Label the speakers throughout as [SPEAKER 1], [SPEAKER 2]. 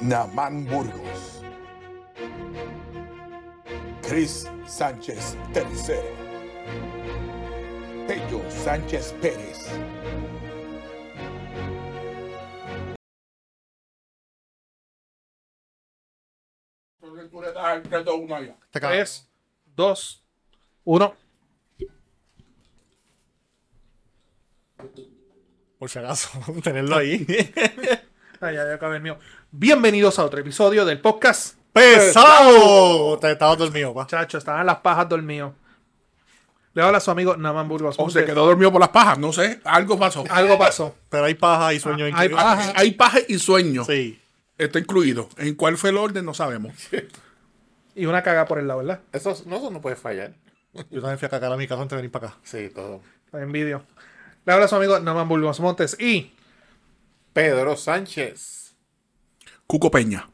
[SPEAKER 1] Namán Burgos. Chris Sánchez III. Tello Sánchez Pérez. Oh,
[SPEAKER 2] Te cago.
[SPEAKER 3] 3, 2, 1.
[SPEAKER 2] Por si acaso, tenerlo ahí.
[SPEAKER 3] Ah, ya, ya acabé el mío. Bienvenidos a otro episodio del podcast.
[SPEAKER 2] ¡Pesado! Te estaba dormido, pa.
[SPEAKER 3] Chacho, estaban las pajas dormidos. Le habla a su amigo Naman Burgos.
[SPEAKER 1] O Oh, se quedó dormido por las pajas, no sé, algo pasó.
[SPEAKER 3] Algo pasó.
[SPEAKER 2] Pero hay paja y sueño
[SPEAKER 3] Ah, hay
[SPEAKER 2] incluido.
[SPEAKER 3] paja.
[SPEAKER 1] Hay paja y sueño.
[SPEAKER 2] Sí.
[SPEAKER 1] Está incluido. ¿En cuál fue el orden? No sabemos.
[SPEAKER 3] Y una caga por el lado, ¿verdad?
[SPEAKER 4] Eso, no, eso no puede fallar.
[SPEAKER 2] Yo también fui a cagar a mi casa antes de venir para acá.
[SPEAKER 4] Sí, todo.
[SPEAKER 3] La envidio. Le habla a su amigo Naman Burgos Montes. Y
[SPEAKER 4] Pedro Sánchez.
[SPEAKER 1] Cuco Peña.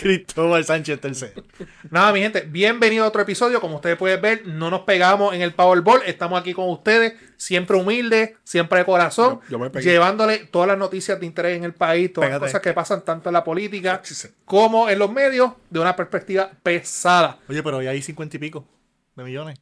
[SPEAKER 2] Cristóbal Sánchez III.
[SPEAKER 3] nada, mi gente, bienvenido a otro episodio. Como ustedes pueden ver, no nos pegamos en el Powerball. Estamos aquí con ustedes, siempre humildes, siempre de corazón,
[SPEAKER 1] Yo- yo me pegué.
[SPEAKER 3] llevándole todas las noticias de interés en el país, todas
[SPEAKER 2] Pégate.
[SPEAKER 3] las cosas que pasan tanto en la política como en los medios, de una perspectiva pesada.
[SPEAKER 2] Oye, pero hoy hay cincuenta y pico de millones.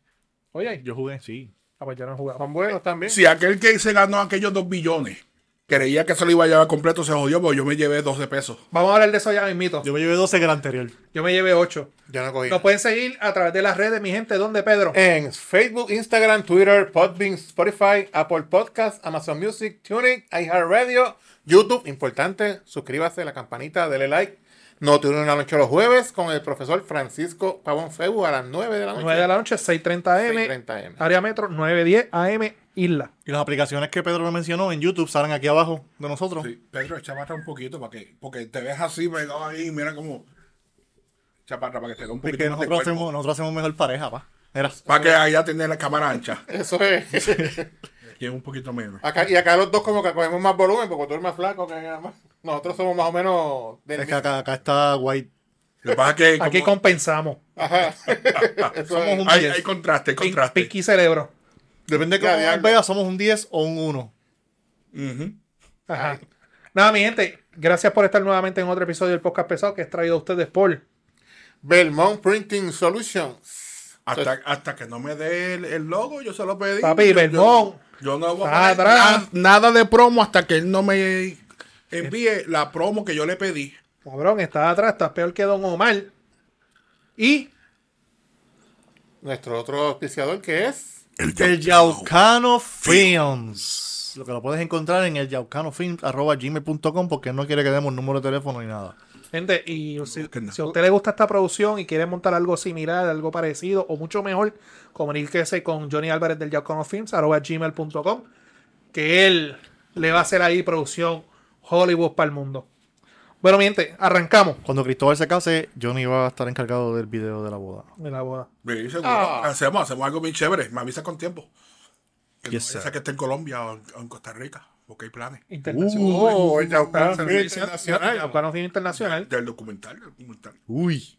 [SPEAKER 3] Oye,
[SPEAKER 2] Yo jugué, sí.
[SPEAKER 3] ah, pues yo no he jugado.
[SPEAKER 4] Son buenos también.
[SPEAKER 1] Si aquel que se ganó aquellos dos billones creía que se lo iba a llevar completo, se jodió, porque yo me llevé 12 pesos.
[SPEAKER 3] Vamos a hablar de eso ya mismito.
[SPEAKER 2] Yo me llevé 12 que el anterior.
[SPEAKER 3] Yo me llevé 8.
[SPEAKER 4] Yo no cogí.
[SPEAKER 3] Nos pueden seguir a través de las redes, mi gente. ¿Dónde, Pedro?
[SPEAKER 2] Eh,
[SPEAKER 4] En Facebook, Instagram, Twitter, Podbean, Spotify, Apple Podcasts, Amazon Music, TuneIn, iHeartRadio, YouTube. Importante, suscríbase a la campanita, dele like. No tiene una noche los jueves con el profesor Francisco Pavón Febu a las 9 de la noche.
[SPEAKER 3] 9 de la noche, 6.30 AM.
[SPEAKER 4] 6:30 AM.
[SPEAKER 3] Área metro, 9.10 AM, Isla.
[SPEAKER 2] Y las aplicaciones que Pedro mencionó en YouTube salen aquí abajo de nosotros.
[SPEAKER 1] Sí, Pedro, chaparra un poquito para que, porque te ves así pegado ahí, mira como chaparra para que te dé un poquito
[SPEAKER 2] Porque
[SPEAKER 1] más de
[SPEAKER 2] nosotros
[SPEAKER 1] cuerpo.
[SPEAKER 2] hacemos, nosotros hacemos mejor pareja, pa. Era.
[SPEAKER 1] Para que allá tener la cámara ancha.
[SPEAKER 4] Eso es.
[SPEAKER 1] Aquí es un poquito menos.
[SPEAKER 4] Acá- y acá los dos como que cogemos más volumen porque tú eres más flaco que nada más. Nosotros somos más o menos... del
[SPEAKER 2] Es que acá, acá está White.
[SPEAKER 1] Lo que pasa es que como-
[SPEAKER 3] Aquí compensamos.
[SPEAKER 4] Ajá. Eso
[SPEAKER 2] Somos
[SPEAKER 4] es.
[SPEAKER 2] un
[SPEAKER 1] hay,
[SPEAKER 2] 10.
[SPEAKER 1] hay contraste, hay
[SPEAKER 3] Pin-
[SPEAKER 1] contraste.
[SPEAKER 3] Pinky cerebro.
[SPEAKER 2] Depende de cómo
[SPEAKER 4] Ya, ya.
[SPEAKER 2] veas, somos un 10 o un 1.
[SPEAKER 1] Ujú.
[SPEAKER 3] Ajá. Nada, mi gente. Gracias por estar nuevamente en otro episodio del podcast pesado que es traído a ustedes por.
[SPEAKER 4] Belmont Printing Solutions.
[SPEAKER 1] Hasta, hasta que no me dé el, el logo, yo se lo pedí.
[SPEAKER 3] Papi,
[SPEAKER 1] Yo- yo-
[SPEAKER 3] Belmont.
[SPEAKER 1] Yo, no voy a
[SPEAKER 3] Está
[SPEAKER 1] poner
[SPEAKER 3] atrás.
[SPEAKER 1] na- nada de promo hasta que él no me envíe la promo que yo le pedí.
[SPEAKER 3] Cabrón, estás atrás, estás peor que Don Omar. Y
[SPEAKER 4] Nuestro otro auspiciador que es.
[SPEAKER 2] El Yaucano Films. Lo que lo puedes encontrar en el yaucanofilms.gmail.com porque no quiere que demos número de teléfono ni nada.
[SPEAKER 3] Gente, y si,
[SPEAKER 1] que no.
[SPEAKER 3] si a usted le gusta esta producción y quiere montar algo similar, algo parecido o mucho mejor, comuníquese con Johnny Álvarez del Giacomo Films, arroba gmail.com, que él le va a hacer ahí producción Hollywood para el mundo. Bueno, mi gente, arrancamos
[SPEAKER 2] Cuando Cristóbal se case, Johnny va a estar encargado del video de la boda.
[SPEAKER 3] de la boda.
[SPEAKER 1] Sí, seguro.
[SPEAKER 4] Ah.
[SPEAKER 1] Hacemos, hacemos algo bien chévere. Me avisa con tiempo. Que
[SPEAKER 2] Yes,
[SPEAKER 1] no
[SPEAKER 2] sir.
[SPEAKER 1] vaya a ser que esté en Colombia o en, o en Costa Rica, porque hay planes.
[SPEAKER 3] Internacional.
[SPEAKER 4] Oh, el Yaucano Film
[SPEAKER 3] Giacomo Films Internacional.
[SPEAKER 1] Del documental, del documental.
[SPEAKER 2] Uy.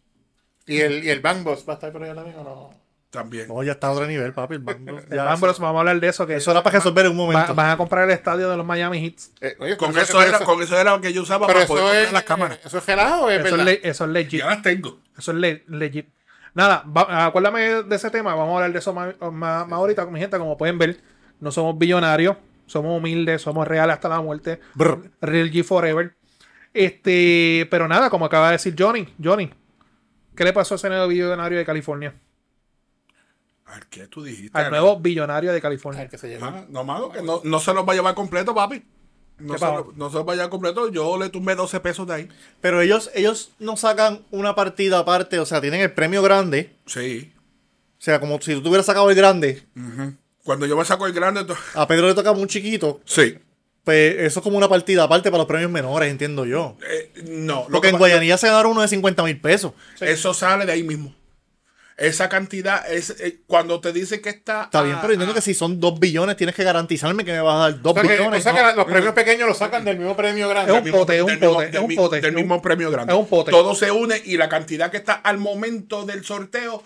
[SPEAKER 4] Y el, y el Bang Boss va a estar por allá también o no.
[SPEAKER 1] También.
[SPEAKER 2] No, ya está a otro nivel, papi. El Bang Bros, ya-
[SPEAKER 3] Ambros, vamos a hablar de eso. Que
[SPEAKER 2] Eso era para resolver en un
[SPEAKER 3] va-
[SPEAKER 2] momento.
[SPEAKER 3] Van a comprar el estadio de los Miami Heats.
[SPEAKER 4] Eh, oye,
[SPEAKER 1] con,
[SPEAKER 4] pero
[SPEAKER 1] eso era,
[SPEAKER 4] pero
[SPEAKER 1] con eso era lo que yo usaba
[SPEAKER 4] pero
[SPEAKER 1] para poder
[SPEAKER 4] eso
[SPEAKER 1] comprar
[SPEAKER 4] es.
[SPEAKER 1] las cámaras.
[SPEAKER 4] Eso es gelado, o es
[SPEAKER 3] Eso es,
[SPEAKER 4] verdad.
[SPEAKER 3] le- eso es legit.
[SPEAKER 1] Ya las tengo.
[SPEAKER 3] Eso es le- legit. Nada, va- acuérdame de ese tema. Vamos a hablar de eso más, más- más ahorita, mi gente. Como pueden ver, no somos billonarios, somos humildes, somos reales hasta la muerte.
[SPEAKER 2] Brr.
[SPEAKER 3] Real G Forever. Este, pero nada, como acaba de decir Johnny, Johnny, ¿qué le pasó a ese nuevo billonario de California?
[SPEAKER 1] Al que tú dijiste.
[SPEAKER 3] Al nuevo billonario de
[SPEAKER 4] Ah, el
[SPEAKER 3] California.
[SPEAKER 4] que se lleva.
[SPEAKER 1] Ah, no, mano, que no, no se los va a llevar completo, papi. No
[SPEAKER 3] ¿Qué
[SPEAKER 1] se,
[SPEAKER 3] pasó?
[SPEAKER 1] lo- no se los va a llevar completo. Yo le tumbé 12 pesos de ahí.
[SPEAKER 2] Pero ellos, ellos no sacan una partida aparte, o sea, tienen el premio grande.
[SPEAKER 1] Sí.
[SPEAKER 2] O sea, como si tú hubieras sacado el grande.
[SPEAKER 1] Cuando yo me saco el grande, to-
[SPEAKER 2] A Pedro le toca un chiquito.
[SPEAKER 1] sí.
[SPEAKER 2] Pues eso es como una partida aparte para los premios menores, entiendo yo.
[SPEAKER 1] Eh, no. lo
[SPEAKER 2] Porque
[SPEAKER 1] que
[SPEAKER 2] en
[SPEAKER 1] pa-
[SPEAKER 2] Guayanilla se ganaron uno de 50 mil pesos.
[SPEAKER 1] Eso sale de ahí mismo. Esa cantidad es eh, cuando te dice que está.
[SPEAKER 2] Está bien,
[SPEAKER 1] a-
[SPEAKER 2] pero entiendo
[SPEAKER 1] a-
[SPEAKER 2] que si son 2 billones, tienes que garantizarme que me vas a dar 2
[SPEAKER 4] O sea, que-
[SPEAKER 2] billones.
[SPEAKER 4] o sea que
[SPEAKER 2] ¿no?
[SPEAKER 4] la- los premios pequeños los sacan del mismo premio
[SPEAKER 3] Es
[SPEAKER 4] grande.
[SPEAKER 1] del
[SPEAKER 3] un
[SPEAKER 1] mismo-
[SPEAKER 3] pote, es un
[SPEAKER 1] del mismo-
[SPEAKER 3] pote,
[SPEAKER 1] del
[SPEAKER 3] es un
[SPEAKER 1] mismo-
[SPEAKER 3] pote,
[SPEAKER 1] Del
[SPEAKER 3] es un-
[SPEAKER 1] mismo premio grande.
[SPEAKER 3] es un pote.
[SPEAKER 1] Todo se une y la cantidad que está al momento del sorteo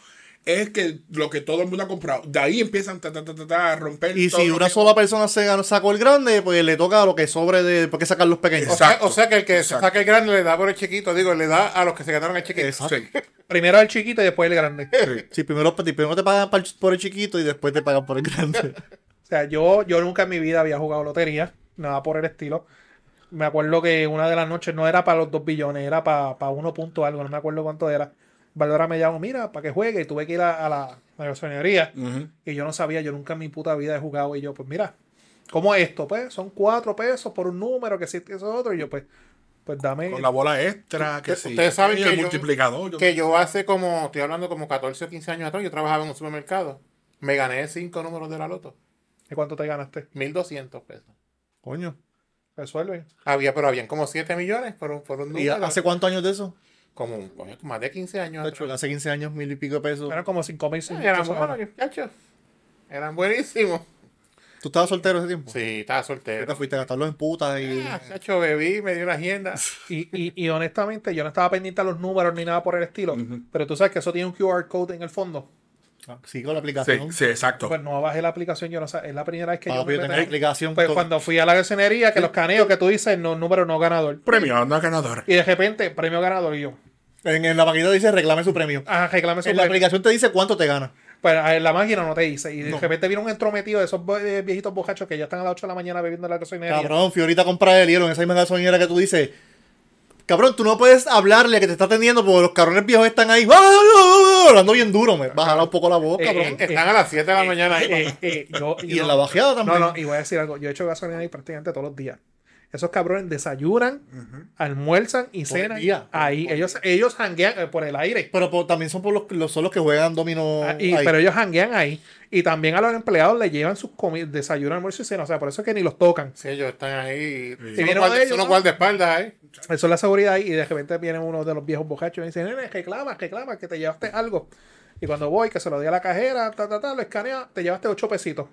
[SPEAKER 1] es que lo que todo el mundo ha comprado. De ahí empiezan ta, ta, ta, ta, ta, a romper.
[SPEAKER 2] Y
[SPEAKER 1] todo
[SPEAKER 2] si
[SPEAKER 1] lo
[SPEAKER 2] una
[SPEAKER 1] que-
[SPEAKER 2] sola persona se ganó- sacó el grande, pues le toca lo que sobre de. ¿Por qué sacar los pequeños?
[SPEAKER 4] O sea,
[SPEAKER 1] Exacto.
[SPEAKER 4] o sea que el que se
[SPEAKER 1] Exacto.
[SPEAKER 4] saca el grande le da por el chiquito, digo, le da a los que se ganaron el chiquito.
[SPEAKER 1] Sí,
[SPEAKER 3] Primero al chiquito y después el grande.
[SPEAKER 1] sí.
[SPEAKER 2] Si primero, primero te pagan pa- por el chiquito y después te pagan por el grande.
[SPEAKER 3] O sea, yo, yo nunca en mi vida había jugado lotería, nada por el estilo. Me acuerdo que una de las noches no era para los dos billones, era para, para uno punto algo, no me acuerdo cuánto era. Valora me llamó, mira, para que juegue, y tuve que ir a, a la negociadoría.
[SPEAKER 1] Ujú.
[SPEAKER 3] Y yo no sabía, yo nunca en mi puta vida he jugado. Y yo, pues mira, ¿cómo es esto? Pues son cuatro pesos por un número, que existe eso otro. Y yo, pues, pues dame.
[SPEAKER 1] Con la bola extra, que
[SPEAKER 4] Ustedes
[SPEAKER 1] sí.
[SPEAKER 4] saben
[SPEAKER 1] Y
[SPEAKER 4] que
[SPEAKER 1] el
[SPEAKER 4] yo-
[SPEAKER 1] multiplicador. yo-
[SPEAKER 4] Que yo hace como, estoy hablando como 14 o 15 años atrás, yo trabajaba en un supermercado. Me gané 5 números de la loto.
[SPEAKER 3] ¿Y cuánto te ganaste?
[SPEAKER 4] 1200 pesos.
[SPEAKER 2] Coño.
[SPEAKER 3] Resuelven.
[SPEAKER 4] Había, pero habían como 7 millones por un, por un
[SPEAKER 2] ¿Y
[SPEAKER 4] número.
[SPEAKER 2] hace cuántos años de eso?
[SPEAKER 4] como un- coño, más de 15
[SPEAKER 3] Ah,
[SPEAKER 4] años. atrás.
[SPEAKER 2] Tacho, Hace 15 años, mil y pico de pesos.
[SPEAKER 3] Eran como cinco mil
[SPEAKER 4] Sí,
[SPEAKER 3] cinco
[SPEAKER 4] Eran
[SPEAKER 3] pesos
[SPEAKER 4] buenos,
[SPEAKER 3] ganas.
[SPEAKER 4] muchachos. Eran buenísimos.
[SPEAKER 2] ¿Tú estabas soltero ese tiempo?
[SPEAKER 4] Sí, estaba
[SPEAKER 2] Pero Te
[SPEAKER 4] soltero.
[SPEAKER 2] fuiste a gastarlos en putas y.
[SPEAKER 4] Ah, muchacho, bebí, me dio una agenda.
[SPEAKER 3] Y, y, y honestamente, yo no estaba pendiente a los números ni nada por el estilo. Pero tú sabes que eso tiene un QR code en el fondo.
[SPEAKER 2] Sí, con Ah, la
[SPEAKER 1] Sí,
[SPEAKER 2] aplicación.
[SPEAKER 1] sí, exacto.
[SPEAKER 3] Pues no bajé la aplicación, yo no sé. Es la primera vez que
[SPEAKER 2] Papi,
[SPEAKER 3] yo
[SPEAKER 2] yo
[SPEAKER 3] me
[SPEAKER 2] tengo
[SPEAKER 3] meto-
[SPEAKER 2] la aplicación.
[SPEAKER 3] Pues
[SPEAKER 2] todo.
[SPEAKER 3] cuando fui a la escenería, que los caneos que tú dices, no, número no ganador.
[SPEAKER 1] Premio, no ganador.
[SPEAKER 3] Y de repente, premio ganador. Y yo,
[SPEAKER 2] En, en la máquina dice reclame su premio.
[SPEAKER 3] ajá, reclame su
[SPEAKER 2] en la
[SPEAKER 3] premio.
[SPEAKER 2] aplicación te dice cuánto te gana.
[SPEAKER 3] Pues a ver, la máquina no te dice. Y de repente viene un entrometido de esos bo- eh, viejitos bojachos que ya están a las 8 de la mañana bebiendo la gasolinería.
[SPEAKER 2] Cabrón, Fiorita compra el hielo en esa misma gasolinera que tú dices. Cabrón, tú no puedes hablarle a que te está atendiendo porque los cabrones viejos están ahí. Hablando bien duro, me. Bájala un poco la voz,
[SPEAKER 3] Eh,
[SPEAKER 2] cabrón.
[SPEAKER 3] eh,
[SPEAKER 4] Están a las 7 de la mañana ahí.
[SPEAKER 3] Eh, eh, yo-
[SPEAKER 2] y
[SPEAKER 3] yo
[SPEAKER 2] en
[SPEAKER 3] no-
[SPEAKER 2] la bajeada también.
[SPEAKER 3] No, no, y voy a decir algo. Yo he hecho gasolina ahí prácticamente todos los días. Esos cabrones desayunan, almuerzan y
[SPEAKER 2] Todo el
[SPEAKER 3] cenan
[SPEAKER 2] día.
[SPEAKER 3] ahí. Ellos, ellos hanguean eh, por el aire.
[SPEAKER 2] Pero por- también son por los, los- son los que juegan dominó.
[SPEAKER 3] Ah, y-
[SPEAKER 2] ahí.
[SPEAKER 3] pero ellos hanguean ahí. Y también a los empleados les llevan sus comidas, desayuno, almuerzo y cena. O sea, por eso es que ni los tocan.
[SPEAKER 4] Sí, ellos están ahí.
[SPEAKER 1] Sí.
[SPEAKER 4] Son
[SPEAKER 3] Vieron
[SPEAKER 4] los
[SPEAKER 3] a ellos,
[SPEAKER 4] guarda- son los
[SPEAKER 3] ¿no?
[SPEAKER 4] guardaespaldas ahí.
[SPEAKER 3] Eso es la seguridad ahí, y de repente viene uno de los viejos bocachos y dice, nene, reclama, reclama, que te llevaste algo. Y cuando voy, que se lo di a la cajera, ta, ta, ta, lo escanea, te llevaste ocho pesitos.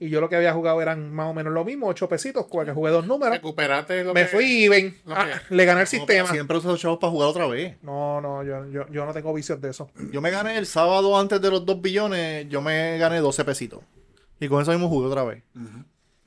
[SPEAKER 3] Y yo lo que había jugado eran más o menos lo mismo, ocho pesitos, porque jugué dos números.
[SPEAKER 4] Recuperaste lo
[SPEAKER 3] Me
[SPEAKER 4] que-
[SPEAKER 3] fui y ven,
[SPEAKER 4] lo
[SPEAKER 3] ah,
[SPEAKER 4] que-
[SPEAKER 3] le gané el
[SPEAKER 2] No,
[SPEAKER 3] sistema.
[SPEAKER 2] Siempre uso los chavos para jugar otra vez.
[SPEAKER 3] No, no, yo, yo, yo no tengo vicios de eso.
[SPEAKER 2] Yo me gané el sábado antes de los 2 billones, yo me gané 12 pesitos. Y con eso mismo jugué otra vez.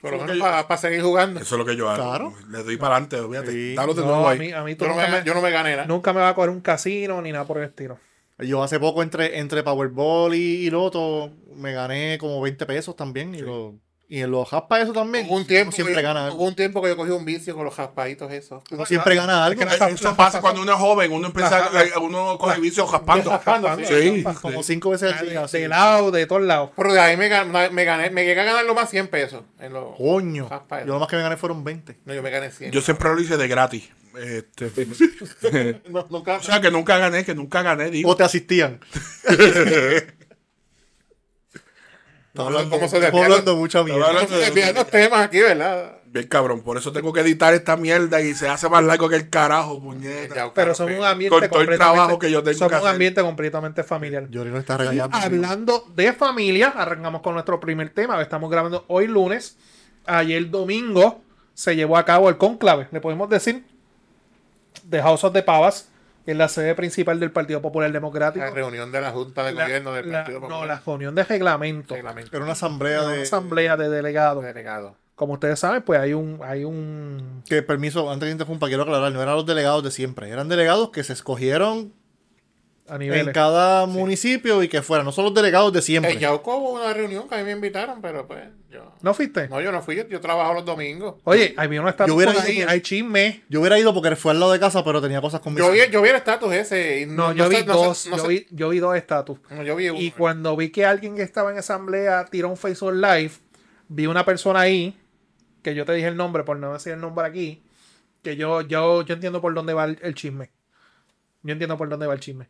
[SPEAKER 4] Por lo
[SPEAKER 1] Son
[SPEAKER 4] menos
[SPEAKER 1] que-
[SPEAKER 4] para seguir jugando.
[SPEAKER 1] Eso es lo que yo hago.
[SPEAKER 2] Claro.
[SPEAKER 1] Le doy para adelante, olvídate.
[SPEAKER 2] Sí.
[SPEAKER 1] Dalo de
[SPEAKER 3] No,
[SPEAKER 1] nuevo
[SPEAKER 3] a
[SPEAKER 1] ahí.
[SPEAKER 3] mí, a mí tú
[SPEAKER 4] Yo no, me,
[SPEAKER 3] nunca, me,
[SPEAKER 4] yo no me gané nada.
[SPEAKER 3] nunca me va a coger un casino ni nada por el estilo.
[SPEAKER 2] Yo hace poco entre, entre Powerball y, y Loto me gané como 20 pesos también. Y, lo- y en los para eso también.
[SPEAKER 4] Hubo un tiempo,
[SPEAKER 2] uno siempre
[SPEAKER 4] que,
[SPEAKER 2] gana
[SPEAKER 4] hubo
[SPEAKER 2] algo.
[SPEAKER 4] un tiempo que yo cogí un vicio con los jaspaditos esos.
[SPEAKER 2] Uno siempre gana algo.
[SPEAKER 1] Eh, Eso pasa cuando uno es joven, uno empieza, eh, uno coge vicios jaspando.
[SPEAKER 4] Jaspando,
[SPEAKER 1] Sí.
[SPEAKER 4] sí.
[SPEAKER 2] Como 5 veces al día.
[SPEAKER 3] De
[SPEAKER 2] así.
[SPEAKER 3] lado, de todos lados.
[SPEAKER 4] Pero de ahí me, gané, me gané, me llegué a ganar lo más 100 pesos. En los-
[SPEAKER 2] Coño.
[SPEAKER 4] Jaspa eso.
[SPEAKER 2] Yo lo más que me gané fueron 20.
[SPEAKER 4] No, yo me gané 100.
[SPEAKER 1] Yo siempre lo hice de gratis. Este,
[SPEAKER 4] No, nunca-
[SPEAKER 1] o sea, que nunca gané, que nunca gané, digo.
[SPEAKER 2] O te asistían.
[SPEAKER 4] No,
[SPEAKER 2] Estamos hablando,
[SPEAKER 4] ¿cómo se
[SPEAKER 2] estamos
[SPEAKER 4] desvía?
[SPEAKER 2] hablando mucha
[SPEAKER 1] Estamos
[SPEAKER 2] mierda.
[SPEAKER 1] hablando-
[SPEAKER 4] Estamos desviando temas aquí, ¿verdad?
[SPEAKER 1] Bien cabrón, por eso tengo que editar esta mierda y se hace más largo que el carajo, puñeta.
[SPEAKER 4] Ya,
[SPEAKER 3] Pero
[SPEAKER 4] claro,
[SPEAKER 3] son
[SPEAKER 4] sí.
[SPEAKER 3] un ambiente
[SPEAKER 1] Con todo el
[SPEAKER 3] completamente-
[SPEAKER 1] trabajo que yo tengo
[SPEAKER 3] son
[SPEAKER 1] que
[SPEAKER 3] un
[SPEAKER 1] hacer.
[SPEAKER 3] ambiente completamente familiar.
[SPEAKER 2] Yori no está regalando.
[SPEAKER 3] Hablando de familia, arrancamos con nuestro primer tema. Estamos grabando hoy lunes. Ayer domingo se llevó a cabo el conclave, le podemos decir, de House of the Pavas, en la sede principal del Partido Popular Democrático.
[SPEAKER 4] La reunión de la Junta de
[SPEAKER 3] La-
[SPEAKER 4] Gobierno del
[SPEAKER 3] la-
[SPEAKER 4] Partido
[SPEAKER 3] no,
[SPEAKER 4] Popular.
[SPEAKER 3] la reunión de reglamento,
[SPEAKER 4] Reglamento.
[SPEAKER 2] Era una asamblea
[SPEAKER 3] una
[SPEAKER 2] de.
[SPEAKER 3] asamblea de delegados.
[SPEAKER 4] Delegado.
[SPEAKER 3] Como ustedes saben, pues hay un, hay un
[SPEAKER 2] Que permiso, antes de interrumpir, quiero aclarar, no eran los delegados de siempre, eran delegados que se escogieron
[SPEAKER 3] a nivel
[SPEAKER 2] en cada municipio y que fueran, no son los delegados de
[SPEAKER 4] En
[SPEAKER 2] siempre.
[SPEAKER 4] Yauco hubo una reunión que a mí me invitaron, pero pues yo.
[SPEAKER 3] ¿No fuiste?
[SPEAKER 4] No, yo no fui, yo, yo trabajo los domingos.
[SPEAKER 3] Oye, ahí vino una estatua
[SPEAKER 2] Yo hubiera
[SPEAKER 3] por
[SPEAKER 2] ido
[SPEAKER 3] ahí,
[SPEAKER 2] por-
[SPEAKER 3] hay chisme.
[SPEAKER 2] Yo hubiera ido porque fue al lado de casa, pero tenía cosas con mis
[SPEAKER 4] Yo vi,
[SPEAKER 2] amigos.
[SPEAKER 4] yo vi el estatus ese. y
[SPEAKER 3] No, yo
[SPEAKER 4] sé-
[SPEAKER 3] vi
[SPEAKER 4] sé-
[SPEAKER 3] dos,
[SPEAKER 4] no
[SPEAKER 3] yo,
[SPEAKER 4] sé-
[SPEAKER 3] vi, yo vi dos estatus.
[SPEAKER 4] no, yo vi
[SPEAKER 3] Y
[SPEAKER 4] uno.
[SPEAKER 3] cuando vi que alguien que estaba en asamblea tiró un Facebook Live, vi una persona ahí, que yo te dije el nombre, por no decir el nombre aquí, que yo, yo, yo entiendo por dónde va el, el chisme. Yo entiendo por dónde va el chisme.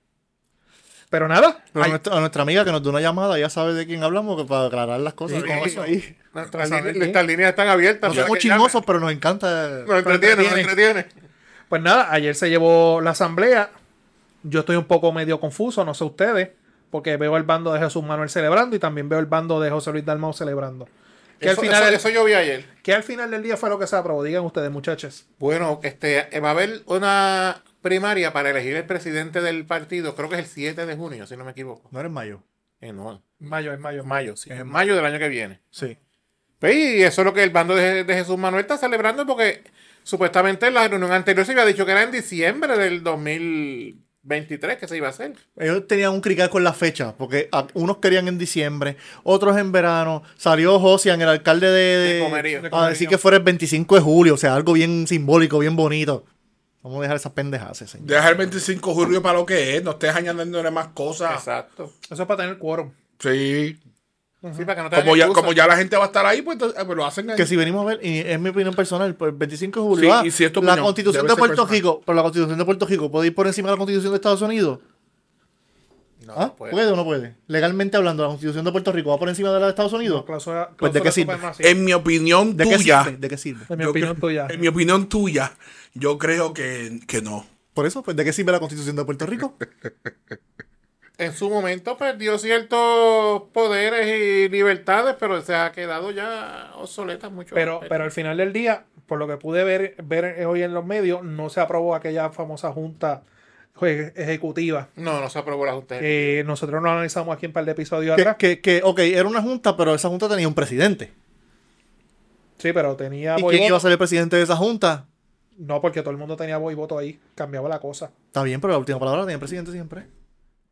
[SPEAKER 3] Pero nada,
[SPEAKER 2] Pero a
[SPEAKER 3] ay,
[SPEAKER 2] nuestra, a nuestra amiga que nos dio una llamada, ya sabe de quién hablamos, que para aclarar las cosas.
[SPEAKER 4] Sí,
[SPEAKER 2] con
[SPEAKER 4] sí.
[SPEAKER 2] eso ahí.
[SPEAKER 4] Nuestras
[SPEAKER 3] ¿Sabes
[SPEAKER 4] líneas,
[SPEAKER 3] qué?
[SPEAKER 4] nuestras líneas están abiertas.
[SPEAKER 2] No
[SPEAKER 4] para
[SPEAKER 2] somos
[SPEAKER 4] que llamen.
[SPEAKER 2] chismosos, pero nos encanta.
[SPEAKER 4] Nos entretiene, nos entretiene.
[SPEAKER 3] pues nada, ayer se llevó la asamblea. Yo estoy un poco medio confuso, no sé ustedes, porque veo el bando de Jesús Manuel celebrando y también veo el bando de José Luis Dalmau celebrando. Que
[SPEAKER 4] Eso,
[SPEAKER 3] al final
[SPEAKER 4] eso,
[SPEAKER 3] del-
[SPEAKER 4] eso yo vi ayer.
[SPEAKER 3] que al final del día fue lo que se aprobó? Digan ustedes, muchachos.
[SPEAKER 4] Bueno, este, eh, va a haber una primaria para elegir el presidente del partido, creo que es el 7 de junio, si no me equivoco.
[SPEAKER 2] No eres mayo.
[SPEAKER 4] Eh, no,
[SPEAKER 3] Mayo, es mayo.
[SPEAKER 4] mayo, sí. En mayo del año que viene.
[SPEAKER 2] Sí.
[SPEAKER 4] Pues, y eso es lo que el bando de, de Jesús Manuel está celebrando porque supuestamente en la reunión anterior se había dicho que era en diciembre del 2023 que se iba a hacer.
[SPEAKER 2] Ellos tenían un crical con las fechas, porque a- unos querían en diciembre, otros en verano. Salió Josian, el alcalde de,
[SPEAKER 4] De Comerío.
[SPEAKER 2] a decir que fuera el 25 de julio, o sea, algo bien simbólico, bien bonito. Vamos a dejar esas pendejadas, señor.
[SPEAKER 1] Deja el 25 de julio para lo que es, no estés añadiéndole más cosas.
[SPEAKER 4] Exacto.
[SPEAKER 3] Eso es para tener quórum.
[SPEAKER 1] Sí.
[SPEAKER 4] Sí, para que no te
[SPEAKER 1] Como
[SPEAKER 4] hagan
[SPEAKER 1] ya,
[SPEAKER 4] excusa.
[SPEAKER 1] como ya la gente va a estar ahí, pues, entonces, eh, pues lo hacen ahí.
[SPEAKER 2] Que si venimos a ver, y es mi opinión personal, por el 25 de julio,
[SPEAKER 1] Sí,
[SPEAKER 2] ah,
[SPEAKER 1] y si es tu
[SPEAKER 2] la
[SPEAKER 1] opinión,
[SPEAKER 2] constitución
[SPEAKER 1] debe
[SPEAKER 2] de
[SPEAKER 1] ser
[SPEAKER 2] Puerto
[SPEAKER 1] personal.
[SPEAKER 2] Rico, pero la constitución de Puerto Rico puede ir por encima de la constitución de Estados Unidos.
[SPEAKER 4] No,
[SPEAKER 2] ¿Ah? puede.
[SPEAKER 4] pues, no
[SPEAKER 1] pues.
[SPEAKER 4] puede.
[SPEAKER 2] o no puede? Legalmente hablando, la constitución de Puerto Rico va por encima de la de Estados Unidos.
[SPEAKER 3] Clausura,
[SPEAKER 2] Pues, ¿de
[SPEAKER 3] clausura
[SPEAKER 2] qué sirve?
[SPEAKER 3] supremacía.
[SPEAKER 1] En mi opinión
[SPEAKER 2] ¿De qué
[SPEAKER 1] tuya.
[SPEAKER 2] sirve? ¿De qué sirve?
[SPEAKER 3] En mi
[SPEAKER 1] yo
[SPEAKER 3] opinión
[SPEAKER 1] creo-
[SPEAKER 3] tuya.
[SPEAKER 1] En mi opinión tuya, yo creo que, que no.
[SPEAKER 2] Por eso, pues, ¿de qué sirve la constitución de Puerto Rico?
[SPEAKER 4] En su momento perdió ciertos poderes y libertades, pero se ha quedado ya obsoleta mucho.
[SPEAKER 3] Pero, pero al final del día, por lo que pude ver, ver hoy en los medios, no se aprobó aquella famosa junta pues, ejecutiva
[SPEAKER 4] No, no se aprobó la justicia.
[SPEAKER 3] que nosotros nos analizamos aquí en un par de episodios
[SPEAKER 2] que,
[SPEAKER 3] atrás.
[SPEAKER 2] que, que, ok, era una junta, pero esa junta tenía un presidente.
[SPEAKER 3] Sí, pero tenía
[SPEAKER 2] ¿Y
[SPEAKER 3] voy
[SPEAKER 2] quién
[SPEAKER 3] voto.
[SPEAKER 2] iba a ser el presidente de esa junta?
[SPEAKER 3] No, porque todo el mundo tenía voy voto ahí. Cambiaba la cosa.
[SPEAKER 2] Está bien, pero la última palabra la tiene el presidente siempre.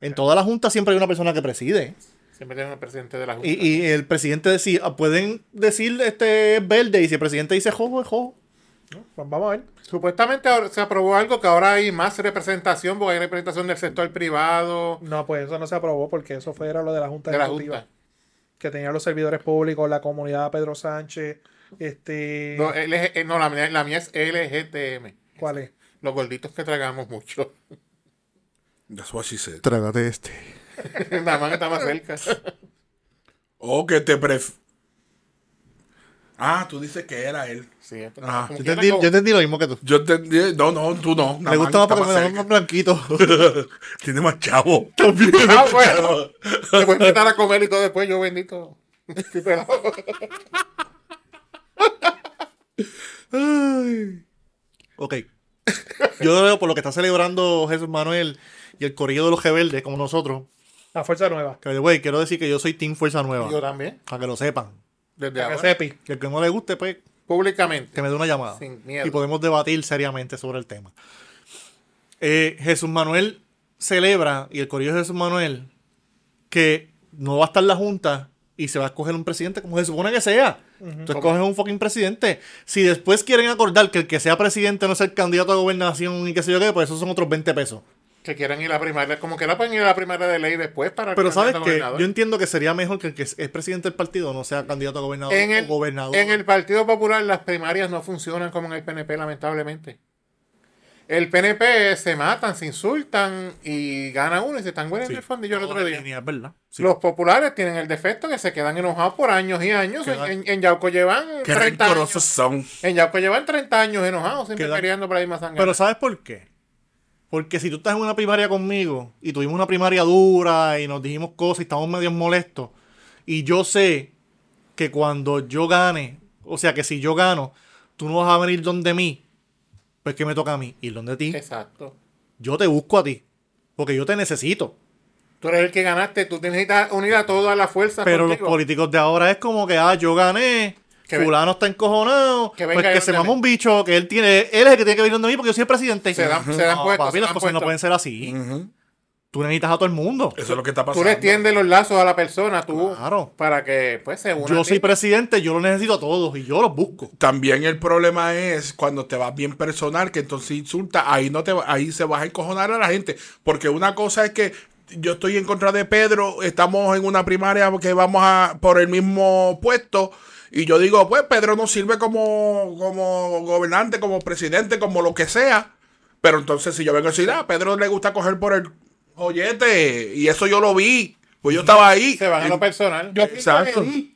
[SPEAKER 2] En toda la junta siempre hay una persona que preside.
[SPEAKER 4] Siempre tienen el presidente de la junta.
[SPEAKER 2] Y, y el presidente decía, ah, pueden decir este verde, y si el presidente dice jojo, es jojo.
[SPEAKER 3] Pues vamos a ver.
[SPEAKER 4] Supuestamente ahora se aprobó algo que ahora hay más representación, porque hay representación del sector privado,
[SPEAKER 3] No, pues eso no se aprobó porque eso fue era lo de la junta
[SPEAKER 4] de la
[SPEAKER 3] ejecutiva.
[SPEAKER 4] junta.
[SPEAKER 3] Que tenía los servidores públicos, la comunidad Pedro Sánchez. Este,
[SPEAKER 4] No, LG eh, no, la, mía, la mía es LGTM.
[SPEAKER 3] ¿Cuál es?
[SPEAKER 4] Los gorditos que tragamos mucho.
[SPEAKER 1] That's what she said.
[SPEAKER 2] Trágate este.
[SPEAKER 4] la mano está más cerca.
[SPEAKER 1] O Oh, que te pref. Ah, tú dices que era él.
[SPEAKER 4] Sí, esto-
[SPEAKER 1] Ajá.
[SPEAKER 4] como
[SPEAKER 2] Ah, Yo
[SPEAKER 4] quiera,
[SPEAKER 2] entendí, yo
[SPEAKER 4] como-
[SPEAKER 2] entendí lo mismo que tú.
[SPEAKER 1] Yo entendí. No, no, tú no.
[SPEAKER 2] Le gusta más porque me da más
[SPEAKER 1] porque
[SPEAKER 2] blanquito.
[SPEAKER 1] Tiene más chavo.
[SPEAKER 4] Ah, bueno. Te voy a invitar a comer y todo después, yo bendito. Estoy pelado.
[SPEAKER 2] ok. Yo lo veo por lo que está celebrando Jesús Manuel y el corrido de los rebeldes, como nosotros.
[SPEAKER 3] La Fuerza Nueva.
[SPEAKER 2] Que, güey, quiero decir que yo soy Team Fuerza Nueva.
[SPEAKER 4] yo también.
[SPEAKER 2] Para que lo sepan.
[SPEAKER 4] Desde
[SPEAKER 3] La
[SPEAKER 4] ahora.
[SPEAKER 3] CEPI.
[SPEAKER 2] Que el que no le guste, pues,
[SPEAKER 4] Públicamente.
[SPEAKER 2] que me dé una llamada.
[SPEAKER 4] Sin miedo.
[SPEAKER 2] Y podemos debatir seriamente sobre el tema. Eh, Jesús Manuel celebra, y el corillo de Jesús Manuel, que no va a estar la Junta y se va a escoger un presidente como se supone que sea. Tú escoges un fucking presidente. Si después quieren acordar que el que sea presidente no es el candidato a gobernación y qué sé yo qué, pues esos son otros 20 pesos.
[SPEAKER 4] Que quieran ir a la primaria. Como que la pueden ir a la primaria de ley después para.
[SPEAKER 2] Pero
[SPEAKER 4] el
[SPEAKER 2] sabes
[SPEAKER 4] candidato
[SPEAKER 2] que
[SPEAKER 4] gobernador.
[SPEAKER 2] yo entiendo que sería mejor que el que es es presidente del partido no sea candidato a gobernador
[SPEAKER 4] en
[SPEAKER 2] o
[SPEAKER 4] el,
[SPEAKER 2] gobernador.
[SPEAKER 4] en el Partido Popular las primarias no funcionan como en el PNP, lamentablemente. El PNP se matan, se insultan y gana uno y se están guardando el fondillo el otro día.
[SPEAKER 2] Es verdad. Sí.
[SPEAKER 4] Los populares tienen el defecto que se quedan enojados por años y años.
[SPEAKER 2] Quedan-
[SPEAKER 4] En, en- en Yauco llevan
[SPEAKER 1] Qué
[SPEAKER 4] 30
[SPEAKER 1] rencorosos
[SPEAKER 4] años.
[SPEAKER 1] son.
[SPEAKER 4] En Yauco llevan 30 años enojados, siempre
[SPEAKER 2] Quedan-
[SPEAKER 4] peleando por la misma sangre.
[SPEAKER 2] Pero ¿sabes por qué? Porque si tú estás en una primaria conmigo y tuvimos una primaria dura y nos dijimos cosas y estamos medio molestos, y yo sé que cuando yo gane, o sea que si yo gano, tú no vas a venir donde mí, pues que me toca a mí, ir donde ti,
[SPEAKER 4] Exacto.
[SPEAKER 2] yo te busco a ti, porque yo te necesito.
[SPEAKER 4] Tú eres el que ganaste, tú necesitas unir a todas las fuerzas.
[SPEAKER 2] Pero los
[SPEAKER 4] contigo.
[SPEAKER 2] políticos de ahora es como que, ah, yo gané,
[SPEAKER 4] Que ve-
[SPEAKER 2] fulano está encojonado,
[SPEAKER 4] que venga
[SPEAKER 2] pues que
[SPEAKER 4] donde
[SPEAKER 2] se
[SPEAKER 4] mí.
[SPEAKER 2] mama un bicho, que él tiene, él es el que tiene que venir donde mí porque yo soy el presidente.
[SPEAKER 4] Se dan- se dan
[SPEAKER 2] No,
[SPEAKER 4] puestos,
[SPEAKER 2] papi,
[SPEAKER 4] se
[SPEAKER 2] las
[SPEAKER 4] dan
[SPEAKER 2] cosas no
[SPEAKER 4] puestos.
[SPEAKER 2] pueden ser así.
[SPEAKER 1] Ujú.
[SPEAKER 2] Tú necesitas a todo el mundo.
[SPEAKER 1] Eso es lo que está
[SPEAKER 4] Tú
[SPEAKER 1] pasando.
[SPEAKER 4] le extiendes los lazos a la persona, tú,
[SPEAKER 2] Claro.
[SPEAKER 4] para que pues se una. a
[SPEAKER 2] Yo
[SPEAKER 4] ti.
[SPEAKER 2] soy presidente, yo lo necesito a todos y yo los busco.
[SPEAKER 1] También el problema es cuando te vas bien personal, que entonces insulta, ahí no te va- ahí se vas a encojonar a la gente. Porque una cosa es que yo estoy en contra de Pedro, estamos en una primaria que vamos a por el mismo puesto. Y yo digo, pues Pedro no sirve como, como gobernante, como presidente, como lo que sea. Pero entonces si yo vengo a decir, ah, Pedro le gusta coger por el joyete, y eso yo lo vi, pues yo estaba ahí.
[SPEAKER 4] Se van a
[SPEAKER 1] Y-
[SPEAKER 4] lo personal.
[SPEAKER 1] Exacto. y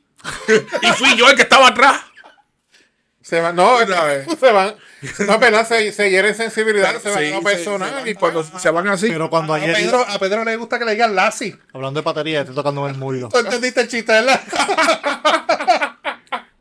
[SPEAKER 1] fui yo el que estaba atrás.
[SPEAKER 4] Se van, no, se van. No, pero se, se hieren sensibilidad, se van
[SPEAKER 1] Sí,
[SPEAKER 4] a lo
[SPEAKER 1] se-
[SPEAKER 4] personal.
[SPEAKER 1] se van-
[SPEAKER 4] y Ah,
[SPEAKER 1] cuando se van así.
[SPEAKER 2] Pero cuando
[SPEAKER 3] A
[SPEAKER 4] pues,
[SPEAKER 2] ayer.
[SPEAKER 3] Pedro, a Pedro le gusta que le digan Lassi.
[SPEAKER 2] Hablando de patería, estoy tocando el muro.
[SPEAKER 4] ¿Tú entendiste el chiste, verdad?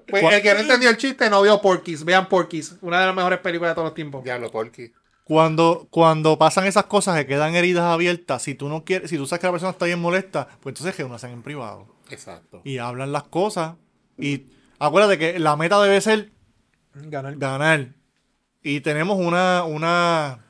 [SPEAKER 3] Pues el que no entendió el chiste no vio Porky's. Vean Porky's, una de las mejores películas de todos los tiempos.
[SPEAKER 4] Diablo, Porky.
[SPEAKER 2] Cuando, cuando pasan esas cosas que quedan heridas abiertas, si tú no quieres, si tú sabes que la persona está bien molesta, pues entonces que hacen en privado.
[SPEAKER 4] Exacto.
[SPEAKER 2] Y hablan las cosas. Y acuérdate que la meta debe ser
[SPEAKER 3] Ganar.
[SPEAKER 2] ganar. Y tenemos una, una,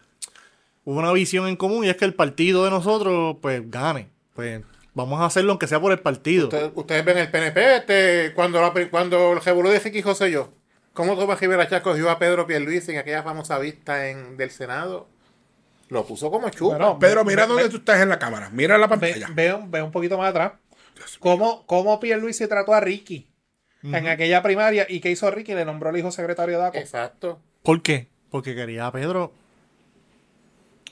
[SPEAKER 2] una visión en común y es que el partido de nosotros, pues, gane. Pues vamos a hacerlo aunque sea por el partido.
[SPEAKER 4] Ustedes, ustedes ven el PNP, este, cuando, la, pri- cuando el revolú de Ricky José yo, ¿cómo Tomás Rivera Chá cogió a Pedro Pierluisi en aquella famosa vista en, del Senado? Lo puso como chupa.
[SPEAKER 3] Bueno,
[SPEAKER 1] Pedro, mira
[SPEAKER 3] ve-
[SPEAKER 1] dónde
[SPEAKER 3] ve-
[SPEAKER 1] tú estás en la cámara. Mira la
[SPEAKER 3] ve-
[SPEAKER 1] pantalla.
[SPEAKER 3] ve un- ve un poquito más atrás. ¿Cómo, cómo Pierluisi trató a Ricky en aquella primaria? ¿Y qué hizo Ricky? Le nombró al hijo secretario de ACO.
[SPEAKER 4] Exacto.
[SPEAKER 2] ¿Por qué? Porque quería a Pedro.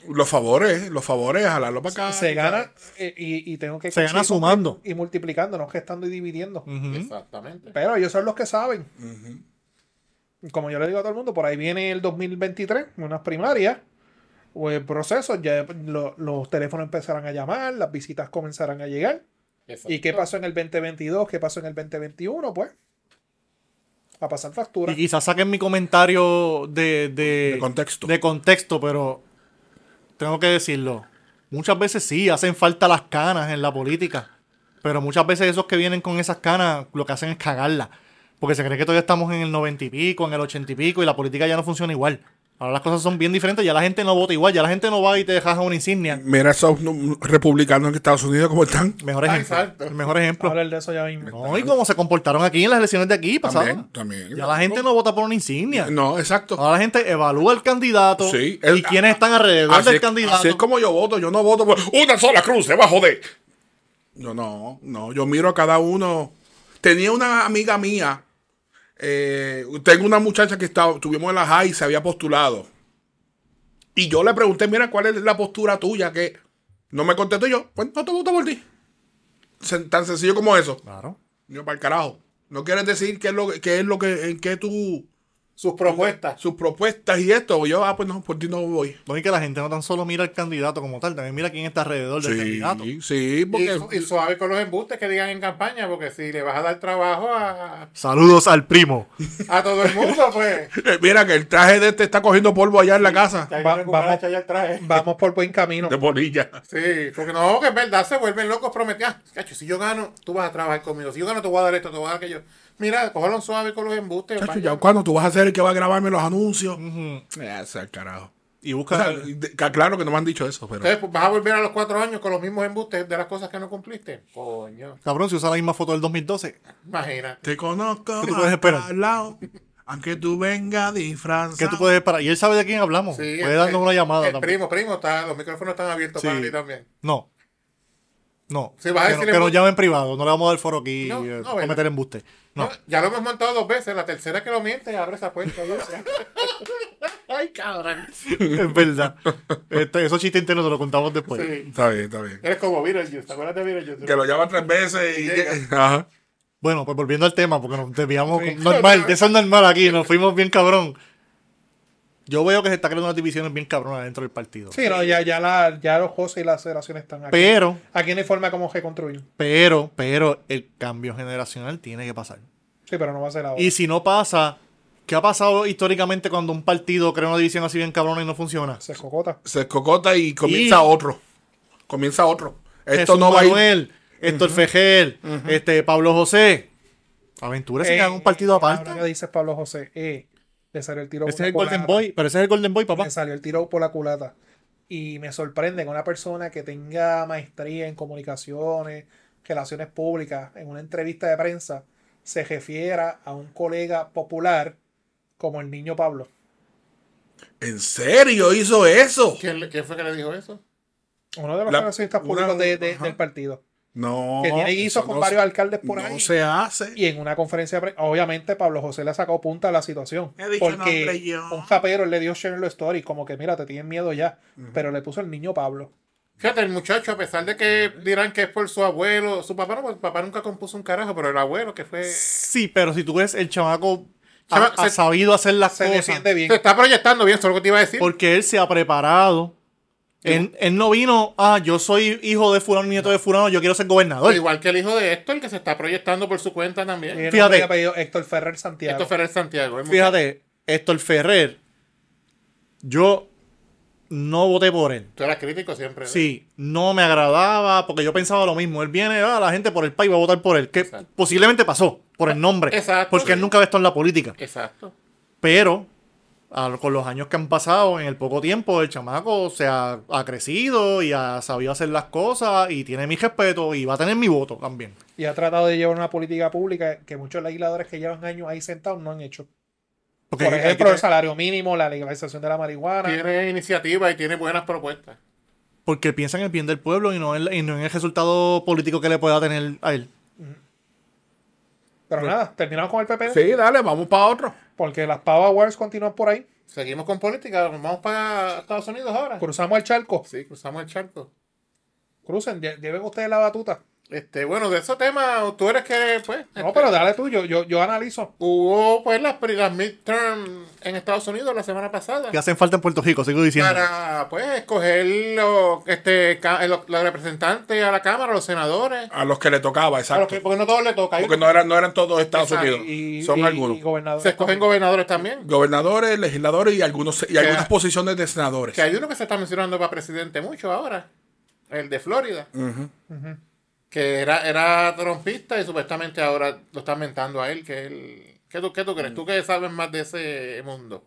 [SPEAKER 1] Los favores, los favores, jalarlo para acá.
[SPEAKER 3] Se gana eh, y, y tengo que...
[SPEAKER 2] Se gana sumando.
[SPEAKER 3] Y multiplicando, no gestando y dividiendo.
[SPEAKER 4] Exactamente.
[SPEAKER 3] Pero ellos son los que saben. Como yo le digo a todo el mundo, por ahí viene el 2023, unas primarias, o el proceso, ya lo- los teléfonos empezarán a llamar, las visitas comenzarán a llegar.
[SPEAKER 4] Exacto.
[SPEAKER 3] ¿Y qué pasó en el 2022? ¿Qué pasó en el 2021? Pues a pasar factura.
[SPEAKER 2] Y quizás saquen mi comentario de, de,
[SPEAKER 1] De contexto.
[SPEAKER 2] de contexto, pero tengo que decirlo. Muchas veces sí, hacen falta las canas en la política. Pero muchas veces esos que vienen con esas canas lo que hacen es cagarla. Porque se cree que todavía estamos en el noventa y pico, en el ochenta y pico, y la política ya no funciona igual. Ahora las cosas son bien diferentes, ya la gente no vota igual, ya la gente no va y te dejas una insignia.
[SPEAKER 1] Mira esos nu- republicanos en Estados Unidos, ¿cómo están?
[SPEAKER 2] Mejor
[SPEAKER 4] Ah,
[SPEAKER 2] ejemplo.
[SPEAKER 4] exacto.
[SPEAKER 2] el mejor ejemplo.
[SPEAKER 3] Hablar de eso ya mismo.
[SPEAKER 2] No, y cómo se comportaron aquí en las elecciones de aquí pasadas.
[SPEAKER 1] También, también.
[SPEAKER 2] Ya la gente no vota por una insignia.
[SPEAKER 1] No,
[SPEAKER 3] Ah,
[SPEAKER 1] exacto.
[SPEAKER 2] Ahora la gente evalúa el candidato
[SPEAKER 1] Sí, el-
[SPEAKER 2] y quiénes están alrededor
[SPEAKER 1] Así
[SPEAKER 2] del
[SPEAKER 1] es,
[SPEAKER 2] candidato.
[SPEAKER 1] así es como yo voto. Yo no voto por una sola cruz debajo de. Yo no, no. Yo miro a cada uno. Tenía una amiga mía. eh, tengo una muchacha que estaba, estuvimos en la high y se había postulado. Y yo le pregunté, mira, ¿cuál es la postura tuya? Que no me contestó y yo, pues no te voto por ti. Sen- Tan sencillo como eso.
[SPEAKER 2] Claro.
[SPEAKER 1] Yo, para el carajo. No quieres decir qué es lo, que- qué es lo que, en qué tú,
[SPEAKER 4] Sus propuestas.
[SPEAKER 1] sus propuestas y esto. Yo, ah, pues no, por ti no voy.
[SPEAKER 2] No y Pues que la gente no tan solo mira al candidato como tal, también mira quién está alrededor del candidato.
[SPEAKER 1] Sí, sí,
[SPEAKER 4] Y,
[SPEAKER 1] porque.
[SPEAKER 4] y suave con los embustes que digan en campaña, porque si le vas a dar trabajo a,
[SPEAKER 2] Saludos al primo.
[SPEAKER 4] a todo el mundo, pues.
[SPEAKER 1] Eh, Mira que el traje de este está cogiendo polvo allá en la casa.
[SPEAKER 4] Ya hay
[SPEAKER 3] Va-
[SPEAKER 4] una cucaracha ya al traje.
[SPEAKER 3] Vamos por buen camino.
[SPEAKER 1] De polilla.
[SPEAKER 4] Sí, porque no, que es verdad, se vuelven locos prometidas. Cacho, si yo gano, tú vas a trabajar conmigo. Si yo gano, te voy a dar esto, te voy a dar aquello. Mira, cógelo suave con los embustes.
[SPEAKER 1] Chacho,
[SPEAKER 4] vaya.
[SPEAKER 1] ya cuando tú vas a ser el que va a grabarme los anuncios.
[SPEAKER 2] Ujú.
[SPEAKER 1] Ya, sea el carajo.
[SPEAKER 2] Y
[SPEAKER 1] O sea, Eh,
[SPEAKER 2] busca.
[SPEAKER 1] de- que claro que no me han dicho eso, pero.
[SPEAKER 4] Entonces, pues, vas a volver a los cuatro años con los mismos embustes de las cosas que no cumpliste. Coño,
[SPEAKER 2] Cabrón, si usa la misma foto del 2012.
[SPEAKER 4] imagina.
[SPEAKER 1] Te conozco
[SPEAKER 2] ¿Qué tú puedes esperar?
[SPEAKER 1] al lado, aunque tú vengas disfrazado.
[SPEAKER 2] ¿Qué tú puedes esperar? Y él sabe de quién hablamos.
[SPEAKER 4] Sí,
[SPEAKER 2] Puede
[SPEAKER 4] el-
[SPEAKER 2] darnos una llamada
[SPEAKER 4] El
[SPEAKER 2] también.
[SPEAKER 4] primo, primo, está, los micrófonos están abiertos
[SPEAKER 2] Sí.
[SPEAKER 4] para ti también.
[SPEAKER 2] No. No.
[SPEAKER 4] Sí, vas a
[SPEAKER 2] que
[SPEAKER 4] decirle-
[SPEAKER 2] no- que nos llame en privado. No le vamos a dar foro aquí
[SPEAKER 4] No,
[SPEAKER 2] y eh,
[SPEAKER 4] no,
[SPEAKER 2] para
[SPEAKER 4] ¿verdad?
[SPEAKER 2] meter embuste. No.
[SPEAKER 4] No, Ya lo hemos montado dos veces. La tercera que lo miente, abre esa puerta. yo, ya. Ay, cabrón.
[SPEAKER 2] es verdad. Este, esos chistes internos te los contamos después.
[SPEAKER 4] Sí.
[SPEAKER 1] Está bien, está bien.
[SPEAKER 4] Eres como Beetlejuice, ¿te acuerdas de Beetlejuice?
[SPEAKER 1] Que lo llaman tres veces y.
[SPEAKER 4] Llega.
[SPEAKER 1] Ajá.
[SPEAKER 2] Bueno, pues volviendo al tema, porque nos desviamos
[SPEAKER 4] Sí.
[SPEAKER 2] con- normal, de eso es normal aquí, nos fuimos bien cabrón. Yo veo que se está creando unas divisiones bien cabronas dentro del partido.
[SPEAKER 3] Sí, no, ya, ya, la, ya los cosas y las federaciones están aquí.
[SPEAKER 2] Pero,
[SPEAKER 3] Aquí no hay forma como reconstruir.
[SPEAKER 2] pero, pero el cambio generacional tiene que pasar.
[SPEAKER 3] Sí, pero no va a ser ahora.
[SPEAKER 2] Y si no pasa, ¿qué ha pasado históricamente cuando un partido crea una división así bien cabrona y no funciona?
[SPEAKER 3] Se cocota.
[SPEAKER 1] Se cocota y comienza
[SPEAKER 2] Y-
[SPEAKER 1] otro. Comienza otro. Esto
[SPEAKER 2] Jesús
[SPEAKER 1] no va a ir.
[SPEAKER 2] Manuel, Héctor Fejel, este, Pablo José. Aventúrese
[SPEAKER 3] Eh,
[SPEAKER 2] en hagan un partido
[SPEAKER 3] ahora que
[SPEAKER 2] aparte.
[SPEAKER 3] dices Pablo José, eh, le salió el tiro
[SPEAKER 2] Ese es
[SPEAKER 3] por la
[SPEAKER 2] el Golden
[SPEAKER 3] culata.
[SPEAKER 2] Boy, pero ese es el Golden Boy, papá.
[SPEAKER 3] Me salió el tiro por la culata. Y me sorprende que una persona que tenga maestría en comunicaciones, relaciones públicas, en una entrevista de prensa, se refiera a un colega popular como el niño Pablo.
[SPEAKER 1] ¿En serio hizo eso?
[SPEAKER 4] ¿Quién, le- quién fue que le dijo eso?
[SPEAKER 3] Uno de los
[SPEAKER 1] La-
[SPEAKER 3] relacionistas
[SPEAKER 1] una-
[SPEAKER 3] públicos de- de-
[SPEAKER 1] ajá.
[SPEAKER 3] del partido.
[SPEAKER 1] No.
[SPEAKER 3] que tiene guisos
[SPEAKER 1] eso
[SPEAKER 3] con
[SPEAKER 1] no
[SPEAKER 3] varios
[SPEAKER 1] se-
[SPEAKER 3] alcaldes por
[SPEAKER 1] No
[SPEAKER 3] ahí.
[SPEAKER 1] se hace.
[SPEAKER 3] Y en una conferencia de prensa, obviamente Pablo José le ha sacado punta a la situación.
[SPEAKER 1] He dicho nombre
[SPEAKER 3] Porque
[SPEAKER 1] yo.
[SPEAKER 3] un japero le dio share en los stories, como que mira, te tienen miedo ya. Pero le puso el niño Pablo.
[SPEAKER 4] Fíjate, el muchacho, a pesar de que dirán que es por su abuelo, su papá no, porque el papá nunca compuso un carajo, pero el abuelo que fue. Se
[SPEAKER 2] Sí, pero si tú ves, el chamaco ha,
[SPEAKER 4] Chama-
[SPEAKER 2] ha
[SPEAKER 4] se-
[SPEAKER 2] sabido hacer las
[SPEAKER 3] Se
[SPEAKER 2] cosas
[SPEAKER 3] defiende bien.
[SPEAKER 4] está proyectando bien, eso es lo que te iba a decir.
[SPEAKER 2] porque él se ha preparado. Él, él no vino, ah, yo soy hijo de fulano, nieto de fulano, yo quiero ser gobernador.
[SPEAKER 4] Igual que el hijo de Héctor, que se está proyectando por su cuenta también.
[SPEAKER 3] Tiene
[SPEAKER 4] Esto
[SPEAKER 2] Fíjate.
[SPEAKER 3] nombre y apellido Héctor Ferrer Santiago.
[SPEAKER 4] Héctor Ferrer Santiago. el muchacho.
[SPEAKER 2] Fíjate, Héctor Ferrer, yo no voté por él.
[SPEAKER 4] Tú eras crítico siempre. ¿no?
[SPEAKER 2] Sí, no me agradaba porque yo pensaba lo mismo. Él viene, ah, la gente por el país va a votar por él, que
[SPEAKER 4] Exacto.
[SPEAKER 2] posiblemente pasó por el nombre,
[SPEAKER 4] Exacto.
[SPEAKER 2] porque él nunca había estado en la política.
[SPEAKER 4] Exacto.
[SPEAKER 2] Pero a- con los años que han pasado, en el poco tiempo, el chamaco se ha, ha crecido y ha sabido hacer las cosas y tiene mi respeto y va a tener mi voto también.
[SPEAKER 3] Y ha tratado de llevar una política pública que muchos legisladores que llevan años ahí sentados no han hecho.
[SPEAKER 2] Porque
[SPEAKER 3] Por
[SPEAKER 2] hay que
[SPEAKER 3] ejemplo, el
[SPEAKER 2] tener-
[SPEAKER 3] salario mínimo, la legalización de la marihuana.
[SPEAKER 4] Tiene iniciativa y tiene buenas propuestas.
[SPEAKER 2] porque piensa en el bien del pueblo y no, en, la- y no en el resultado político que le pueda tener a él.
[SPEAKER 3] Pero nada, terminamos con el PPD.
[SPEAKER 1] Sí, dale, vamos para otro.
[SPEAKER 3] Porque las Power Wars continúan por ahí.
[SPEAKER 4] Seguimos con política. Nos vamos para Estados Unidos ahora.
[SPEAKER 3] Cruzamos el charco.
[SPEAKER 4] Sí, cruzamos el charco.
[SPEAKER 3] Crucen, lle- lleven ustedes la batuta.
[SPEAKER 4] Este, bueno, de esos temas, tú eres que, pues,
[SPEAKER 3] No, pero dale tú, yo, yo, yo analizo.
[SPEAKER 4] hubo, pues, las, pri- las midterm en Estados Unidos la semana pasada.
[SPEAKER 2] Que hacen falta en Puerto Rico, sigo diciendo.
[SPEAKER 4] Para, pues, escoger los, este, ca- los, los representantes a la Cámara, los senadores.
[SPEAKER 1] A los que le tocaba,
[SPEAKER 4] A los que-
[SPEAKER 1] exacto.
[SPEAKER 4] porque no todos le toca. Hay-
[SPEAKER 1] Porque no eran, no eran todos Estados
[SPEAKER 4] Exacto,
[SPEAKER 1] Unidos,
[SPEAKER 3] Y,
[SPEAKER 1] son
[SPEAKER 3] y-
[SPEAKER 1] algunos.
[SPEAKER 3] y gobernadores.
[SPEAKER 4] se escogen gobernadores también.
[SPEAKER 1] Gobernadores, legisladores y algunos y algunas posiciones de senadores.
[SPEAKER 4] Que hay uno que se está mencionando para presidente mucho ahora. El de Florida. Que era, era trompista y supuestamente ahora lo están mentando a él. Que él ¿qué, tú, ¿Qué tú crees? ¿Tú que sabes más de ese mundo?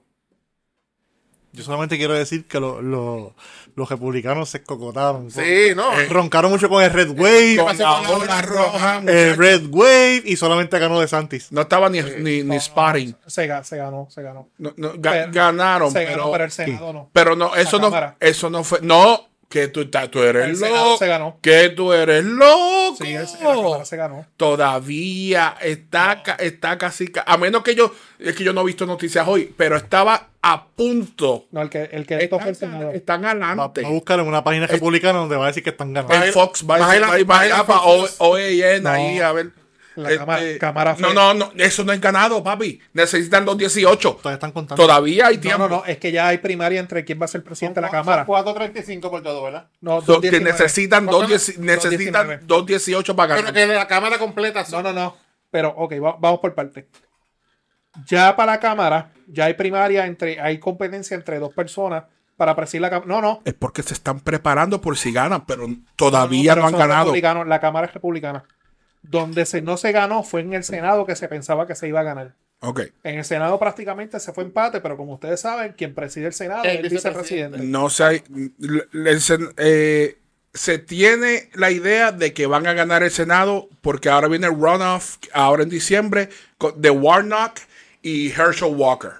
[SPEAKER 2] Yo solamente quiero decir que lo- lo- los republicanos se cocotaron.
[SPEAKER 4] Sí, ¿no?
[SPEAKER 2] Roncaron mucho con el Red Wave,
[SPEAKER 1] Con
[SPEAKER 4] pasó
[SPEAKER 1] la
[SPEAKER 4] con la
[SPEAKER 1] ola
[SPEAKER 4] ola
[SPEAKER 1] roja, eh,
[SPEAKER 4] roja,
[SPEAKER 2] el Red Wave y solamente ganó de Santis.
[SPEAKER 1] no estaba ni, ni, ni sparring.
[SPEAKER 3] Se, ga- se ganó, se ganó.
[SPEAKER 1] No, no, ga-
[SPEAKER 3] Pero-
[SPEAKER 1] ganaron,
[SPEAKER 3] se
[SPEAKER 1] pero,
[SPEAKER 3] ganó, pero el Senado no.
[SPEAKER 1] pero no, eso no,
[SPEAKER 3] Cámara.
[SPEAKER 1] eso no fue. No, que tú, ta- tú
[SPEAKER 3] El
[SPEAKER 1] eres
[SPEAKER 3] Senado
[SPEAKER 1] loco.
[SPEAKER 3] se ganó.
[SPEAKER 1] Que tú eres loco.
[SPEAKER 3] Sí, el, la Cámara se ganó.
[SPEAKER 1] Todavía está, ca- está casi. ca- A menos que yo. Es que yo no he visto noticias hoy, pero estaba a punto.
[SPEAKER 3] No, el que, el que esto fue el
[SPEAKER 1] Están,
[SPEAKER 3] Senado.
[SPEAKER 1] están
[SPEAKER 2] Va va a
[SPEAKER 1] adelante.
[SPEAKER 2] buscar en una página republicana donde va a decir que están ganando.
[SPEAKER 1] El Fox va
[SPEAKER 4] Vas
[SPEAKER 1] a
[SPEAKER 4] a
[SPEAKER 1] ir
[SPEAKER 4] ir a-
[SPEAKER 1] va a ir
[SPEAKER 4] vas a ir
[SPEAKER 1] a
[SPEAKER 4] a
[SPEAKER 1] pa- O-
[SPEAKER 4] Fox.
[SPEAKER 1] OAN
[SPEAKER 3] No.
[SPEAKER 1] ahí a ver. Este,
[SPEAKER 3] La cámara- cámara
[SPEAKER 1] no,
[SPEAKER 3] fue-
[SPEAKER 1] no, no, eso no es ganado, papi. Necesitan los 18.
[SPEAKER 2] Todavía están contando.
[SPEAKER 1] Todavía hay
[SPEAKER 3] Pues, No,
[SPEAKER 1] tiempo.
[SPEAKER 3] no, no, es que ya hay primaria entre quién va a ser presidente de la
[SPEAKER 4] Son
[SPEAKER 3] Cámara.
[SPEAKER 4] 4.35 por todo, ¿verdad?
[SPEAKER 3] No,
[SPEAKER 1] So, que
[SPEAKER 3] 219.
[SPEAKER 1] necesitan dos,
[SPEAKER 4] ¿Cuánto?
[SPEAKER 1] dieci- necesitan
[SPEAKER 3] 219.
[SPEAKER 1] dos 18 para
[SPEAKER 4] Pero
[SPEAKER 1] ganar.
[SPEAKER 4] que la Cámara completa
[SPEAKER 3] No,
[SPEAKER 4] son...
[SPEAKER 3] no, no. Pero, ok, va- vamos por parte. Ya para la Cámara, ya hay primaria, entre, hay competencia entre dos personas para presidir la Cámara. No, no.
[SPEAKER 1] Es porque se están preparando por si ganan, pero todavía
[SPEAKER 3] pero
[SPEAKER 1] no, han
[SPEAKER 3] son
[SPEAKER 1] ganado.
[SPEAKER 3] republicanos, La Cámara es republicana. Donde se, no se ganó fue en el Senado que se pensaba que se iba a ganar.
[SPEAKER 1] Ok.
[SPEAKER 3] En el Senado prácticamente se fue empate, pero como ustedes saben, quien preside el Senado es
[SPEAKER 4] El
[SPEAKER 3] el
[SPEAKER 4] vicepresidente.
[SPEAKER 3] vicepresidente.
[SPEAKER 1] No se, hay- le- le- se, eh, se tiene la idea de que van a ganar el Senado porque ahora viene el runoff, ahora en diciembre, con- de Warnock y Herschel Walker.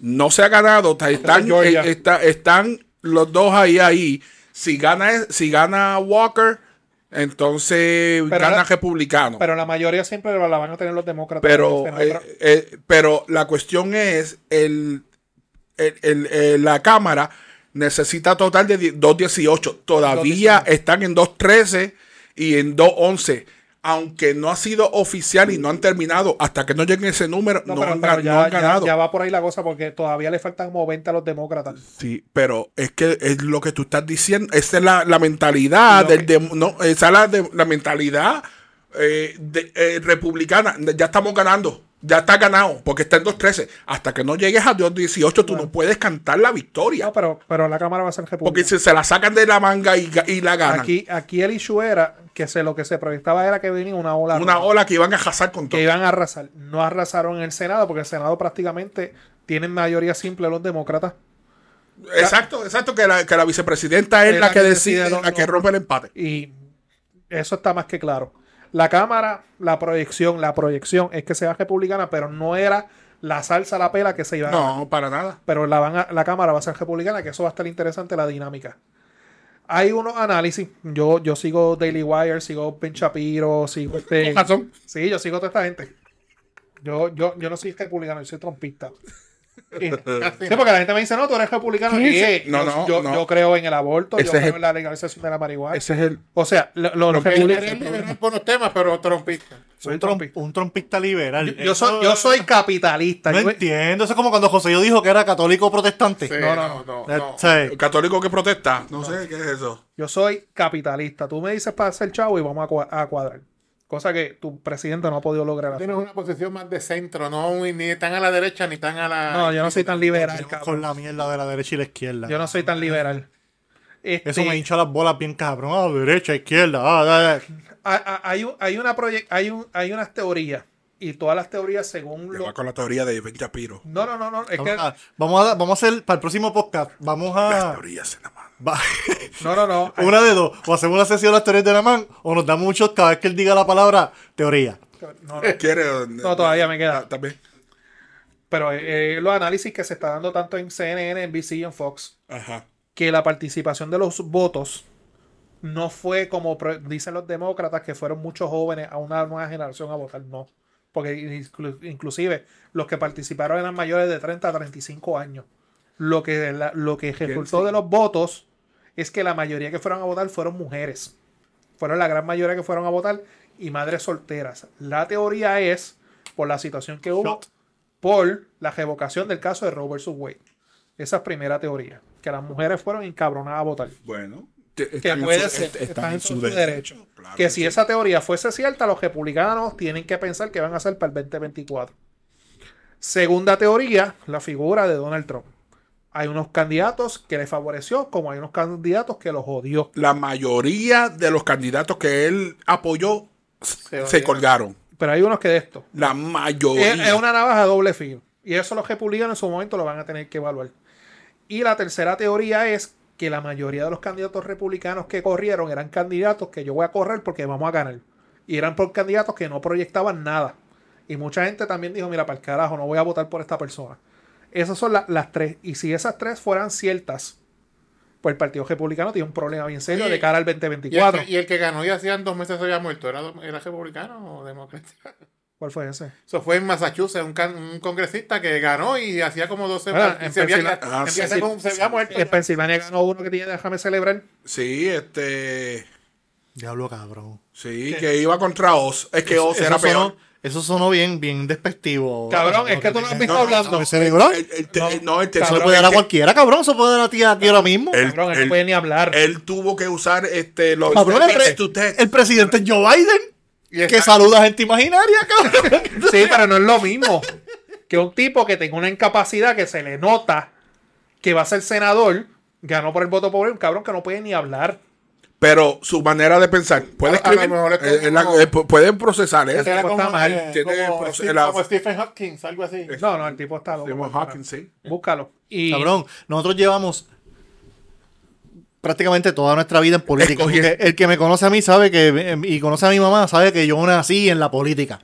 [SPEAKER 1] No se ha ganado, está- están,
[SPEAKER 3] Georgia.
[SPEAKER 1] eh, está- están los dos ahí, ahí. Si gana, si gana Walker, entonces
[SPEAKER 3] Pero
[SPEAKER 1] gana
[SPEAKER 3] la-
[SPEAKER 1] republicano.
[SPEAKER 3] Pero la mayoría siempre la van a tener los demócratas.
[SPEAKER 1] Pero,
[SPEAKER 3] en el Senado.
[SPEAKER 1] eh, eh, pero la cuestión es, el, el- el- eh, la Cámara necesita total de die- 2.18. Todavía están en 2.13 y en 2.11. Aunque no ha sido oficial y no han terminado, hasta que no lleguen ese número, no,
[SPEAKER 3] No, pero,
[SPEAKER 1] han,
[SPEAKER 3] pero
[SPEAKER 1] gan-
[SPEAKER 3] ya,
[SPEAKER 1] no han
[SPEAKER 3] ya-
[SPEAKER 1] ganado.
[SPEAKER 3] ya va por ahí la cosa porque todavía le faltan como 20 a los demócratas.
[SPEAKER 1] Sí, pero es que es lo que tú estás diciendo. Esa es la, la mentalidad
[SPEAKER 3] Lo
[SPEAKER 1] del dem- no, esa es la, de- la mentalidad eh, de- eh, republicana. Ya estamos ganando. Ya está ganado, porque está en 2.13. Hasta que no llegues a 2.18, tú no puedes cantar la victoria.
[SPEAKER 3] No, pero, pero la Cámara va a ser
[SPEAKER 1] Porque
[SPEAKER 3] republicana.
[SPEAKER 1] si se la sacan de la manga y, ga- y la ganan.
[SPEAKER 3] Aquí, aquí el issue era que se, lo que se proyectaba era que venía una ola.
[SPEAKER 1] una
[SPEAKER 3] roja,
[SPEAKER 1] ola que iban a jazar con
[SPEAKER 3] Que
[SPEAKER 1] todo.
[SPEAKER 3] iban a arrasar. No arrasaron en el Senado porque el Senado prácticamente tienen mayoría simple los demócratas.
[SPEAKER 1] Exacto, exacto. Que la, que la vicepresidenta es
[SPEAKER 3] Es
[SPEAKER 1] la,
[SPEAKER 3] la
[SPEAKER 1] que
[SPEAKER 3] que
[SPEAKER 1] decide,
[SPEAKER 3] decide, no,
[SPEAKER 1] la que
[SPEAKER 3] no.
[SPEAKER 1] rompe el empate.
[SPEAKER 3] Y eso está más que claro. La Cámara, la proyección, la proyección es que sea republicana, pero no era la salsa, la pela que se iba a ganar.
[SPEAKER 1] No, para nada.
[SPEAKER 3] pero la, van a- la Cámara va a ser republicana, que eso va a estar interesante la dinámica. Hay unos análisis, yo, yo sigo Daily Wire, sigo Ben Shapiro, sigo este...
[SPEAKER 1] Con razón.
[SPEAKER 3] Sí, yo sigo toda esta gente. Yo, yo, yo no soy republicano, yo soy trompista. Eh, Sí,
[SPEAKER 4] Así,
[SPEAKER 3] Sí, porque la gente me dice, no, tú eres republicano.
[SPEAKER 1] Sí,
[SPEAKER 3] Y, eh,
[SPEAKER 1] sí. No,
[SPEAKER 3] yo-
[SPEAKER 1] no,
[SPEAKER 3] yo,
[SPEAKER 1] no.
[SPEAKER 3] yo creo en el aborto,
[SPEAKER 1] Ese es
[SPEAKER 3] yo creo
[SPEAKER 1] el-
[SPEAKER 3] en la legalización de la marihuana.
[SPEAKER 1] Ese es el.
[SPEAKER 3] O sea, lo- lo- los
[SPEAKER 4] Él
[SPEAKER 3] republicanos...
[SPEAKER 4] es liberal con los temas, pero trompista.
[SPEAKER 2] Soy un,
[SPEAKER 3] un trompi-
[SPEAKER 2] tromp- un trompista liberal.
[SPEAKER 3] Yo, yo soy, yo soy capitalista.
[SPEAKER 2] No
[SPEAKER 3] yo-
[SPEAKER 2] entiendo. Eso es como cuando José yo dijo que era católico protestante.
[SPEAKER 4] Sí,
[SPEAKER 3] no, no,
[SPEAKER 4] no,
[SPEAKER 2] Eh,
[SPEAKER 4] no.
[SPEAKER 2] sí.
[SPEAKER 1] el católico que protesta. No sé qué es eso.
[SPEAKER 3] Yo soy capitalista. Tú me dices para ser chavo y vamos a, cua- a cuadrar. Cosa que tu presidente no ha podido lograr. hacer.
[SPEAKER 4] Tienes una posición más de centro, no muy- ni tan a la derecha ni tan a la.
[SPEAKER 3] No, yo no soy tan liberal, cabrón.
[SPEAKER 2] Con la mierda de la derecha y la izquierda.
[SPEAKER 3] Yo no soy tan liberal. Este,
[SPEAKER 2] Eso me hincha las bolas bien cabrón. Ah, derecha, izquierda. Ah, da, da.
[SPEAKER 3] ha- ha- hay, un- hay, una proye- hay, un, hay unas teorías y todas las teorías según
[SPEAKER 1] Yo
[SPEAKER 3] lo...
[SPEAKER 1] va con la teoría de Ben Shapiro.
[SPEAKER 3] No, no, no, no, es que...
[SPEAKER 2] Ah, Vamos a, dar- vamos a hacer para el próximo podcast. Vamos
[SPEAKER 1] Las
[SPEAKER 3] Ah.
[SPEAKER 2] a.
[SPEAKER 1] teorías, nada más.
[SPEAKER 2] va-
[SPEAKER 3] No, no, no. hay-
[SPEAKER 2] una de dos. O hacemos la sesión de las teorías de Namán o nos damos muchos cada vez que él diga la palabra teoría.
[SPEAKER 3] no, no,
[SPEAKER 1] ¿Quiere? eh,
[SPEAKER 3] no, todavía me queda.
[SPEAKER 1] Ah, También.
[SPEAKER 3] Pero eh, los análisis que se está dando tanto en CNN, en NBC y en Fox,
[SPEAKER 1] Ajá.
[SPEAKER 3] que la participación de los votos no fue como pro- dicen los demócratas, que fueron muchos jóvenes a una nueva generación a votar, no. Porque inclu- inclusive los que participaron eran mayores de 30 a 35 años. Lo que, la- lo que resultó de los votos es que la mayoría que fueron a votar fueron mujeres. Fueron la gran mayoría que fueron a votar y madres solteras. La teoría es por la situación que hubo,
[SPEAKER 2] Shot.
[SPEAKER 3] por la revocación del caso de Robert vs. Wade. Esa es primera teoría, que las mujeres fueron encabronadas a votar.
[SPEAKER 1] Bueno. te-
[SPEAKER 3] Que
[SPEAKER 1] están en
[SPEAKER 3] puede
[SPEAKER 1] su-
[SPEAKER 3] ser,
[SPEAKER 1] est-
[SPEAKER 3] están en su derecho.
[SPEAKER 1] Claro
[SPEAKER 3] que si esa teoría fuese cierta, los republicanos tienen que pensar que van a hacer para el 2024. Segunda teoría, la figura de Donald Trump. Hay unos candidatos que le favoreció, como hay unos candidatos que los odió.
[SPEAKER 1] La mayoría de los candidatos que él apoyó se, se colgaron.
[SPEAKER 3] Pero hay unos que de esto.
[SPEAKER 1] La
[SPEAKER 3] Es,
[SPEAKER 1] mayoría.
[SPEAKER 3] es una navaja de doble filo. Y eso los republicanos en su momento lo van a tener que evaluar. Y la tercera teoría es que la mayoría de los candidatos republicanos que corrieron eran candidatos que yo voy a correr porque vamos a ganar. Y eran por candidatos que no proyectaban nada. Y mucha gente también dijo, mira, para el carajo, no voy a votar por esta persona. Esas son la- las tres. Y si esas tres fueran ciertas, pues el Partido Republicano tiene un problema bien serio
[SPEAKER 4] Sí.
[SPEAKER 3] de cara al
[SPEAKER 4] ¿Y el,
[SPEAKER 3] 2024.
[SPEAKER 4] que, y el que ganó y hacían dos meses se había muerto, ¿era, era republicano o demócrata?
[SPEAKER 3] ¿Cuál fue ese?
[SPEAKER 4] Eso fue en Massachusetts, un, can- un congresista que ganó y hacía como 12
[SPEAKER 3] Ah,
[SPEAKER 4] y
[SPEAKER 3] en
[SPEAKER 4] se había,
[SPEAKER 3] Pensilvania-
[SPEAKER 1] Ah,
[SPEAKER 4] se había-
[SPEAKER 1] sí,
[SPEAKER 4] se había muerto.
[SPEAKER 3] En Pensilvania ganó uno que tiene, déjame celebrar.
[SPEAKER 1] Sí, este.
[SPEAKER 2] Diablo, cabrón.
[SPEAKER 1] Sí, que iba contra Oz. Es que Oz
[SPEAKER 2] eso,
[SPEAKER 1] era peor.
[SPEAKER 2] sonó, eso sonó bien, bien despectivo.
[SPEAKER 3] Cabrón, es que tú no has visto hablando.
[SPEAKER 2] No, ese negro,
[SPEAKER 1] El- el- el- no, el
[SPEAKER 2] se
[SPEAKER 1] tercero
[SPEAKER 2] lo puede dar a
[SPEAKER 1] es que
[SPEAKER 2] cualquiera, cabrón. Se puede dar a ti aquí ahora mismo.
[SPEAKER 1] El-
[SPEAKER 3] Cabrón, él no puede ni hablar.
[SPEAKER 1] Él tuvo que usar este, los.
[SPEAKER 2] Cabrón, el,
[SPEAKER 1] text
[SPEAKER 2] pre-
[SPEAKER 1] to text.
[SPEAKER 2] el presidente Joe Biden.
[SPEAKER 4] Y
[SPEAKER 2] Que
[SPEAKER 4] está-
[SPEAKER 2] saluda a gente imaginaria, cabrón.
[SPEAKER 3] Sí, pero no es lo mismo que un tipo que tenga una incapacidad que se le nota que va a ser senador, ganó por el voto pobre, un cabrón que no puede ni hablar.
[SPEAKER 1] Pero su manera de pensar. Puede
[SPEAKER 4] A- a lo
[SPEAKER 1] escribir.
[SPEAKER 4] mejor es
[SPEAKER 1] eh,
[SPEAKER 4] como-
[SPEAKER 1] eh, la- eh, pu- pueden procesar eso.
[SPEAKER 4] Era como,
[SPEAKER 3] está mal.
[SPEAKER 4] eh,
[SPEAKER 1] Tiene
[SPEAKER 4] como
[SPEAKER 1] proce-
[SPEAKER 4] Steve-
[SPEAKER 1] la-
[SPEAKER 4] como Stephen Hopkins, algo así.
[SPEAKER 3] No, no, el tipo está loco.
[SPEAKER 1] Stephen Hawking, sí.
[SPEAKER 3] Búscalo. Y
[SPEAKER 2] Cabrón, nosotros llevamos prácticamente toda nuestra vida en política.
[SPEAKER 1] Escogiendo.
[SPEAKER 2] Porque el que me conoce a mí sabe que, em, y conoce a mi mamá, sabe que yo nací en la política.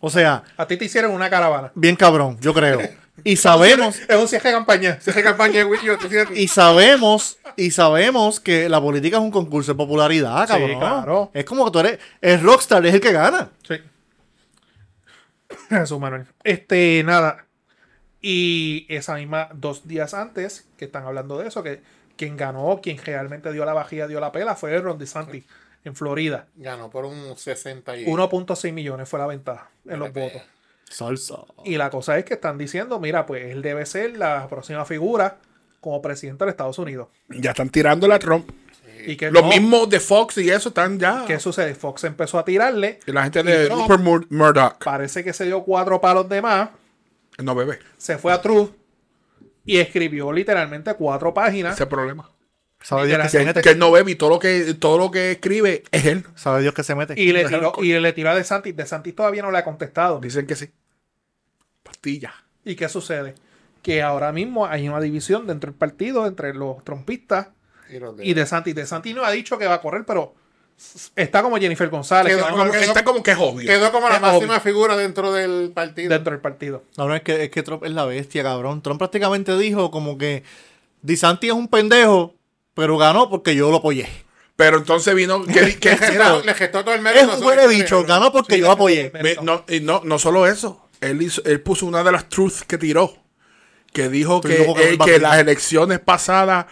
[SPEAKER 2] O sea,
[SPEAKER 3] a ti te hicieron una caravana.
[SPEAKER 2] bien cabrón, yo creo. Y sabemos,
[SPEAKER 3] Es un cierre de campaña.
[SPEAKER 4] Se hace campaña de Wiki, ¿tú cierto?
[SPEAKER 2] y sabemos, y sabemos que la política es un concurso de popularidad,
[SPEAKER 3] Sí,
[SPEAKER 2] cabrón.
[SPEAKER 3] claro.
[SPEAKER 2] Es como que tú eres, el rockstar es el que gana.
[SPEAKER 3] Sí. Jesús Manuel. Este, nada. Y esa misma, dos días antes, que están hablando de eso, que quien ganó, quien realmente dio la vajilla, dio la pela, fue Ron DeSantis en Florida.
[SPEAKER 4] Ganó por un 60 y...
[SPEAKER 3] 1.6 millones fue la ventaja en los votos.
[SPEAKER 2] Salsa.
[SPEAKER 3] Y la cosa es que están diciendo, mira, pues él debe ser la próxima figura como presidente de Estados Unidos.
[SPEAKER 1] Ya están tirando la Trump.
[SPEAKER 3] Y que
[SPEAKER 1] Los
[SPEAKER 3] no,
[SPEAKER 1] mismos de Fox y eso están ya.
[SPEAKER 3] ¿Qué sucede? Fox empezó a tirarle.
[SPEAKER 1] Y la gente de
[SPEAKER 3] Trump-
[SPEAKER 1] Rupert Mur- Murdoch.
[SPEAKER 3] Parece que se dio cuatro palos de más.
[SPEAKER 1] No, bebé.
[SPEAKER 3] Se fue a Truth y escribió literalmente cuatro páginas.
[SPEAKER 1] Ese problema.
[SPEAKER 2] Sabe Dios que se
[SPEAKER 1] Que,
[SPEAKER 2] mete.
[SPEAKER 1] que él no bebe y todo lo que, todo lo que escribe es él.
[SPEAKER 2] Sabe Dios que se mete.
[SPEAKER 3] Y le, tiró, y le tiró a DeSantis. DeSantis todavía no le ha contestado.
[SPEAKER 1] Dicen que sí. Pastilla.
[SPEAKER 3] ¿Y qué sucede? Que ahora mismo hay una división dentro del partido entre los trompistas
[SPEAKER 4] y los de-
[SPEAKER 1] Eh.
[SPEAKER 3] y DeSantis. DeSantis no ha dicho que va a correr, pero s- está como Jennifer González.
[SPEAKER 4] Quedó
[SPEAKER 3] que va
[SPEAKER 1] Como que-
[SPEAKER 4] quedó-
[SPEAKER 1] está como que es obvio.
[SPEAKER 4] Quedó como la
[SPEAKER 3] Es obvio.
[SPEAKER 4] máxima figura dentro del partido.
[SPEAKER 3] dentro del partido.
[SPEAKER 2] Cabrón, es que, es que Trump es la bestia, cabrón. Trump prácticamente dijo como que DeSantis es un pendejo, pero ganó porque yo lo apoyé.
[SPEAKER 1] Pero entonces vino. ¿qué, qué
[SPEAKER 4] Le gestó- le gestó todo el
[SPEAKER 2] Es
[SPEAKER 4] mérito.
[SPEAKER 2] un huele bicho, ganó porque yo lo apoyé.
[SPEAKER 1] Ve, no, y no, no solo eso. Él, hizo- él puso una de las truths que tiró. Que dijo
[SPEAKER 2] Estoy
[SPEAKER 1] que,
[SPEAKER 2] loco con el
[SPEAKER 1] eh, que
[SPEAKER 2] batería.
[SPEAKER 1] las elecciones pasadas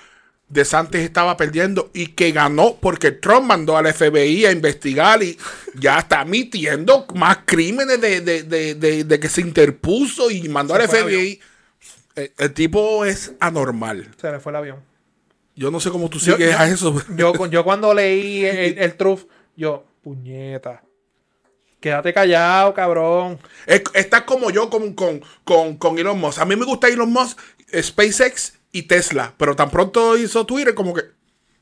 [SPEAKER 1] de Santos estaba perdiendo y que ganó porque Trump mandó al FBI a investigar y ya está admitiendo más crímenes de, de- de- de- de que se interpuso y mandó
[SPEAKER 3] Se
[SPEAKER 1] al
[SPEAKER 3] fue el
[SPEAKER 1] FBI. Eh, El, tipo es anormal.
[SPEAKER 3] Se le fue el avión.
[SPEAKER 1] Yo no sé cómo tú sigues a eso.
[SPEAKER 3] Yo, cu- yo cuando leí el, el truth, yo, puñeta. Quédate callado, cabrón.
[SPEAKER 1] Es- Estás como yo con, con, con, con Elon Musk. A mí me gusta Elon Musk, eh, SpaceX y Tesla. Pero tan pronto hizo Twitter como que...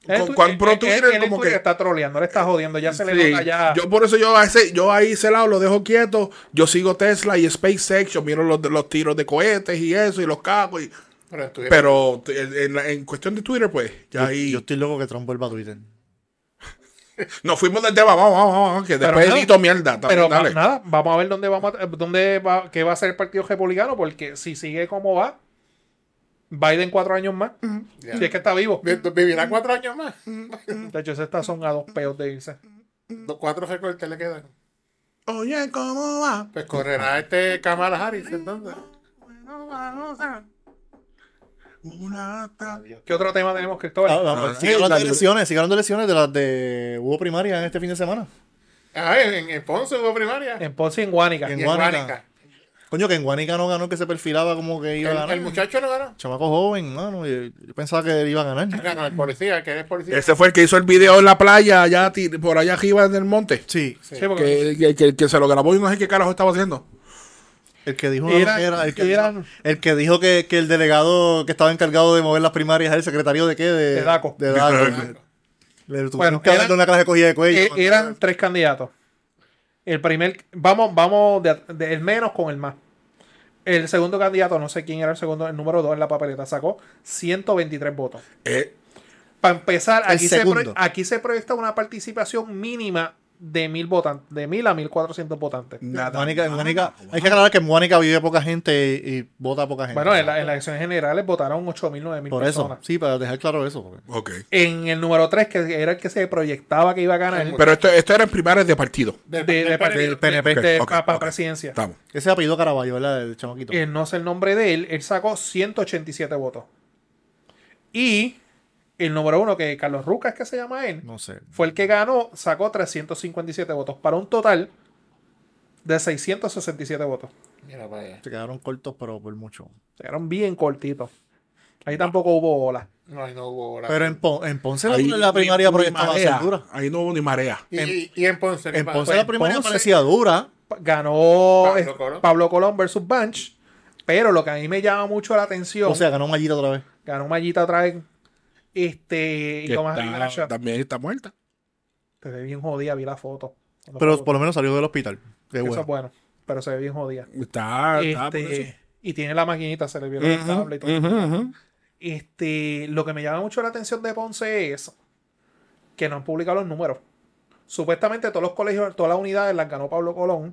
[SPEAKER 3] Él
[SPEAKER 1] Con,
[SPEAKER 3] tu-
[SPEAKER 1] cuán
[SPEAKER 3] él-
[SPEAKER 1] pronto
[SPEAKER 3] él-
[SPEAKER 1] Twitter
[SPEAKER 3] eh, él en
[SPEAKER 1] como
[SPEAKER 3] Twitter
[SPEAKER 1] que...
[SPEAKER 3] está troleando, le está jodiendo, ya se le
[SPEAKER 1] Sí,
[SPEAKER 3] nota ya.
[SPEAKER 1] Yo por eso yo, a ese- yo ahí ese lado lo dejo quieto. Yo sigo Tesla y SpaceX. Yo miro los, los tiros de cohetes y eso y los cagos. y-
[SPEAKER 4] Pero, estuviera-
[SPEAKER 1] pero t- en, en la- en cuestión de Twitter, pues, ya
[SPEAKER 2] Yo,
[SPEAKER 1] ahí.
[SPEAKER 2] yo estoy loco que Trump vuelva a Twitter.
[SPEAKER 1] Nos fuimos del tema. Vamos, vamos, vamos. Que
[SPEAKER 3] Pero
[SPEAKER 1] después
[SPEAKER 3] nada.
[SPEAKER 1] edito mierda. ta-
[SPEAKER 3] Pero
[SPEAKER 1] dale.
[SPEAKER 3] va- nada, vamos a ver dónde vamos a- dónde va, qué va a ser el Partido Republicano, porque si sigue como va, Biden cuatro años más,
[SPEAKER 4] Ya.
[SPEAKER 3] si es que está vivo.
[SPEAKER 4] Vi- Vivirá cuatro años más.
[SPEAKER 3] De hecho, se está son a dos peos de irse.
[SPEAKER 4] Los cuatro recortes le quedan.
[SPEAKER 1] Oye, ¿cómo va?
[SPEAKER 4] Pues correrá este Kamala Harris entonces.
[SPEAKER 1] Bueno, vamos a- Una ta-
[SPEAKER 3] ¿Qué otro tema tenemos, Cristóbal?
[SPEAKER 2] Ah, ah, pues,
[SPEAKER 1] no,
[SPEAKER 2] sigue
[SPEAKER 1] no,
[SPEAKER 2] hablando de
[SPEAKER 1] no.
[SPEAKER 2] elecciones, sigue hablando de elecciones de las de hubo primaria en este fin de semana.
[SPEAKER 4] Ah, en, en Ponce hubo primaria.
[SPEAKER 3] En Ponce y en Guánica.
[SPEAKER 2] En
[SPEAKER 4] y en
[SPEAKER 2] Guánica.
[SPEAKER 4] Guánica.
[SPEAKER 2] Coño, que en Guanica no ganó, que se perfilaba como que iba a
[SPEAKER 4] El,
[SPEAKER 2] ganar.
[SPEAKER 4] el muchacho no ganó.
[SPEAKER 2] Chamaco joven, mano. Yo, yo pensaba que él iba a ganar.
[SPEAKER 4] Ganó el policía, que es policía.
[SPEAKER 1] Ese fue el que hizo el video en la playa, allá, ti- por allá arriba en el monte.
[SPEAKER 2] Sí.
[SPEAKER 3] Sí, porque
[SPEAKER 1] Que, que- que- que se lo grabó y no sé qué carajo estaba haciendo.
[SPEAKER 2] El que dijo
[SPEAKER 3] Era-
[SPEAKER 2] era- el que,
[SPEAKER 3] era-
[SPEAKER 2] dijo- el que dijo que, que el delegado que estaba encargado de mover las primarias era el secretario de qué? De,
[SPEAKER 3] De Daco.
[SPEAKER 2] De Daco. Le
[SPEAKER 3] Bueno,
[SPEAKER 2] tuvieron que
[SPEAKER 3] era-
[SPEAKER 2] darle una clase de cogida de cuello.
[SPEAKER 3] e- eran tres candidatos. El primer, vamos, vamos de, de- el menos con el más. El segundo candidato, no sé quién era el segundo, el número dos en la papeleta, sacó 123 votos.
[SPEAKER 1] Eh,
[SPEAKER 3] Para empezar,
[SPEAKER 2] El
[SPEAKER 3] aquí se, pro-
[SPEAKER 2] segundo.
[SPEAKER 3] aquí se proyecta una participación mínima de mil votantes, de mil a 1400 votantes.
[SPEAKER 1] nada.
[SPEAKER 2] Guánica- en Guánica- hay que aclarar que en Guánica vive poca gente y, y vota poca gente.
[SPEAKER 3] Bueno, en, la- en las elecciones generales votaron 8000, 9000
[SPEAKER 2] Por eso,
[SPEAKER 3] personas.
[SPEAKER 2] sí, para dejar claro eso. porque-
[SPEAKER 1] Ok.
[SPEAKER 3] En el número 3, que era el que se proyectaba que iba a ganar
[SPEAKER 1] Pero esto, esto era en primarias de partido.
[SPEAKER 4] Del-
[SPEAKER 3] de-
[SPEAKER 4] del
[SPEAKER 3] de-
[SPEAKER 4] partido.
[SPEAKER 2] del PNP.
[SPEAKER 3] de-
[SPEAKER 1] Ok,
[SPEAKER 3] pa-
[SPEAKER 1] ok,
[SPEAKER 3] para
[SPEAKER 1] ok.
[SPEAKER 3] presidencia.
[SPEAKER 1] Estamos.
[SPEAKER 2] Ese apellido Caraballo, ¿verdad? El chamaquito.
[SPEAKER 3] Eh, no sé el nombre de él, él sacó 187 votos. Y el número uno, que Carlos Rucas, que se llama él,
[SPEAKER 2] No sé.
[SPEAKER 3] fue el que ganó, sacó 357 votos, para un total de 667 votos.
[SPEAKER 4] Mira para allá.
[SPEAKER 2] Se quedaron cortos, pero por mucho.
[SPEAKER 3] O sea, Eran bien cortitos. Ahí tampoco hubo ola.
[SPEAKER 4] No, ahí no hubo hora.
[SPEAKER 2] Pero en, Pon- en Ponce la-
[SPEAKER 1] Ahí
[SPEAKER 2] la primaria
[SPEAKER 1] ni- ni
[SPEAKER 2] proyectaba a
[SPEAKER 1] marea.
[SPEAKER 2] ser dura.
[SPEAKER 1] Ahí no hubo ni marea.
[SPEAKER 4] y, y- y en Ponce. ¿qué
[SPEAKER 2] En
[SPEAKER 4] pasa?
[SPEAKER 2] Ponce
[SPEAKER 3] Pues,
[SPEAKER 2] la primaria
[SPEAKER 3] Ponce-
[SPEAKER 2] parecía dura.
[SPEAKER 3] Ganó
[SPEAKER 4] Pablo
[SPEAKER 3] eh,
[SPEAKER 4] Colón.
[SPEAKER 3] Pablo Colón versus Bunch. Pero lo que a mí me llama mucho la atención,
[SPEAKER 2] O sea, ganó Mallita otra vez.
[SPEAKER 3] ganó Mallita otra vez. Este, y
[SPEAKER 1] Que
[SPEAKER 3] Tomás
[SPEAKER 1] está-
[SPEAKER 3] Rivera Chat.
[SPEAKER 1] también está muerta.
[SPEAKER 3] Se ve bien jodida, vi la foto.
[SPEAKER 2] Pero
[SPEAKER 3] Cuando
[SPEAKER 2] por lo menos salió del hospital. Qué
[SPEAKER 3] Eso
[SPEAKER 2] bueno.
[SPEAKER 3] es bueno, pero se ve bien
[SPEAKER 1] Este,
[SPEAKER 3] jodida.
[SPEAKER 1] Está, está por
[SPEAKER 3] Este,
[SPEAKER 1] eso.
[SPEAKER 3] y tiene la maquinita, se le
[SPEAKER 1] Mm,
[SPEAKER 3] vio la tabla y todo. Este, lo que me llama mucho la atención de Ponce es que no han publicado los números. Supuestamente todos los colegios, todas las unidades las ganó Pablo Colón,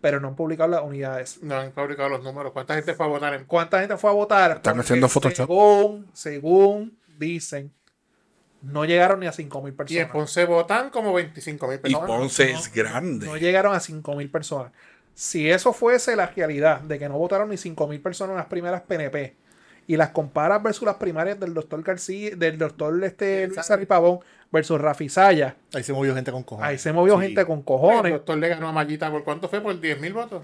[SPEAKER 3] pero no han publicado las unidades.
[SPEAKER 4] No han fabricado los números. ¿Cuánta gente fue a votar en
[SPEAKER 3] ¿Cuánta gente fue a votar?
[SPEAKER 1] Están
[SPEAKER 3] Porque
[SPEAKER 1] haciendo Photoshop.
[SPEAKER 3] Según, según dicen, no llegaron ni a 5.000
[SPEAKER 4] Y en
[SPEAKER 3] personas.
[SPEAKER 4] Ponce votan como 25 mil
[SPEAKER 1] Y
[SPEAKER 4] personas.
[SPEAKER 1] Ponce
[SPEAKER 3] no,
[SPEAKER 1] es grande.
[SPEAKER 3] No llegaron a 5.000 personas. Si eso fuese la realidad, de que no votaron ni 5.000 personas en las primeras PNP, y las comparas versus las primarias del doctor García, del doctor este Luis Arripabón versus Rafi Saya,
[SPEAKER 2] Ahí se movió gente con cojones.
[SPEAKER 3] ahí se movió
[SPEAKER 2] Sí.
[SPEAKER 3] gente con
[SPEAKER 4] El
[SPEAKER 3] cojones.
[SPEAKER 4] doctor le ganó a Mallita por cuánto fue, por 10 mil votos.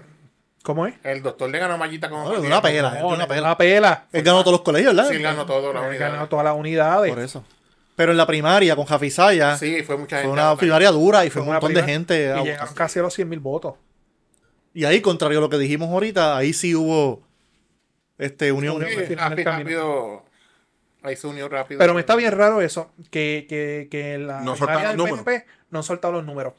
[SPEAKER 3] ¿Cómo es?
[SPEAKER 4] El doctor le ganó a Mallita como
[SPEAKER 2] No,
[SPEAKER 4] por
[SPEAKER 2] de
[SPEAKER 4] 10.000
[SPEAKER 2] una pela, de
[SPEAKER 3] Cojones,
[SPEAKER 2] una pela.
[SPEAKER 3] Una pela.
[SPEAKER 2] Él ganó todos los colegios, ¿verdad?
[SPEAKER 4] Sí, él ganó todo la
[SPEAKER 3] Han ganado
[SPEAKER 4] unidad.
[SPEAKER 3] todas las unidades.
[SPEAKER 2] Por eso. Pero en la primaria, con Jafisaya,
[SPEAKER 4] Sí, fue mucha gente.
[SPEAKER 2] fue
[SPEAKER 4] a
[SPEAKER 2] una
[SPEAKER 4] votar.
[SPEAKER 2] primaria dura y fue
[SPEAKER 3] Fue
[SPEAKER 2] un
[SPEAKER 3] una
[SPEAKER 2] montón de
[SPEAKER 3] prima-
[SPEAKER 2] gente. a
[SPEAKER 3] Y
[SPEAKER 2] votar.
[SPEAKER 3] llegaron casi a los 100.000 votos.
[SPEAKER 2] Y, ahí, contrario a lo que dijimos ahorita, ahí sí hubo este, unión.
[SPEAKER 4] Sí,
[SPEAKER 3] en el
[SPEAKER 4] rápido,
[SPEAKER 3] camino.
[SPEAKER 4] rápido. Ahí se unió rápido.
[SPEAKER 3] Pero me está bien raro eso, que, que, que la
[SPEAKER 1] No
[SPEAKER 3] primaria
[SPEAKER 1] soltaron
[SPEAKER 3] del
[SPEAKER 1] números.
[SPEAKER 3] PNP no han soltado los números.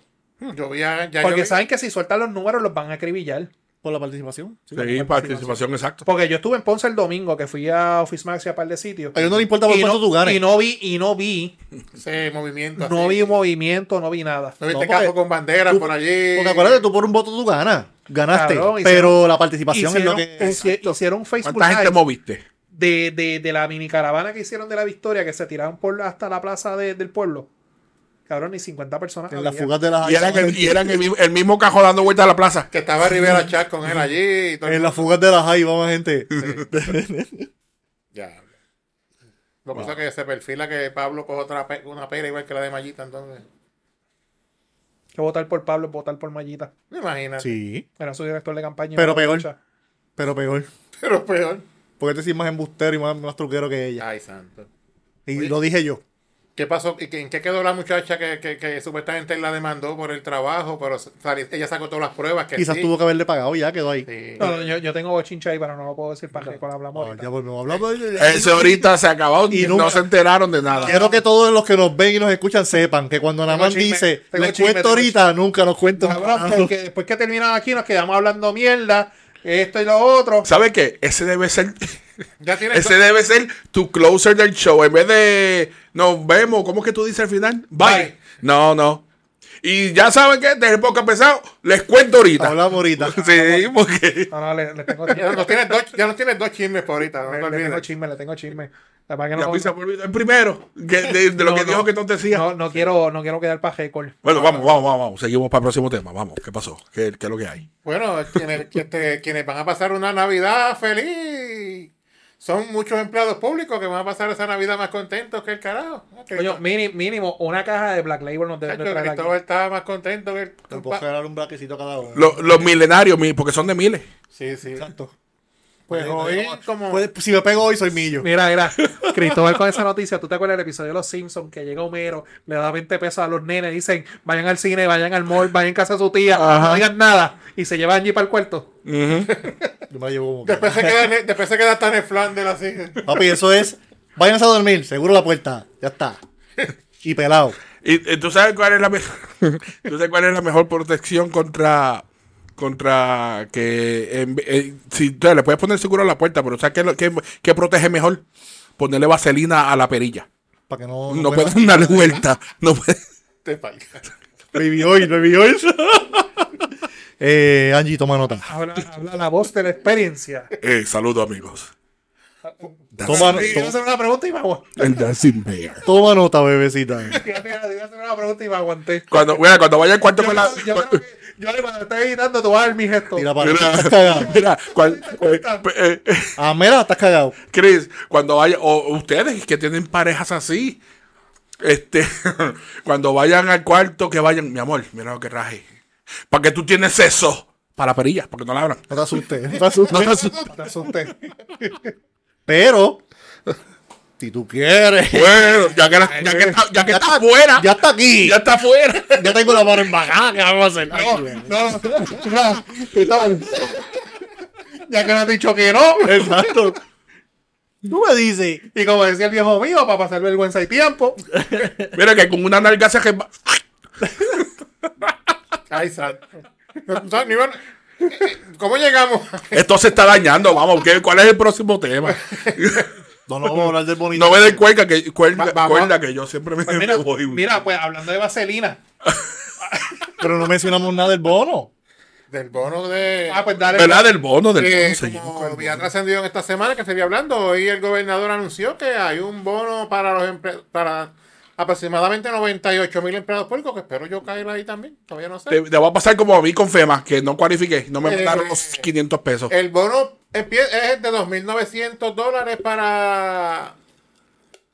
[SPEAKER 4] Yo vi a, ya yo
[SPEAKER 3] Porque
[SPEAKER 4] vi-
[SPEAKER 3] saben que si sueltan los números los van a acribillar.
[SPEAKER 2] Por la participación.
[SPEAKER 1] Sí, participación, exacto.
[SPEAKER 3] Porque yo estuve en Ponce el domingo, que fui a Office Max y a par de sitios.
[SPEAKER 2] A ellos no les importa por
[SPEAKER 3] y
[SPEAKER 2] cuánto
[SPEAKER 3] no,
[SPEAKER 2] tú ganes.
[SPEAKER 3] y no vi, y no vi,
[SPEAKER 4] ese movimiento.
[SPEAKER 3] no
[SPEAKER 4] así.
[SPEAKER 3] vi movimiento, no vi nada.
[SPEAKER 4] No viste
[SPEAKER 2] No, porque-
[SPEAKER 4] cajo con bandera
[SPEAKER 2] tú-
[SPEAKER 4] por allí.
[SPEAKER 2] Porque acuérdate, tú por un voto tú ganas. Ganaste.
[SPEAKER 3] Cabrón, hicieron-
[SPEAKER 2] pero la participación es lo
[SPEAKER 3] Hicieron,
[SPEAKER 2] que.
[SPEAKER 3] hici- hicieron un Facebook
[SPEAKER 1] ¿Cuánta gente
[SPEAKER 3] Live
[SPEAKER 1] moviste?
[SPEAKER 3] de, de, de la mini caravana que hicieron de la victoria, que se tiraron por hasta la plaza de- del pueblo. Cabrón, ni 50 personas.
[SPEAKER 2] En las
[SPEAKER 3] había.
[SPEAKER 2] fugas de las
[SPEAKER 1] Y eran, el, y eran el mismo, el mismo cajo dando vuelta a la plaza.
[SPEAKER 4] Que estaba Rivera Chat con él allí. Y todo el
[SPEAKER 2] En
[SPEAKER 4] mundo-
[SPEAKER 2] las fugas de las high, vamos, gente.
[SPEAKER 4] Ya. Lo que pasa es que se perfila que Pablo coge otra pe- una pera igual que la de Mallita, entonces.
[SPEAKER 3] Que votar por Pablo, votar por Mallita.
[SPEAKER 4] Me imagino.
[SPEAKER 2] Sí.
[SPEAKER 3] Era su director de campaña.
[SPEAKER 2] Pero
[SPEAKER 3] Una
[SPEAKER 2] peor.
[SPEAKER 3] lucha.
[SPEAKER 2] Pero peor.
[SPEAKER 4] Pero peor. Ah,
[SPEAKER 2] Porque este sí es más embustero y más, más truquero que ella.
[SPEAKER 4] Ay, santo.
[SPEAKER 2] Y lo dije yo.
[SPEAKER 4] ¿Qué pasó? ¿Y qué- ¿En qué quedó la muchacha que, que- que supuestamente la demandó por el trabajo? Pero sali- ella sacó todas las pruebas que
[SPEAKER 2] Quizás
[SPEAKER 4] sí.
[SPEAKER 2] tuvo que haberle pagado y ya, quedó ahí.
[SPEAKER 4] Sí.
[SPEAKER 3] No, no, yo, yo tengo bochincha ahí, pero no lo puedo decir para que cuando hablamos.
[SPEAKER 2] Ahora
[SPEAKER 3] ahorita.
[SPEAKER 2] ya volvemos a hablar.
[SPEAKER 1] Ese Eh, ahorita se acabó
[SPEAKER 2] Y
[SPEAKER 1] y
[SPEAKER 2] nunca-
[SPEAKER 1] no se enteraron de nada.
[SPEAKER 2] Quiero que todos los que nos ven y nos escuchan sepan que cuando Namán
[SPEAKER 3] chisme,
[SPEAKER 2] dice,
[SPEAKER 3] tengo
[SPEAKER 2] les
[SPEAKER 3] chisme,
[SPEAKER 2] cuento
[SPEAKER 3] tengo
[SPEAKER 2] ahorita, nunca nos cuento.
[SPEAKER 3] Cabrón, porque después que terminamos aquí nos quedamos hablando mierda, esto y lo otro.
[SPEAKER 1] ¿Sabe qué? Ese debe ser
[SPEAKER 4] Ya tienes
[SPEAKER 1] ese debe ser tu closer del show en vez de nos vemos, ¿cómo es que tú dices al final? Bye.
[SPEAKER 4] Bye.
[SPEAKER 1] No, no. Y ya saben que desde el podcast pesado les cuento ahorita.
[SPEAKER 2] Hablamos ahorita.
[SPEAKER 1] Sí, porque
[SPEAKER 3] No, no, le, le tengo
[SPEAKER 4] ya,
[SPEAKER 3] chisme.
[SPEAKER 4] nos tienes dos, ya nos tienes dos chismes por ahorita. No te
[SPEAKER 3] Le, le tengo
[SPEAKER 4] olvides.
[SPEAKER 3] chisme, le tengo chisme. La verdad que
[SPEAKER 1] ya
[SPEAKER 3] no,
[SPEAKER 1] pisa por el primero que- de, de lo
[SPEAKER 3] No,
[SPEAKER 1] que
[SPEAKER 3] no.
[SPEAKER 1] dijo que no decía.
[SPEAKER 3] no, no quiero, no quiero quedar para récord.
[SPEAKER 1] Bueno, vamos, vamos, vamos, vamos. Seguimos para el próximo tema. Vamos, ¿qué pasó? ¿Qué, qué es lo que hay?
[SPEAKER 4] Bueno, quienes, que este, quienes van a pasar una Navidad feliz. Son muchos empleados públicos que van a pasar esa Navidad más contentos que el carajo. Ah, Que
[SPEAKER 3] Coño, mini- mínimo, una caja de Black Label nos debe
[SPEAKER 4] Chacho,
[SPEAKER 3] de traer aquí.
[SPEAKER 4] Cristóbal estaba más contento que el
[SPEAKER 2] Tampoco
[SPEAKER 4] compa-
[SPEAKER 2] ganar un braquecito cada uno.
[SPEAKER 1] Los, los milenarios, mi- porque son de miles.
[SPEAKER 4] Sí, sí.
[SPEAKER 2] Exacto.
[SPEAKER 4] Pues hoy, como.
[SPEAKER 2] Puede- Pues, si me pego hoy, soy millo.
[SPEAKER 3] Mira, mira, Cristóbal con esa noticia, ¿tú te acuerdas del episodio de Los Simpsons que llega Homero, le da 20 pesos a los nenes, dicen, vayan al cine, vayan al mall, vayan a casa de su tía, no digan nada, y se llevan allí para el cuarto?
[SPEAKER 2] Yo me la llevo como que-
[SPEAKER 4] Después se queda, después se queda tan en Flanders así.
[SPEAKER 2] Papi, eso es. Váyanse a dormir, seguro la puerta. Ya está. Y pelado.
[SPEAKER 1] Y, y tú sabes cuál es la mejor, tú sabes cuál es la mejor protección contra contra que en- eh, si tú le puedes poner seguro a la puerta, pero ¿sabes qué, lo- qué- qué protege mejor? Ponerle vaselina a la perilla.
[SPEAKER 2] Para que no.
[SPEAKER 1] No puedes darle vuelta. No puedes.
[SPEAKER 4] Te falta.
[SPEAKER 2] Baby oil, baby oil. eh, Angie, toma nota.
[SPEAKER 3] Habla, habla la voz de la experiencia.
[SPEAKER 1] Eh, saludo amigos.
[SPEAKER 2] Toma,
[SPEAKER 3] Yo iba a
[SPEAKER 2] to-
[SPEAKER 3] hacer una pregunta y me aguanté.
[SPEAKER 1] El dancing bear.
[SPEAKER 2] toma nota, bebecita.
[SPEAKER 3] Fíjate, yo iba a hacer una pregunta y me aguanté.
[SPEAKER 1] Cuando, mira, cuando vaya al cuarto
[SPEAKER 3] Yo,
[SPEAKER 1] con la.
[SPEAKER 3] creo- yo creo que, yo le cuando estoy editando, tú vas a ver mi gesto.
[SPEAKER 2] Tira para Estás
[SPEAKER 1] Mira,
[SPEAKER 2] cagado.
[SPEAKER 1] mira, cuan- eh, eh, eh,
[SPEAKER 2] Ah, mira, estás cagado.
[SPEAKER 1] Chris, cuando vaya, o ustedes que tienen parejas así, este, cuando vayan al cuarto, que vayan, mi amor, mira lo que raje. ¿Para que tú tienes eso? Para perillas, porque no la abran.
[SPEAKER 2] No te asustes. No te asustes.
[SPEAKER 1] No te asustes.
[SPEAKER 3] Te asusté.
[SPEAKER 2] Pero, si tú quieres.
[SPEAKER 1] Bueno, ya que, la- ya que está, ya que está fuera,
[SPEAKER 2] Ya está aquí.
[SPEAKER 1] ya
[SPEAKER 2] Ya,
[SPEAKER 1] está fuera.
[SPEAKER 2] tengo la mano embajada. ¿Qué vamos a hacer? Ay, güey.
[SPEAKER 3] No, no, no, Cristóbal. Ya que no has dicho que no.
[SPEAKER 2] Exacto. Tú me dices.
[SPEAKER 3] Y como decía el viejo mío, para pasar vergüenza y tiempo.
[SPEAKER 1] Mira que con una nalga se quema.
[SPEAKER 4] Ay, sal. No, no, ni bueno. ¿Cómo llegamos?
[SPEAKER 1] Esto se está dañando, vamos. ¿qué- ¿Cuál es el próximo tema?
[SPEAKER 2] No, no, vamos a hablar del bonito.
[SPEAKER 1] No me den cuerda que, cuerda,
[SPEAKER 4] Va- vamos. Pues
[SPEAKER 1] cuerda que yo siempre me
[SPEAKER 3] Mira,
[SPEAKER 1] voy.
[SPEAKER 3] mira, pues hablando de vaselina.
[SPEAKER 2] Pero no mencionamos nada del bono.
[SPEAKER 4] Del bono de.
[SPEAKER 3] Ah, pues dale.
[SPEAKER 1] ¿Verdad? Del bono, del bono.
[SPEAKER 4] que
[SPEAKER 1] seguimos con el
[SPEAKER 4] Eh, como
[SPEAKER 1] bono.
[SPEAKER 4] había trascendido en esta semana que se había hablando, hoy el gobernador anunció que hay un bono para los emple- para aproximadamente 98 mil empleados públicos, que espero yo caiga ahí también, todavía no sé.
[SPEAKER 1] Te, te va a pasar como a mí con FEMA, que no cualifiqué, no me
[SPEAKER 4] Eh,
[SPEAKER 1] mandaron los 500 pesos.
[SPEAKER 4] El bono empie- es de 2.900 dólares para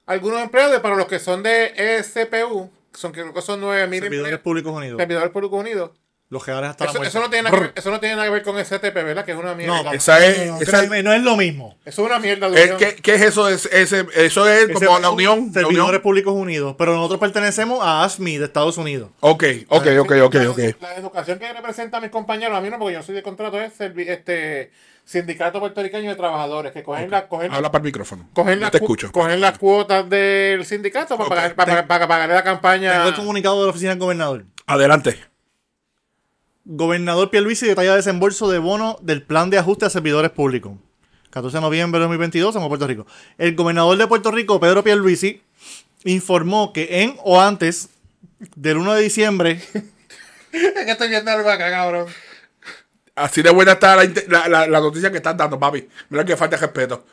[SPEAKER 4] algunos empleados, para los que son de E SPU, que son, creo que son 9.000
[SPEAKER 2] Servidores
[SPEAKER 4] empleados,
[SPEAKER 2] públicos unidos.
[SPEAKER 4] servidores públicos unidos.
[SPEAKER 2] Los reales hasta la
[SPEAKER 4] Eso,
[SPEAKER 2] muerte.
[SPEAKER 4] eso no tiene nada que, ver- eso no tiene nada que ver con E STP, ¿verdad? Que es una mierda.
[SPEAKER 2] No,
[SPEAKER 4] eso
[SPEAKER 1] Esa es,
[SPEAKER 2] No,
[SPEAKER 1] esa es-
[SPEAKER 2] créeme, no es lo mismo.
[SPEAKER 4] es una mierda.
[SPEAKER 1] eh,
[SPEAKER 4] Durión.
[SPEAKER 1] ¿qué, qué es eso? Es, ese- eso es
[SPEAKER 2] Ese-
[SPEAKER 1] como la unión. la
[SPEAKER 2] Servidores
[SPEAKER 1] unión.
[SPEAKER 2] públicos unidos. Pero nosotros pertenecemos a ASMI de Estados Unidos.
[SPEAKER 1] Ok, ok, ok, ok,
[SPEAKER 4] La-
[SPEAKER 1] ok.
[SPEAKER 4] La educación que representa a mis compañeros, a mí no, porque yo no soy de contrato, es servi- este sindicato puertorriqueño de trabajadores, que cogen, la- cogen,
[SPEAKER 1] Habla para el micrófono.
[SPEAKER 4] cogen,
[SPEAKER 1] Yo
[SPEAKER 4] la
[SPEAKER 1] te
[SPEAKER 4] cu-
[SPEAKER 1] escucho.
[SPEAKER 4] cogen las cuotas del sindicato para,
[SPEAKER 1] Ok,
[SPEAKER 4] pagar, para,
[SPEAKER 1] te-
[SPEAKER 4] para- para pagarle la
[SPEAKER 1] Ah.
[SPEAKER 2] Tengo
[SPEAKER 4] campaña.
[SPEAKER 2] el comunicado de la oficina del gobernador.
[SPEAKER 1] Adelante.
[SPEAKER 2] Gobernador Pierluisi detalla desembolso de bono del plan de ajuste a servidores públicos. 14 de noviembre de 2022 en Puerto Rico. El gobernador de Puerto Rico, Pedro Pierluisi, informó que en o antes del 1 de diciembre
[SPEAKER 3] Es que estoy viendo algo acá, cabrón.
[SPEAKER 1] Así de buena está la, inte- la- la- la noticia que estás dando, papi. Mira que falta de respeto.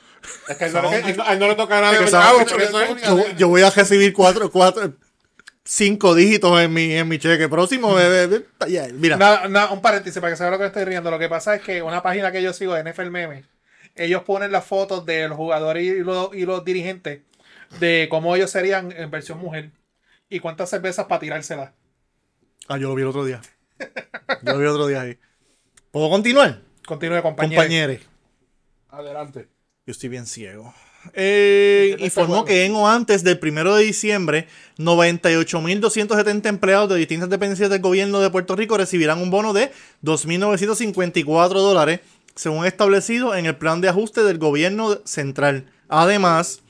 [SPEAKER 4] Es que a él no, le- a él no- a él no le toca nada. de
[SPEAKER 2] Porque
[SPEAKER 4] chavo,
[SPEAKER 2] sabes
[SPEAKER 4] porque eso es-
[SPEAKER 2] yo, yo voy a recibir cuatro, cuatro, cinco dígitos en mi, en mi cheque próximo. eh, eh, eh, ya, Mira,
[SPEAKER 3] Nada, nada, un paréntesis para que se vea lo que estoy riendo. Lo que pasa es que una página que yo sigo de NFL Meme, ellos ponen las fotos de los jugadores y los, y los dirigentes de cómo ellos serían en versión mujer y cuántas cervezas para tirárselas.
[SPEAKER 2] ah, yo lo vi el otro día. Yo lo vi el otro día ahí. ¿Puedo continuar?
[SPEAKER 3] Continúe, compañero.
[SPEAKER 2] Compañeros.
[SPEAKER 1] Adelante.
[SPEAKER 2] Yo estoy bien ciego. Eh, informó que en o antes del 1 de diciembre, 98.270 empleados de distintas dependencias del gobierno de Puerto Rico recibirán un bono de 2.954 dólares, según establecido en el plan de ajuste del gobierno central. Además,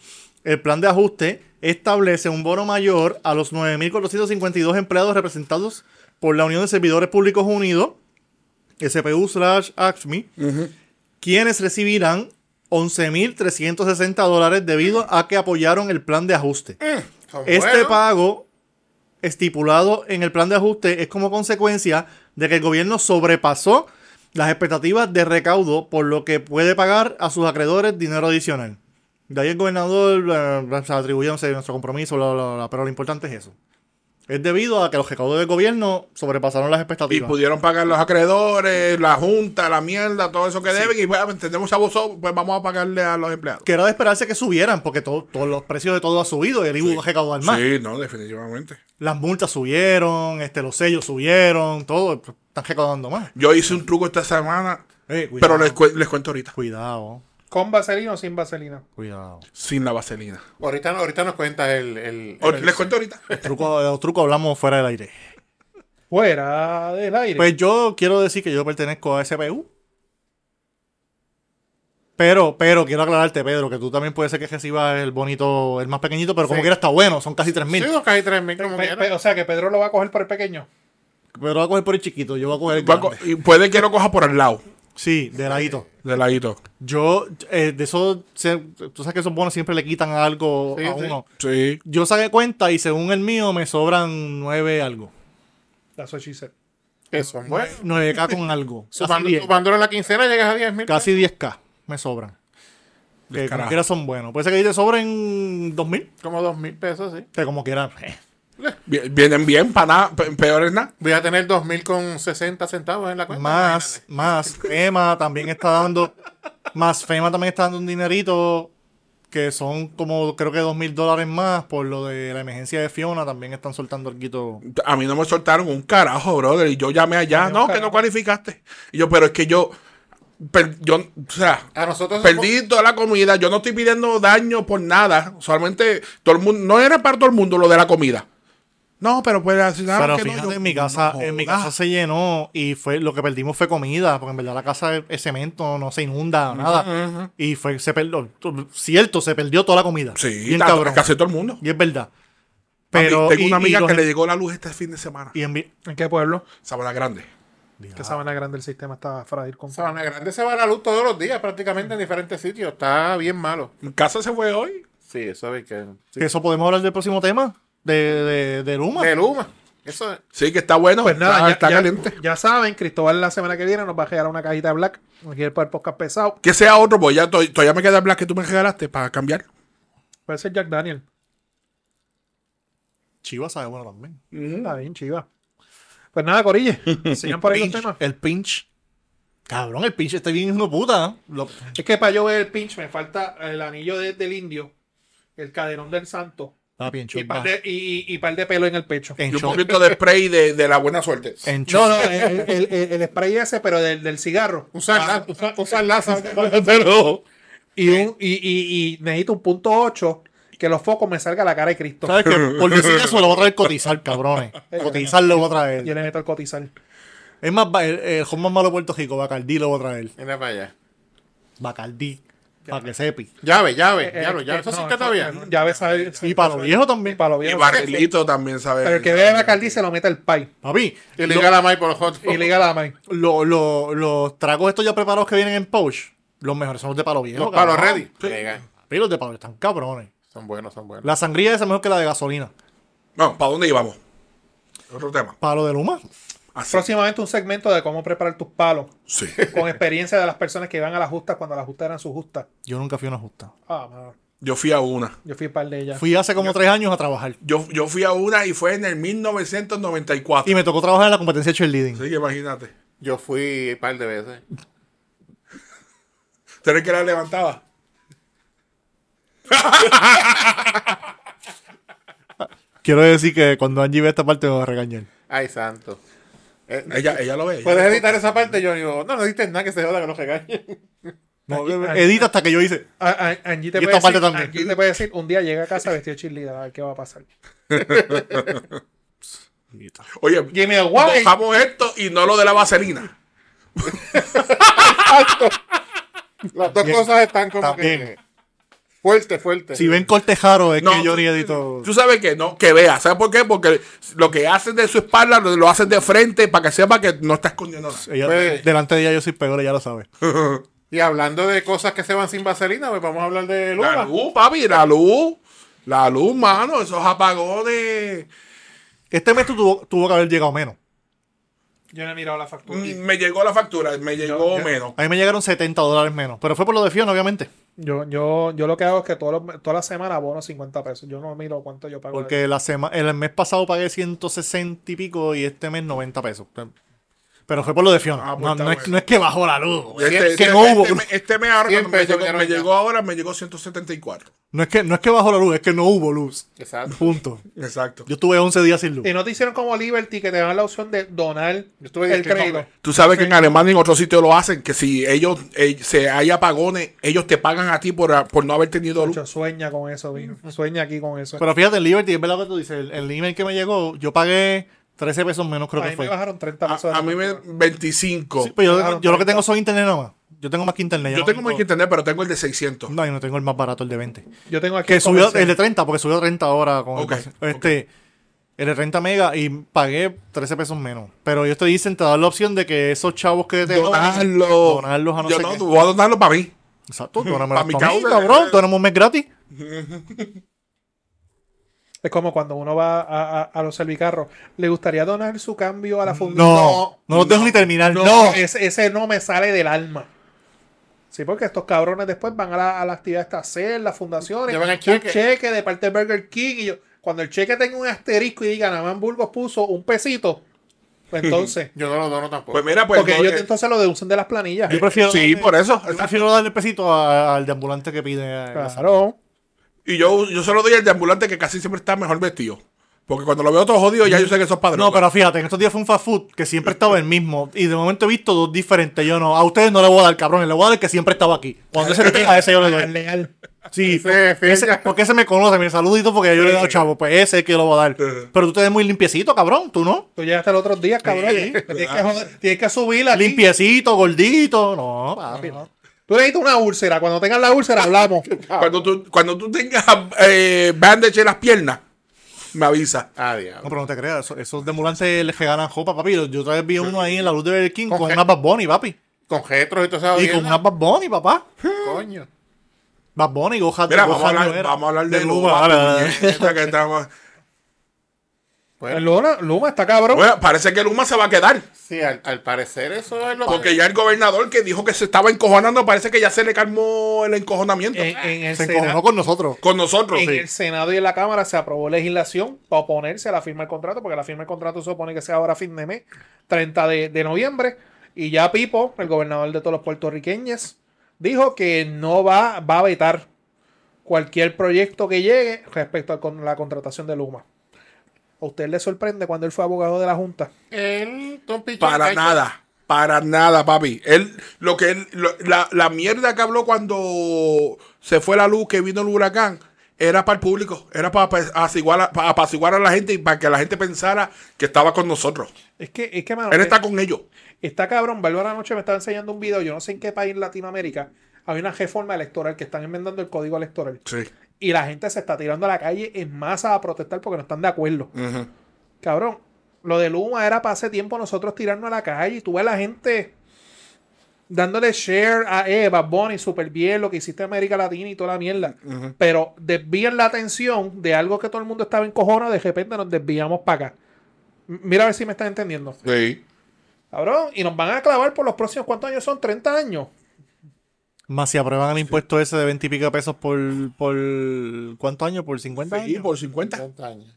[SPEAKER 2] el plan de ajuste establece un bono mayor a los 9.452 empleados representados por la Unión de Servidores Públicos Unidos, SPU slash ACMI, quienes recibirán 11.360 dólares debido a que apoyaron el plan de ajuste.
[SPEAKER 4] Son
[SPEAKER 2] Este
[SPEAKER 4] buenos.
[SPEAKER 2] pago estipulado en el plan de ajuste es como consecuencia de que el gobierno sobrepasó las expectativas de recaudo, por lo que puede pagar a sus acreedores dinero adicional. De ahí el gobernador eh, se atribuye no sé, nuestro compromiso, bla, bla, bla, pero lo importante es eso. Es debido a que los recaudos del gobierno sobrepasaron las
[SPEAKER 1] Y
[SPEAKER 2] expectativas.
[SPEAKER 1] pudieron pagar los acreedores, la junta, la mierda, todo eso que deben. Y bueno, tenemos abuso, pues vamos a pagarle a los empleados.
[SPEAKER 2] que era de esperarse que subieran, porque todo- todos los precios de todo ha subido y el IVU va a recaudar más.
[SPEAKER 1] Sí, no, definitivamente.
[SPEAKER 2] Las multas subieron, este, los sellos subieron, todo, están recaudando más.
[SPEAKER 1] Yo hice un truco esta semana,
[SPEAKER 2] Eh,
[SPEAKER 1] pero
[SPEAKER 2] cuidado.
[SPEAKER 1] les, cu- les cuento ahorita.
[SPEAKER 2] Cuidado,
[SPEAKER 3] ¿Con vaselina o sin vaselina?
[SPEAKER 2] cuidado.
[SPEAKER 1] Sin la vaselina.
[SPEAKER 4] Ahorita, no- ahorita nos cuentas el. el-
[SPEAKER 1] Ahor-
[SPEAKER 4] el-
[SPEAKER 1] les cuento ahorita.
[SPEAKER 2] Truco, de los trucos hablamos fuera del aire.
[SPEAKER 3] Fuera del aire.
[SPEAKER 2] Pues yo quiero decir que yo pertenezco a SPU. Pero, pero quiero aclararte, Pedro, que tú también puede ser que recibas el bonito, el más pequeñito, pero como
[SPEAKER 4] Sí.
[SPEAKER 2] quiera está bueno, son casi 3.000.
[SPEAKER 4] Sí, dos cajas y tres mil, como
[SPEAKER 3] Pe-
[SPEAKER 4] quiera.
[SPEAKER 3] pe- o sea que Pedro lo va a coger por el pequeño.
[SPEAKER 2] Pero voy a coger por el chiquito, yo voy a coger el
[SPEAKER 1] Va a co-
[SPEAKER 2] grande.
[SPEAKER 1] y puede que lo coja por al lado,
[SPEAKER 2] Sí, de ladito.
[SPEAKER 1] de ladito.
[SPEAKER 2] Yo, eh, de eso, se- tú sabes que esos bonos siempre le quitan algo
[SPEAKER 4] Sí,
[SPEAKER 2] a
[SPEAKER 4] sí.
[SPEAKER 2] uno.
[SPEAKER 1] Sí.
[SPEAKER 2] Yo saqué cuenta y según el mío me sobran 9 algo.
[SPEAKER 3] That's what she said.
[SPEAKER 4] Que son buenos.
[SPEAKER 2] 9K con algo. Casi
[SPEAKER 4] Sumando-
[SPEAKER 2] 10.
[SPEAKER 4] Sumándolo pues, en la quincena llegas a 10 mil.
[SPEAKER 2] Casi 10K me sobran. Que como
[SPEAKER 1] Descarado.
[SPEAKER 2] quiera son buenos. Puede ser que ahí te sobren 2000.
[SPEAKER 4] pues, Como 2 mil pesos, sí.
[SPEAKER 2] Que como quiera.
[SPEAKER 4] Pues,
[SPEAKER 1] Vi- Vienen bien, para nada, pe- peor es nada.
[SPEAKER 4] Voy a tener 2 mil con 60 centavos en la cuenta.
[SPEAKER 2] Más, más. FEMA también está dando. Más FEMA también está dando un dinerito. Que son como creo que 2000 dólares más. Por lo de la emergencia de Fiona. También están soltando algo.
[SPEAKER 1] A mí no me soltaron un carajo, brother. Y yo llamé allá,
[SPEAKER 3] un
[SPEAKER 1] no, que
[SPEAKER 3] carajo.
[SPEAKER 1] no cualificaste. Y yo, pero es que yo, per- yo, o sea,
[SPEAKER 4] A nosotros.
[SPEAKER 1] Perdí toda la comida, yo no estoy pidiendo daño por nada, solamente todo el mundo, no era para todo el mundo lo de la comida. No, pero pues así nada,
[SPEAKER 2] Pero
[SPEAKER 1] que no,
[SPEAKER 2] fíjate,
[SPEAKER 1] yo-
[SPEAKER 2] en mi casa,
[SPEAKER 1] no
[SPEAKER 2] en mi
[SPEAKER 1] jodas.
[SPEAKER 2] casa se llenó y fue lo que perdimos fue comida, porque en verdad la casa es- es cemento, no se inunda, nada. Y fue, se perdió, cierto, se perdió toda la comida.
[SPEAKER 1] Sí,
[SPEAKER 2] bien
[SPEAKER 1] tanto-
[SPEAKER 2] cabrón.
[SPEAKER 1] casi todo el mundo.
[SPEAKER 2] Y es verdad.
[SPEAKER 1] Pero,
[SPEAKER 2] Pero
[SPEAKER 1] tengo
[SPEAKER 2] y-
[SPEAKER 1] una
[SPEAKER 2] y
[SPEAKER 1] amiga
[SPEAKER 2] los
[SPEAKER 1] que
[SPEAKER 2] en-
[SPEAKER 1] le llegó la luz este fin de semana.
[SPEAKER 2] y envi-
[SPEAKER 3] ¿En qué pueblo?
[SPEAKER 1] Sabana Grande.
[SPEAKER 3] Que Sabana Grande el sistema está frágil con
[SPEAKER 4] Sabana Grande se va a la luz todos los días, prácticamente en diferentes sitios. Está bien malo.
[SPEAKER 1] Mi casa se fue hoy.
[SPEAKER 4] Sí, eso es que.
[SPEAKER 2] que eso podemos hablar del próximo tema de, de, de Luma.
[SPEAKER 4] De Luma. Eso es.
[SPEAKER 1] Sí, que está bueno.
[SPEAKER 3] Pues nada,
[SPEAKER 1] está,
[SPEAKER 3] ya,
[SPEAKER 1] Ah, está
[SPEAKER 3] ya-
[SPEAKER 1] caliente.
[SPEAKER 3] ya saben, Cristóbal la semana que viene nos va a regalar una cajita de black. Aquí el podcast pesado.
[SPEAKER 1] Que sea otro, pues ya to- todavía me queda el black que tú me regalaste para cambiar.
[SPEAKER 3] Puede ser Jack Daniel.
[SPEAKER 2] Chivas sabe bueno también.
[SPEAKER 1] Mm.
[SPEAKER 3] Está bien, chiva. Pues nada, Corille. Sigan por ahí los
[SPEAKER 2] Pinch,
[SPEAKER 3] temas.
[SPEAKER 2] el pinch. Cabrón, el pinch está bien hijo de puta. Lo-
[SPEAKER 3] Es que para yo ver el pinch me falta el anillo de- del indio, el cadenón del santo
[SPEAKER 2] Está bien
[SPEAKER 3] y
[SPEAKER 2] chumba.
[SPEAKER 3] par, de, y, y- y par de pelo en el pecho.
[SPEAKER 2] En
[SPEAKER 1] Y un
[SPEAKER 2] shock,
[SPEAKER 1] poquito de spray de, de la buena suerte.
[SPEAKER 2] en
[SPEAKER 3] No,
[SPEAKER 2] shock.
[SPEAKER 3] no, el, el- el- el spray ese, pero del, del cigarro. Ah,
[SPEAKER 4] Usar la- usar- usar laza. Pero-
[SPEAKER 3] Y, un, y, y, y necesito un punto 8 que los focos me salga la cara de Cristo.
[SPEAKER 2] ¿Sabes qué? Por decir eso lo voy a traer cotizar, cabrones. Cotizar lo voy a traer.
[SPEAKER 3] Yo le meto el cotizar.
[SPEAKER 2] Es más, va- el, el home más malo de Puerto Rico, Bacardí lo voy a traer.
[SPEAKER 4] Mira para allá.
[SPEAKER 2] Bacardí. Para que sepi.
[SPEAKER 4] Llave, llave,
[SPEAKER 3] Eh,
[SPEAKER 4] llave,
[SPEAKER 3] eh,
[SPEAKER 4] llave. Eso
[SPEAKER 3] no,
[SPEAKER 4] sí que está bien.
[SPEAKER 3] no, Ya ves, sabe-
[SPEAKER 2] Y para los viejos
[SPEAKER 3] Y
[SPEAKER 2] también.
[SPEAKER 3] para los
[SPEAKER 1] Y
[SPEAKER 3] viejos.
[SPEAKER 1] barrilito también, ¿sabes?
[SPEAKER 3] Pero el que bebe Bacardi se lo mete el pay.
[SPEAKER 2] Papi,
[SPEAKER 4] Y le diga la May por hot.
[SPEAKER 3] Y le diga la mano.
[SPEAKER 2] lo- lo- los tragos estos ya preparados que vienen en pouch, los mejores son los de palo viejo.
[SPEAKER 4] Los palos
[SPEAKER 2] cabrón.
[SPEAKER 4] ready. Venga.
[SPEAKER 2] Pero los de palo están cabrones.
[SPEAKER 4] Son buenos, son buenos.
[SPEAKER 2] La sangría esa es mejor que la de gasolina.
[SPEAKER 1] No, ¿para dónde íbamos? Otro tema.
[SPEAKER 2] Palo de Luma.
[SPEAKER 1] Así.
[SPEAKER 3] Próximamente un segmento de cómo preparar tus palos.
[SPEAKER 1] Sí.
[SPEAKER 3] Con experiencia de las personas que iban a las justas cuando las justas eran sus justas.
[SPEAKER 2] Yo nunca fui a una justa.
[SPEAKER 3] Ah, mano.
[SPEAKER 1] Yo fui a una.
[SPEAKER 3] Yo fui par de ellas.
[SPEAKER 2] Fui hace como tres años a trabajar.
[SPEAKER 1] Yo, yo fui a una y fue en el 1994.
[SPEAKER 2] Y me tocó trabajar en la competencia de cheerleading.
[SPEAKER 1] Así que imagínate.
[SPEAKER 4] Yo fui un par de veces.
[SPEAKER 1] ¿Tú eres el que la levantaba?
[SPEAKER 2] Quiero decir que cuando Angie ve esta parte me va a regañar.
[SPEAKER 4] Ay, santo. Eh,
[SPEAKER 1] Ella, ella lo ve. ella-
[SPEAKER 3] Pues
[SPEAKER 4] ¿Puedes editar esa parte, Johnny? O, No, no diste nada que se joda que no regañen.
[SPEAKER 2] No,
[SPEAKER 3] Aquí- aquí-
[SPEAKER 2] edita hasta que yo hice.
[SPEAKER 3] A- a- Angie te
[SPEAKER 2] Y
[SPEAKER 3] puede
[SPEAKER 2] esta parte
[SPEAKER 3] decir-
[SPEAKER 2] también.
[SPEAKER 3] Angie te puede decir, un día llega a casa vestido de cheerleader, a ver qué va a pasar.
[SPEAKER 1] Oye,
[SPEAKER 3] Jimmy el guay.
[SPEAKER 1] dejamos esto y no lo de la vaselina.
[SPEAKER 4] Las dos cosas están como
[SPEAKER 2] También.
[SPEAKER 4] que. Fuerte, fuerte.
[SPEAKER 2] Si ven cortejaro es
[SPEAKER 1] No,
[SPEAKER 2] que yo ni
[SPEAKER 1] tú-
[SPEAKER 2] edito.
[SPEAKER 1] Tú sabes que no, que vea. ¿Sabes por qué? Porque lo que hacen de su espalda lo, lo hacen de frente para que sepa que no está escondiendo nada.
[SPEAKER 2] Ella-
[SPEAKER 4] Pues-
[SPEAKER 2] delante de ella yo soy peor, ella lo sabe.
[SPEAKER 4] Y hablando de cosas que se van sin vaselina, pues vamos a hablar de Luma.
[SPEAKER 1] La luz, papi, la luz. La luz, mano, esos apagones.
[SPEAKER 2] Este mes tú tuvo, tuvo que haber llegado menos.
[SPEAKER 3] Yo no he mirado la factura.
[SPEAKER 1] Mm, Me llegó la factura, me llegó menos.
[SPEAKER 2] A mí me llegaron 70 dólares menos. Pero fue por lo de Fiona, obviamente.
[SPEAKER 3] Yo, yo, yo lo que hago es que todos los- toda la semana abono 50 pesos. Yo no miro cuánto yo pago.
[SPEAKER 2] Porque la sema- el mes pasado pagué 160 y pico y este mes 90 pesos. Pero fue por lo de Fiona.
[SPEAKER 1] Ah, pues
[SPEAKER 2] no,
[SPEAKER 1] está
[SPEAKER 2] no es,
[SPEAKER 1] bueno.
[SPEAKER 2] no es que bajó la luz.
[SPEAKER 1] Este,
[SPEAKER 2] Es que
[SPEAKER 1] este-
[SPEAKER 2] no
[SPEAKER 1] este
[SPEAKER 2] hubo.
[SPEAKER 1] me- este mes ahora,
[SPEAKER 4] Cien
[SPEAKER 1] cuando me
[SPEAKER 4] pesos
[SPEAKER 1] llegó, me
[SPEAKER 4] llegaron ya.
[SPEAKER 1] llegó ahora, me llegó 174.
[SPEAKER 2] No es que, no es que bajó la luz, es que no hubo luz.
[SPEAKER 4] Exacto.
[SPEAKER 2] Punto.
[SPEAKER 1] Exacto.
[SPEAKER 2] Yo tuve 11 días sin luz.
[SPEAKER 3] Y no te hicieron como Liberty que te dan la opción de donar
[SPEAKER 4] estuve
[SPEAKER 3] el
[SPEAKER 4] distrito,
[SPEAKER 3] crédito.
[SPEAKER 4] hombre.
[SPEAKER 1] Tú sabes que en Alemania y en otros sitios lo hacen, que si ellos eh, se hay apagones, ellos te pagan a ti por, por no haber tenido luz.
[SPEAKER 3] Mucho sueña con eso, vino. Sueña aquí con eso.
[SPEAKER 2] Mm. Pero fíjate, en Liberty, es verdad que tú dices, el, el email que me llegó, yo pagué 13 pesos menos, creo
[SPEAKER 3] a
[SPEAKER 2] que
[SPEAKER 3] mí
[SPEAKER 2] fue.
[SPEAKER 3] me bajaron 30
[SPEAKER 1] A,
[SPEAKER 3] pesos. de
[SPEAKER 1] a mí me
[SPEAKER 3] factura.
[SPEAKER 1] 25.
[SPEAKER 2] Sí, pero yo,
[SPEAKER 3] bajaron
[SPEAKER 2] yo lo que
[SPEAKER 3] 30.
[SPEAKER 2] tengo son internet nada más. Yo tengo más que internet. ya
[SPEAKER 1] Yo
[SPEAKER 2] no
[SPEAKER 1] tengo más que entender, pero tengo el de 600.
[SPEAKER 2] No, yo no tengo el más barato, el de 20.
[SPEAKER 3] Yo tengo aquí
[SPEAKER 2] Que
[SPEAKER 3] el
[SPEAKER 2] subió
[SPEAKER 3] comercial.
[SPEAKER 2] el de 30, porque subió 30 ahora con el
[SPEAKER 1] Ok,
[SPEAKER 2] base. este El de 30 mega y pagué 13 pesos menos. Pero ellos te dicen, te dan la opción de que esos chavos que te
[SPEAKER 1] Donarlo.
[SPEAKER 2] Donarlos a no
[SPEAKER 1] Yo
[SPEAKER 2] sé
[SPEAKER 1] no,
[SPEAKER 2] qué.
[SPEAKER 1] voy a donarlo para mí.
[SPEAKER 2] Exacto, dóname
[SPEAKER 1] Pa'
[SPEAKER 2] las
[SPEAKER 1] mi
[SPEAKER 2] tomas,
[SPEAKER 1] causa. eh.
[SPEAKER 2] cabrón, dóname un mes gratis.
[SPEAKER 3] Es como cuando uno va a, a- a los servicarros. ¿Le gustaría donar su cambio a la fundación?
[SPEAKER 2] No, no, los dejo ni terminar, no.
[SPEAKER 3] Ese, ese no me sale del alma. Sí, porque estos cabrones después van a la, a la actividad de hacer, las fundaciones,
[SPEAKER 4] Llevan el
[SPEAKER 3] un
[SPEAKER 4] cheque.
[SPEAKER 3] de parte de Burger King. Y yo, cuando el cheque tenga un asterisco y diga, Namán Burgos puso un pesito, pues entonces.
[SPEAKER 4] Yo no lo dono tampoco.
[SPEAKER 1] Pues mira, pues.
[SPEAKER 3] porque
[SPEAKER 1] no,
[SPEAKER 3] ellos
[SPEAKER 1] eh,
[SPEAKER 3] entonces lo deducen de las planillas.
[SPEAKER 2] Yo prefiero,
[SPEAKER 1] sí, por eso.
[SPEAKER 2] yo prefiero darle el pesito a- al de ambulante que pide. eh,
[SPEAKER 3] Claro.
[SPEAKER 1] Y yo, yo se lo doy al de ambulante que casi siempre está mejor vestido. Porque cuando lo veo todo jodido, ya yo sé que sos padre.
[SPEAKER 2] No, pero fíjate, en estos días fue un fast food que siempre estaba el mismo. Y de momento he visto dos diferentes. Yo no, a ustedes no le voy a dar, cabrón, le voy a dar el que siempre estaba aquí. Cuando ese queja, a ese yo le doy.
[SPEAKER 3] Leal.
[SPEAKER 2] Sí,
[SPEAKER 4] Ese,
[SPEAKER 2] porque ese-
[SPEAKER 4] Feña.
[SPEAKER 2] porque ese me conoce, mi saludito, porque yo le he dado chavo, pues ese es el que lo voy a dar.
[SPEAKER 1] Ujú.
[SPEAKER 2] Pero tú te ves muy limpiecito, cabrón, tú no.
[SPEAKER 3] Tú llegaste los otros días, cabrón.
[SPEAKER 1] Sí.
[SPEAKER 3] Me Tienes, que joder- tienes que subir aquí.
[SPEAKER 2] Limpiecito, gordito, no, papi, no.
[SPEAKER 3] Tú necesitas una úlcera. Cuando tengas la úlcera, hablamos.
[SPEAKER 1] Ah. cuando, tú, cuando tú tengas eh, bandage en las piernas, me avisa.
[SPEAKER 4] Ah,
[SPEAKER 2] No,
[SPEAKER 4] diablo.
[SPEAKER 2] pero no te creas, esos, esos deambulantes les que ganan jopa, papi. Yo yo otra vez vi uno ahí en la luz de Burger King
[SPEAKER 4] Con
[SPEAKER 2] con
[SPEAKER 4] ge-
[SPEAKER 2] una Bad Bunny, papi.
[SPEAKER 4] Con getros y todo eso.
[SPEAKER 2] Y con una Bad Bunny, papá.
[SPEAKER 4] Coño.
[SPEAKER 2] Bad Bunny, goja
[SPEAKER 1] Mira,
[SPEAKER 2] goja
[SPEAKER 1] vamos a,
[SPEAKER 2] no
[SPEAKER 1] hablar,
[SPEAKER 2] era.
[SPEAKER 1] vamos a hablar de
[SPEAKER 2] Luba,
[SPEAKER 1] Luba,
[SPEAKER 2] vale, vale, vale.
[SPEAKER 1] puñeta, que estamos-
[SPEAKER 4] Bueno.
[SPEAKER 3] Luma, Luma está cabrón.
[SPEAKER 1] Bueno, parece que Luma se va a quedar.
[SPEAKER 4] Sí, al, al parecer eso es lo
[SPEAKER 1] Porque
[SPEAKER 4] que...
[SPEAKER 1] ya el gobernador que dijo que se estaba encojonando, parece que ya se le calmó el encojonamiento.
[SPEAKER 3] en, en el
[SPEAKER 2] Se
[SPEAKER 3] Senado,
[SPEAKER 2] encojonó con nosotros.
[SPEAKER 1] con nosotros.
[SPEAKER 3] en
[SPEAKER 1] sí.
[SPEAKER 3] el Senado y en la Cámara se aprobó legislación para oponerse a la firma del contrato, porque la firma del contrato se supone que sea ahora a fin de mes, 30 de, de noviembre, y ya Pipo, el gobernador de todos los puertorriqueños, dijo que no va, va a vetar cualquier proyecto que llegue respecto a con la contratación de Luma. ¿A usted le sorprende cuando él fue abogado de la Junta?
[SPEAKER 4] El Tom Pichón ha
[SPEAKER 1] Para
[SPEAKER 4] hecho-
[SPEAKER 1] nada. Para nada, papi. Él, lo que él, lo- la, la mierda que habló cuando se fue la luz, que vino el huracán, era para el público, era para pues, apaciguar a, para apaciguar a la gente y para que la gente pensara que estaba con nosotros.
[SPEAKER 3] Es que, es que, mano,
[SPEAKER 1] Él
[SPEAKER 3] eh,
[SPEAKER 1] está con ellos.
[SPEAKER 3] Está cabrón, Bárbara anoche me estaba enseñando un video, yo no sé en qué país en Latinoamérica, hay una reforma electoral que están enmendando el código electoral
[SPEAKER 1] Sí.
[SPEAKER 3] y la gente se está tirando a la calle en masa a protestar porque no están de acuerdo.
[SPEAKER 1] Ujú.
[SPEAKER 3] Cabrón, lo de Luma era para hace tiempo nosotros tirarnos a la calle y tú ves la gente dándole share a Eva, Bonnie, super bien, lo que hiciste en América Latina y toda la mierda. Pero desvían la atención de algo que todo el mundo estaba en cojona, de repente nos desviamos para acá. M- Mira a ver si me estás entendiendo.
[SPEAKER 1] Sí.
[SPEAKER 3] Cabrón, y nos van a clavar por los próximos, ¿cuántos años son? 30 años.
[SPEAKER 2] Más si aprueban el impuesto ese de 20 y pico de pesos por, por. ¿Cuántos años? ¿Por 50 años?
[SPEAKER 1] por 50.
[SPEAKER 4] 50 años.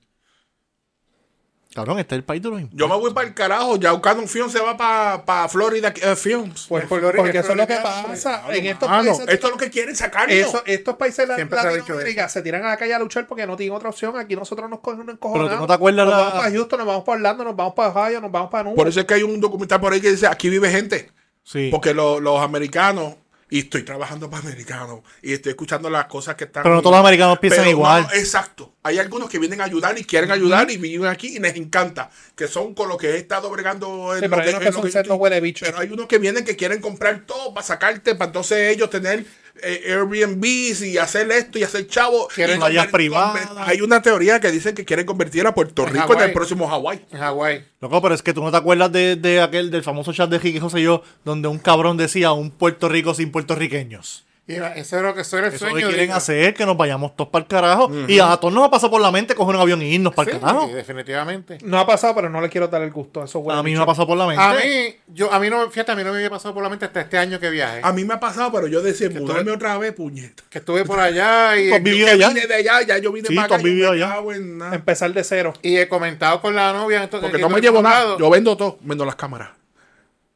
[SPEAKER 2] Cabrón, este es el país de los impuestos.
[SPEAKER 1] Yo me voy para el carajo. Ya buscando un film se va para Florida eh, Films.
[SPEAKER 3] Pues, por-
[SPEAKER 4] Florida,
[SPEAKER 3] porque eso es lo que
[SPEAKER 4] Florida,
[SPEAKER 3] pasa.
[SPEAKER 1] Claro,
[SPEAKER 3] En estos
[SPEAKER 1] mano,
[SPEAKER 3] países,
[SPEAKER 1] esto es lo que quieren sacar.
[SPEAKER 3] eso- estos países de
[SPEAKER 4] Siempre se ha dicho
[SPEAKER 3] Latinoamérica se tiran a la calle a luchar porque no tienen otra opción. Aquí nosotros nos cogemos un
[SPEAKER 2] Pero
[SPEAKER 3] encojonado.
[SPEAKER 2] tú no te acuerdas
[SPEAKER 3] nos
[SPEAKER 2] la-
[SPEAKER 3] vamos para Houston, nos vamos para Orlando, nos vamos para Ohio, nos vamos para Nueva
[SPEAKER 1] Por eso es que hay un documental por ahí que dice, aquí vive gente.
[SPEAKER 2] Sí.
[SPEAKER 1] Porque lo- los americanos y estoy trabajando para americanos y estoy escuchando las cosas que están.
[SPEAKER 2] Pero no todos los americanos
[SPEAKER 1] Pero
[SPEAKER 2] piensan
[SPEAKER 1] no,
[SPEAKER 2] igual.
[SPEAKER 1] no, exacto. Hay algunos que vienen a ayudar y quieren ayudar y vienen aquí y les encanta. Que son con lo que he estado bregando en
[SPEAKER 3] Sí, pero
[SPEAKER 1] lo que-
[SPEAKER 3] hay unos
[SPEAKER 1] en
[SPEAKER 3] que
[SPEAKER 1] lo
[SPEAKER 3] son
[SPEAKER 1] que yo
[SPEAKER 3] cerdos
[SPEAKER 1] estoy-
[SPEAKER 3] huele bicho.
[SPEAKER 1] Pero hay unos que vienen que quieren comprar todo para sacarte, para entonces ellos tener eh, Airbnbs y hacer esto y hacer chavo.
[SPEAKER 4] Quieren
[SPEAKER 1] y
[SPEAKER 2] playas
[SPEAKER 1] conver-
[SPEAKER 2] privadas.
[SPEAKER 1] conver- Hay una teoría que dicen que quieren convertir a Puerto
[SPEAKER 4] En
[SPEAKER 1] Rico en el
[SPEAKER 4] Hawái.
[SPEAKER 1] próximo Hawái.
[SPEAKER 4] En Hawái.
[SPEAKER 2] Loco, pero es que tú no te acuerdas de, de aquel del famoso chat de Ricky José y yo, donde un cabrón decía un Puerto Rico sin puertorriqueños.
[SPEAKER 4] Y era- eso es lo que eso era el
[SPEAKER 2] Eso
[SPEAKER 4] sueño.
[SPEAKER 2] que quieren
[SPEAKER 4] digo.
[SPEAKER 2] hacer, que nos vayamos todos para el carajo. Y a todos nos ha pasado por la mente coger un avión y irnos para
[SPEAKER 4] Sí,
[SPEAKER 2] el carajo.
[SPEAKER 4] sí, definitivamente.
[SPEAKER 3] No ha pasado, pero no le quiero dar el gusto. Eso huele
[SPEAKER 2] A mí
[SPEAKER 3] bicho.
[SPEAKER 2] no me ha pasado por la mente.
[SPEAKER 4] A mí, yo, a mí no, fíjate, a mí no me había pasado por la mente hasta este año que viaje.
[SPEAKER 1] A mí me ha pasado, pero yo decía,
[SPEAKER 4] tú-
[SPEAKER 1] mudarme otra vez, puñeta.
[SPEAKER 4] Que estuve por allá y,
[SPEAKER 2] Tú has vivido
[SPEAKER 1] Yo
[SPEAKER 2] allá.
[SPEAKER 1] vine de allá, ya yo vine
[SPEAKER 2] Sí,
[SPEAKER 1] para
[SPEAKER 2] tú
[SPEAKER 1] acá.
[SPEAKER 2] has
[SPEAKER 1] yo me
[SPEAKER 2] vivido allá.
[SPEAKER 1] cago en nada.
[SPEAKER 3] Empezar de cero.
[SPEAKER 4] y he comentado con la novia. Entonces,
[SPEAKER 1] Em, Porque
[SPEAKER 4] y
[SPEAKER 1] no me
[SPEAKER 4] hemos
[SPEAKER 1] llevo nada.
[SPEAKER 4] hablado-
[SPEAKER 1] Yo vendo todo, menos las cámaras.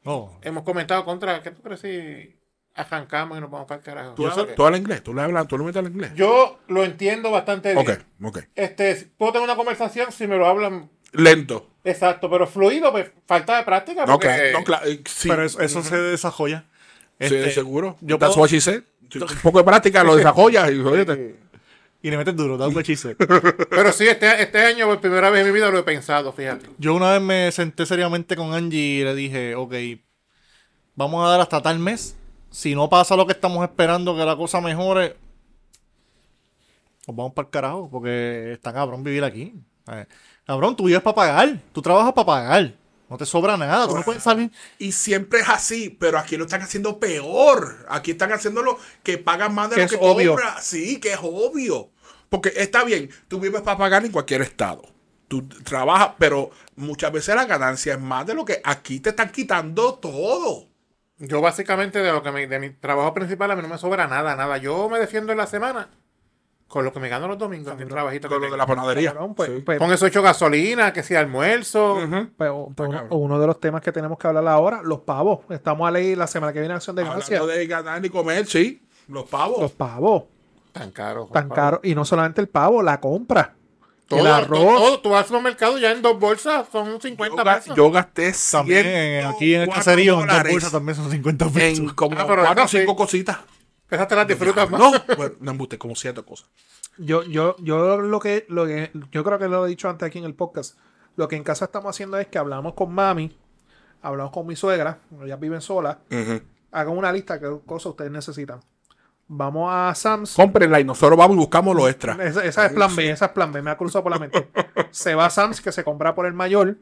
[SPEAKER 2] No.
[SPEAKER 4] Hemos comentado contra, ¿qué tú crees si arrancamos y nos vamos para el carajo?
[SPEAKER 1] Tú,
[SPEAKER 4] Yo,
[SPEAKER 1] hablas, tú hablas inglés, tú le hablas, tú le metes al inglés.
[SPEAKER 4] yo lo entiendo bastante bien.
[SPEAKER 1] ok, ok.
[SPEAKER 4] Este, puedo tener una conversación si me lo hablan
[SPEAKER 1] Lento.
[SPEAKER 4] exacto, pero fluido, pues, falta de práctica.
[SPEAKER 1] Ok,
[SPEAKER 4] Porque,
[SPEAKER 1] no, cla- eh, sí.
[SPEAKER 2] Pero eso, eso se desarrolla.
[SPEAKER 1] Sí,
[SPEAKER 2] Este,
[SPEAKER 1] seguro.
[SPEAKER 2] yo
[SPEAKER 1] That's
[SPEAKER 2] puedo-
[SPEAKER 1] what she said. Un poco de práctica, lo desarrollas y jodete.
[SPEAKER 2] Y le metes duro, da un hechizo.
[SPEAKER 4] pero sí, este, este año por primera vez en mi vida lo he pensado, fíjate.
[SPEAKER 2] Yo una vez me senté seriamente con Angie y le dije, ok, vamos a dar hasta tal mes. Si no pasa lo que estamos esperando, que la cosa mejore, nos vamos para el carajo, porque está cabrón vivir aquí. Eh, Cabrón, tú vives para pagar, tú trabajas para pagar, no te sobra nada, tú no puedes salir.
[SPEAKER 1] Y siempre es así, pero aquí lo están haciendo peor. Aquí están haciéndolo que pagan más de
[SPEAKER 3] Que
[SPEAKER 1] lo
[SPEAKER 3] es
[SPEAKER 1] que
[SPEAKER 3] obvio.
[SPEAKER 1] compra. Sí, que es obvio. Porque está bien, tú vives para pagar en cualquier estado. Tú trabajas, pero muchas veces la ganancia es más de lo que aquí te están quitando todo.
[SPEAKER 4] Yo básicamente de lo que me- de mi trabajo principal a mí no me sobra nada, nada. Yo me defiendo en la semana con lo que me gano los domingos, mi trabajito que
[SPEAKER 1] Con lo de
[SPEAKER 4] tengo.
[SPEAKER 1] la panadería.
[SPEAKER 3] Cabrón, pues,
[SPEAKER 1] Sí.
[SPEAKER 3] pues,
[SPEAKER 4] Con eso he hecho gasolina, que si almuerzo.
[SPEAKER 3] pues, pues, uno,
[SPEAKER 1] cabrón.
[SPEAKER 3] uno de los temas que tenemos que hablar ahora, los pavos. Estamos a ley la semana que viene Acción de Gracias.
[SPEAKER 1] Hablando de ganar y comer, sí. Los pavos.
[SPEAKER 3] Los pavos,
[SPEAKER 4] Tan caro.
[SPEAKER 3] tan
[SPEAKER 4] Juan Pablo.
[SPEAKER 3] caros. Y no solamente el pavo, la compra.
[SPEAKER 4] Todo,
[SPEAKER 3] el arroz.
[SPEAKER 4] Todo, todo. tú vas al supermercado ya en dos bolsas son
[SPEAKER 1] Yo
[SPEAKER 4] 50
[SPEAKER 1] ga-
[SPEAKER 4] pesos.
[SPEAKER 1] Yo gasté
[SPEAKER 2] También eh, aquí en el
[SPEAKER 1] 104
[SPEAKER 2] caserío, en dos
[SPEAKER 1] dólares
[SPEAKER 2] bolsas también son 50 pesos.
[SPEAKER 1] en como
[SPEAKER 4] Ah, pero
[SPEAKER 1] cuatro o
[SPEAKER 4] no, sí.
[SPEAKER 1] cinco cositas.
[SPEAKER 4] Esas te las disfrutas más.
[SPEAKER 1] No, bueno, no embuste, como siete cosas.
[SPEAKER 3] Yo, yo, yo lo que, lo que yo creo que lo he dicho antes aquí en el podcast. Lo que en casa estamos haciendo es que hablamos con mami, hablamos con mi suegra, ellas viven solas, hagan una lista de qué cosas ustedes necesitan. Vamos a Sam's.
[SPEAKER 1] Cómprenla y nosotros vamos y buscamos lo extra.
[SPEAKER 3] Esa, esa es plan B, esa es plan B, me ha cruzado por la mente. Se va a Sam's que se compra por el mayor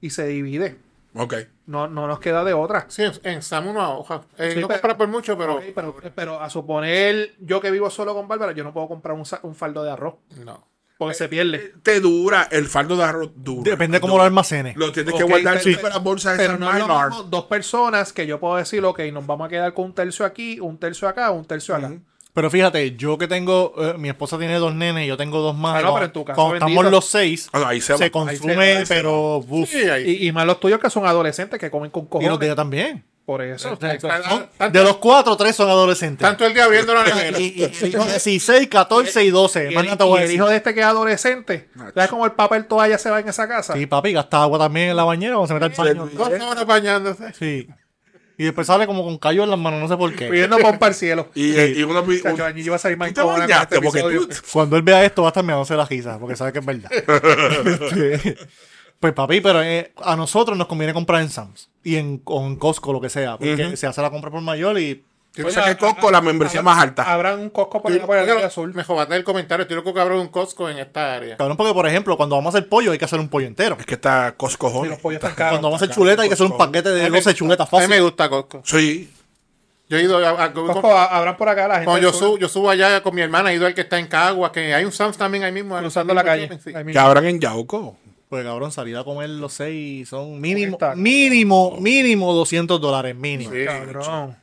[SPEAKER 3] y se divide.
[SPEAKER 1] Ok.
[SPEAKER 3] No, no nos queda de otra.
[SPEAKER 4] Sí, en, en Sam una hoja. Eh,
[SPEAKER 3] Sí,
[SPEAKER 4] no
[SPEAKER 3] pero-
[SPEAKER 4] compras por mucho, pero.
[SPEAKER 3] Ok, pero, pero a suponer yo que vivo solo con Bárbara, yo no puedo comprar un, sa- un faldo de arroz
[SPEAKER 4] No.
[SPEAKER 3] porque se pierde.
[SPEAKER 1] Te dura el faldo de arroz duro.
[SPEAKER 2] Depende cómo lo almacenes.
[SPEAKER 1] Lo tienes
[SPEAKER 3] Ok,
[SPEAKER 1] que guardar
[SPEAKER 3] pero-
[SPEAKER 1] siempre en las bolsas de
[SPEAKER 3] Pero
[SPEAKER 1] San
[SPEAKER 3] no es lo
[SPEAKER 1] Mylar.
[SPEAKER 3] mismo dos personas que yo puedo decir, ok, nos vamos a quedar con un tercio aquí, un tercio acá, un tercio acá.
[SPEAKER 2] Pero fíjate, yo que tengo, eh, mi esposa tiene dos nenes, yo tengo dos más.
[SPEAKER 3] Ah, no, pero en tu
[SPEAKER 2] Cuando-
[SPEAKER 3] casa,
[SPEAKER 2] cuando estamos
[SPEAKER 3] bendito.
[SPEAKER 2] los seis,
[SPEAKER 1] Ah, no, ahí se va.
[SPEAKER 2] se consume,
[SPEAKER 4] ahí se
[SPEAKER 2] pero uf,
[SPEAKER 4] Sí, ahí.
[SPEAKER 3] Y, y más los tuyos que son adolescentes que comen con
[SPEAKER 2] y los de
[SPEAKER 3] cojones.
[SPEAKER 2] ella también.
[SPEAKER 3] Por eso.
[SPEAKER 4] Está-
[SPEAKER 2] Son-
[SPEAKER 4] tanto,
[SPEAKER 2] de los cuatro, tres son adolescentes.
[SPEAKER 4] tanto el día abriendo la nevera.
[SPEAKER 2] y, y- sí, 16, 14 y 12.
[SPEAKER 3] Y
[SPEAKER 2] Más
[SPEAKER 3] el,
[SPEAKER 2] nada te voy a
[SPEAKER 3] y el
[SPEAKER 2] decir.
[SPEAKER 3] hijo de este que es adolescente, ¿sabes cómo el papel toalla se va en esa casa?
[SPEAKER 2] Sí, papi, gasta agua también en la bañera cuando se mete al baño.
[SPEAKER 4] Dos horas bañándose.
[SPEAKER 2] Sí. Y después sale como con callo en las manos, no sé por qué.
[SPEAKER 3] Pidiendo pompa al cielo.
[SPEAKER 1] Y, eh, y uno pi-
[SPEAKER 3] Chacho,
[SPEAKER 1] un-
[SPEAKER 3] Añil iba a salir más
[SPEAKER 1] tú te
[SPEAKER 3] encojona con este
[SPEAKER 1] bañaste porque
[SPEAKER 3] episodio.
[SPEAKER 1] tú.
[SPEAKER 2] Cuando él vea esto, va a estar meándose la risa, porque sabe que es verdad. Este, pues papi, pero eh, a nosotros nos conviene comprar en Sam's y en, o en Costco, lo que sea, porque se hace la compra por mayor y
[SPEAKER 1] Yo pensé
[SPEAKER 3] ah,
[SPEAKER 1] que Costco la membresía más alta.
[SPEAKER 3] Habrá un cosco por
[SPEAKER 4] Estoy-
[SPEAKER 3] allá por el
[SPEAKER 4] oiga,
[SPEAKER 3] área azul.
[SPEAKER 4] Me jodaste el comentario. Estoy loco que abra un Costco en esta área.
[SPEAKER 2] Cabrón, porque por ejemplo, cuando vamos a hacer pollo hay que hacer un pollo entero.
[SPEAKER 1] Es que está Costco
[SPEAKER 3] Y
[SPEAKER 1] joven.
[SPEAKER 3] los pollos están caros.
[SPEAKER 2] Cuando vamos a Pues hacer chuleta hay que hacer un paquete de 12 chuletas
[SPEAKER 4] A mí me
[SPEAKER 2] fácil.
[SPEAKER 4] gusta Costco.
[SPEAKER 1] Sí.
[SPEAKER 4] Yo he ido a, a-
[SPEAKER 3] Costco, a- habrán por acá la gente.
[SPEAKER 4] cuando yo,
[SPEAKER 3] del sur,
[SPEAKER 4] subo, yo subo allá con mi hermana, he ido al que está en Cagua, que hay un Sam's también ahí mismo.
[SPEAKER 3] cruzando la calle.
[SPEAKER 4] Sí.
[SPEAKER 3] Ahí mismo.
[SPEAKER 1] Que habrán en Yauco.
[SPEAKER 2] Pues cabrón, salir a comer los seis son mínimo,
[SPEAKER 3] Está-
[SPEAKER 2] mínimo, mínimo 200 dólares, mínimo.
[SPEAKER 4] Sí.
[SPEAKER 3] Cabrón.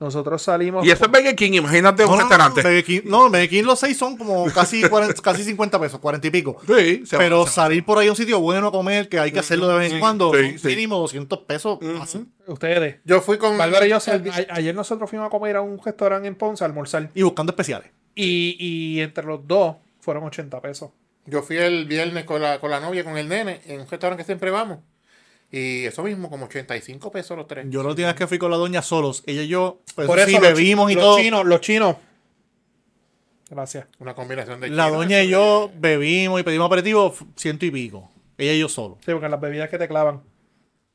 [SPEAKER 3] Nosotros salimos.
[SPEAKER 1] Y eso es Burger King. Imagínate un
[SPEAKER 2] No, no,
[SPEAKER 1] restaurante.
[SPEAKER 2] Burger King- No, en Burger King los seis son como casi, 40 casi 50 pesos, 40 y pico.
[SPEAKER 1] Sí, se va-
[SPEAKER 2] Pero
[SPEAKER 1] se va.
[SPEAKER 2] salir por ahí a un sitio bueno a comer, que hay que hacerlo de vez en cuando,
[SPEAKER 1] sí,
[SPEAKER 2] son
[SPEAKER 1] sí.
[SPEAKER 2] mínimo 200 pesos. fácil.
[SPEAKER 3] Ustedes.
[SPEAKER 4] Yo fui con.
[SPEAKER 3] Bárbara y yo, se- a- ayer nosotros fuimos a comer a un restaurante en Ponce a almorzar.
[SPEAKER 2] Y buscando especiales.
[SPEAKER 3] Y, y entre los dos fueron 80 pesos.
[SPEAKER 4] Yo fui el viernes con la, con la novia, con el nene, en un restaurante que siempre vamos. Y eso mismo, como 85 pesos los tres.
[SPEAKER 2] Yo la última vez que fui con la doña solos, ella y yo, pues,
[SPEAKER 3] Por
[SPEAKER 2] sí,
[SPEAKER 3] eso los
[SPEAKER 2] bebimos
[SPEAKER 3] chi-
[SPEAKER 2] y
[SPEAKER 3] los
[SPEAKER 2] todo.
[SPEAKER 3] chinos, los chinos. Gracias.
[SPEAKER 4] Una combinación de
[SPEAKER 2] La
[SPEAKER 4] chino.
[SPEAKER 2] doña y yo bebimos y pedimos aperitivo f- ciento y pico. Ella y yo solo.
[SPEAKER 3] Sí, porque las bebidas que te clavan.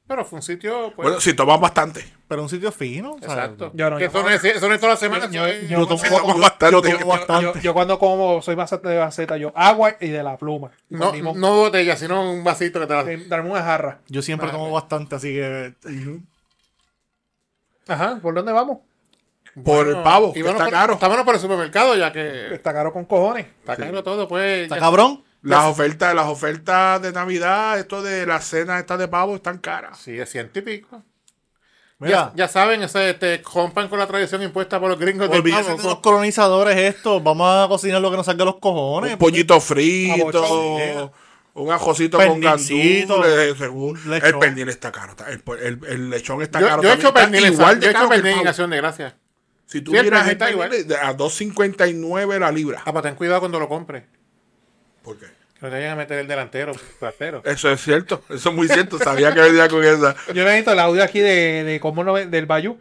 [SPEAKER 4] Pero fue un sitio, pues,
[SPEAKER 1] Bueno, si tomas bastante.
[SPEAKER 2] Pero un sitio fino. o sea,
[SPEAKER 4] exacto.
[SPEAKER 3] Yo no,
[SPEAKER 4] que
[SPEAKER 3] yo
[SPEAKER 4] eso,
[SPEAKER 3] no.
[SPEAKER 4] no es, eso no es toda la semana.
[SPEAKER 3] Yo-
[SPEAKER 4] eso es-
[SPEAKER 3] yo
[SPEAKER 2] tomo-
[SPEAKER 1] Si tomas
[SPEAKER 2] yo-
[SPEAKER 1] bastante.
[SPEAKER 2] yo tomo bastante.
[SPEAKER 3] Yo, yo cuando como, soy bastante de gaceta, yo agua y de la pluma. Y
[SPEAKER 4] no,
[SPEAKER 3] con limón.
[SPEAKER 4] no botella, sino un vasito que te la...
[SPEAKER 3] Sí, Darme una jarra.
[SPEAKER 2] Yo siempre
[SPEAKER 4] Madre.
[SPEAKER 2] tomo bastante, así que.
[SPEAKER 3] Ajá, ¿por dónde vamos?
[SPEAKER 1] Por el pavo, que está
[SPEAKER 4] vámonos por-
[SPEAKER 3] pues,
[SPEAKER 1] caro.
[SPEAKER 4] Estábamos por el supermercado, ya que
[SPEAKER 3] Está caro con cojones.
[SPEAKER 4] está caro todo, pues.
[SPEAKER 2] ¿Está
[SPEAKER 4] ya-
[SPEAKER 2] cabrón?
[SPEAKER 1] Las ofertas, las ofertas de Navidad, esto de las cenas estas de pavo están caras.
[SPEAKER 4] Sí, es ciento y pico.
[SPEAKER 2] Mira,
[SPEAKER 4] Ya saben, ese, te rompan con la tradición impuesta por los gringos del
[SPEAKER 2] olvídense
[SPEAKER 4] pavo.
[SPEAKER 2] de los colonizadores estos. Vamos a cocinar lo que nos salga de los cojones.
[SPEAKER 1] Un pollito
[SPEAKER 3] Abochonera.
[SPEAKER 1] frito, un ajocito con
[SPEAKER 2] Pernilcito,
[SPEAKER 1] gandules, eh, según.
[SPEAKER 2] un lechón.
[SPEAKER 1] El pernil está caro. está- El, el- el lechón está
[SPEAKER 4] Yo,
[SPEAKER 1] caro.
[SPEAKER 4] yo he
[SPEAKER 1] también,
[SPEAKER 4] hecho
[SPEAKER 1] está
[SPEAKER 4] pernil en
[SPEAKER 1] igual
[SPEAKER 4] sal-
[SPEAKER 1] de
[SPEAKER 4] yo he hecho
[SPEAKER 1] caro que el
[SPEAKER 4] pernil en
[SPEAKER 1] pavo.
[SPEAKER 4] acción de gracia.
[SPEAKER 1] Si tú
[SPEAKER 4] Sí, el
[SPEAKER 1] miras
[SPEAKER 4] pernil
[SPEAKER 1] el
[SPEAKER 4] está
[SPEAKER 1] pernil a 2.59 la libra.
[SPEAKER 4] Ah, pero ten cuidado cuando lo compres.
[SPEAKER 1] ¿Por qué?
[SPEAKER 4] Que no te vayan a meter el delantero, el trasero.
[SPEAKER 1] Eso es cierto, eso es muy cierto. Sabía que venía con esa.
[SPEAKER 3] Yo necesito el audio aquí de, de cómo no, del Bayou.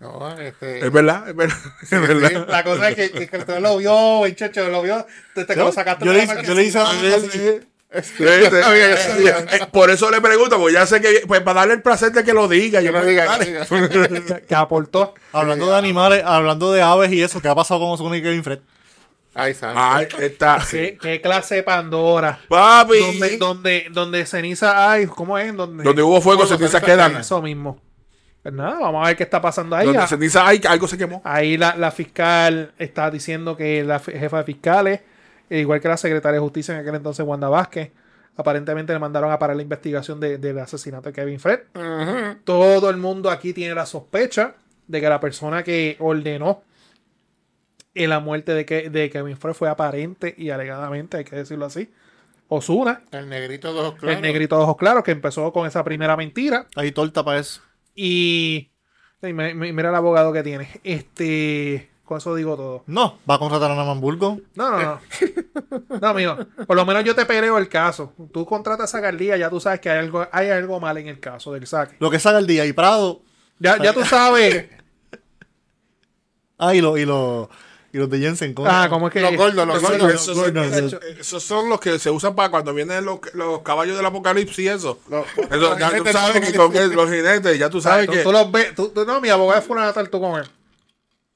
[SPEAKER 4] No, este.
[SPEAKER 1] Es verdad, es verdad. Es verdad.
[SPEAKER 3] Eh, La cosa es que, que usted lo vio, el chacho lo vio. Te, te- lo sacaste
[SPEAKER 2] yo le
[SPEAKER 3] de la
[SPEAKER 2] hice-
[SPEAKER 3] marca.
[SPEAKER 2] yo le hice a-
[SPEAKER 1] Sí, sí. Sí, sí. Eh, Por eso le pregunto, porque ya sé que, pues para darle el placer de que lo diga, yo
[SPEAKER 4] Que no
[SPEAKER 1] no
[SPEAKER 4] diga,
[SPEAKER 1] diga.
[SPEAKER 4] que no
[SPEAKER 3] que, que aportó.
[SPEAKER 2] Hablando de animales, hablando de aves y eso, ¿qué ha pasado con Sonic y Kevin Fred?
[SPEAKER 4] Ahí está.
[SPEAKER 1] Ay, está.
[SPEAKER 3] ¿Qué, qué clase de Pandora?
[SPEAKER 1] Papi.
[SPEAKER 3] Donde, donde, donde ceniza hay, ¿cómo es? Donde,
[SPEAKER 1] Donde hubo fuego,
[SPEAKER 4] Fuego,
[SPEAKER 1] cenizas
[SPEAKER 4] cenizas
[SPEAKER 1] quedan.
[SPEAKER 3] Eso mismo. Pues nada, vamos a ver qué está pasando ahí.
[SPEAKER 1] Donde
[SPEAKER 3] Ah,
[SPEAKER 1] cenizas hay, algo se quemó.
[SPEAKER 3] Ahí la, la fiscal está diciendo que la fi- jefa de fiscales, eh, igual que la secretaria de justicia en aquel entonces, Wanda Vázquez, aparentemente le mandaron a parar la investigación de- del asesinato de Kevin Fred. Todo el mundo aquí tiene la sospecha de que la persona que ordenó eh, la muerte de, Ke- de Kevin Fred fue aparente y alegadamente, hay que decirlo así, Osuna,
[SPEAKER 4] El negrito de ojos
[SPEAKER 3] el
[SPEAKER 4] claros.
[SPEAKER 3] negrito de ojos claros, que empezó con esa primera mentira.
[SPEAKER 2] Hay torta para eso.
[SPEAKER 3] Y, y mi- mi- mira el abogado que tiene. Este, con eso digo todo.
[SPEAKER 2] No, va a contratar a Namamburgo.
[SPEAKER 3] No, no, no. No, amigo. Por lo menos yo te peleo el caso. Tú contratas a Gardía, ya tú sabes que hay algo, hay algo mal en el caso del saque.
[SPEAKER 2] Lo que saca el día y Prado.
[SPEAKER 3] Ya, ya tú sabes.
[SPEAKER 2] Ah, y, lo, y, lo, y los de Jensen. ¿cómo?
[SPEAKER 3] Ah, ¿cómo es que.
[SPEAKER 4] Los gordos, los
[SPEAKER 1] Esos-
[SPEAKER 4] gordos.
[SPEAKER 1] esos-
[SPEAKER 2] gordo,
[SPEAKER 1] esos- Esos son los que se usan para cuando vienen los, los caballos del apocalipsis y eso.
[SPEAKER 4] Los-
[SPEAKER 1] Eso,
[SPEAKER 4] Este
[SPEAKER 1] ya tú sabes que con el- los jinetes, ya tú sabes
[SPEAKER 3] ¿Sabes
[SPEAKER 1] que.
[SPEAKER 3] Tú los ves. tú- tú- no, mi abogado fue una natal tú con él.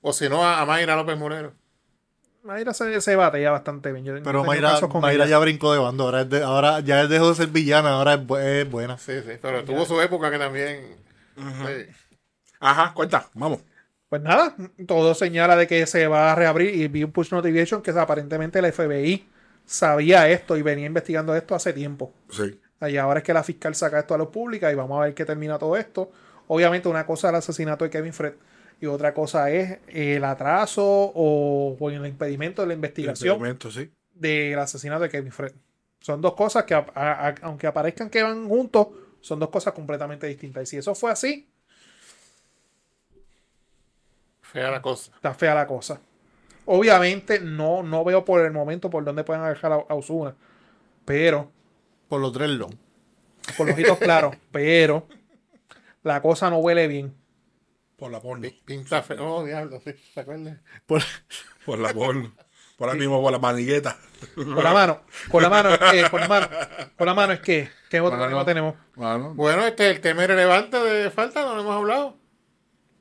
[SPEAKER 4] O si no, a a Mayra López Morero.
[SPEAKER 3] Mayra se, se bate ya bastante bien. Yo no
[SPEAKER 2] Pero
[SPEAKER 3] tengo
[SPEAKER 2] Mayra,
[SPEAKER 3] casos con
[SPEAKER 2] Mayra
[SPEAKER 3] ella.
[SPEAKER 2] ya brincó de bando. Ahora, es de- ahora ya dejó de ser villana, ahora es, bu- es buena.
[SPEAKER 4] Sí, sí. Pero tuvo su época que también. sí.
[SPEAKER 1] Ajá, cuenta, vamos.
[SPEAKER 3] Pues nada, todo señala de que se va a reabrir y vi un push notification que aparentemente la FBI sabía esto y venía investigando esto hace tiempo.
[SPEAKER 1] Sí.
[SPEAKER 3] Y ahora es que la fiscal saca esto a los pública y vamos a ver qué termina todo esto. Obviamente una cosa es el asesinato de Kevin Fred y otra cosa es el atraso o, o el impedimento de la investigación
[SPEAKER 1] Experimento, sí.
[SPEAKER 3] del asesinato de Kevin Fred. Son dos cosas que, a- a- a- aunque aparezcan que van juntos, son dos cosas completamente distintas. Y si eso fue así,
[SPEAKER 4] Fea la cosa.
[SPEAKER 3] está fea la cosa. Obviamente no, no veo por el momento por dónde pueden agarrar a, a Ozuna, pero
[SPEAKER 2] Por los tres long.
[SPEAKER 3] con los ojitos claros, pero la cosa no huele bien.
[SPEAKER 1] Por la porno.
[SPEAKER 4] Pi- Pinta fea. Oh, diablo, sí. ¿Te acuerdas?
[SPEAKER 2] Por-
[SPEAKER 1] Por la porno. Por ahí mismo, por la manigueta.
[SPEAKER 3] Con la mano, con la mano, eh, con la mano, con la mano es que, ¿qué otro
[SPEAKER 4] Con la
[SPEAKER 3] tema
[SPEAKER 4] mano.
[SPEAKER 3] tenemos?
[SPEAKER 1] Mano.
[SPEAKER 4] Bueno, este, el tema irrelevante de falta, no lo hemos hablado.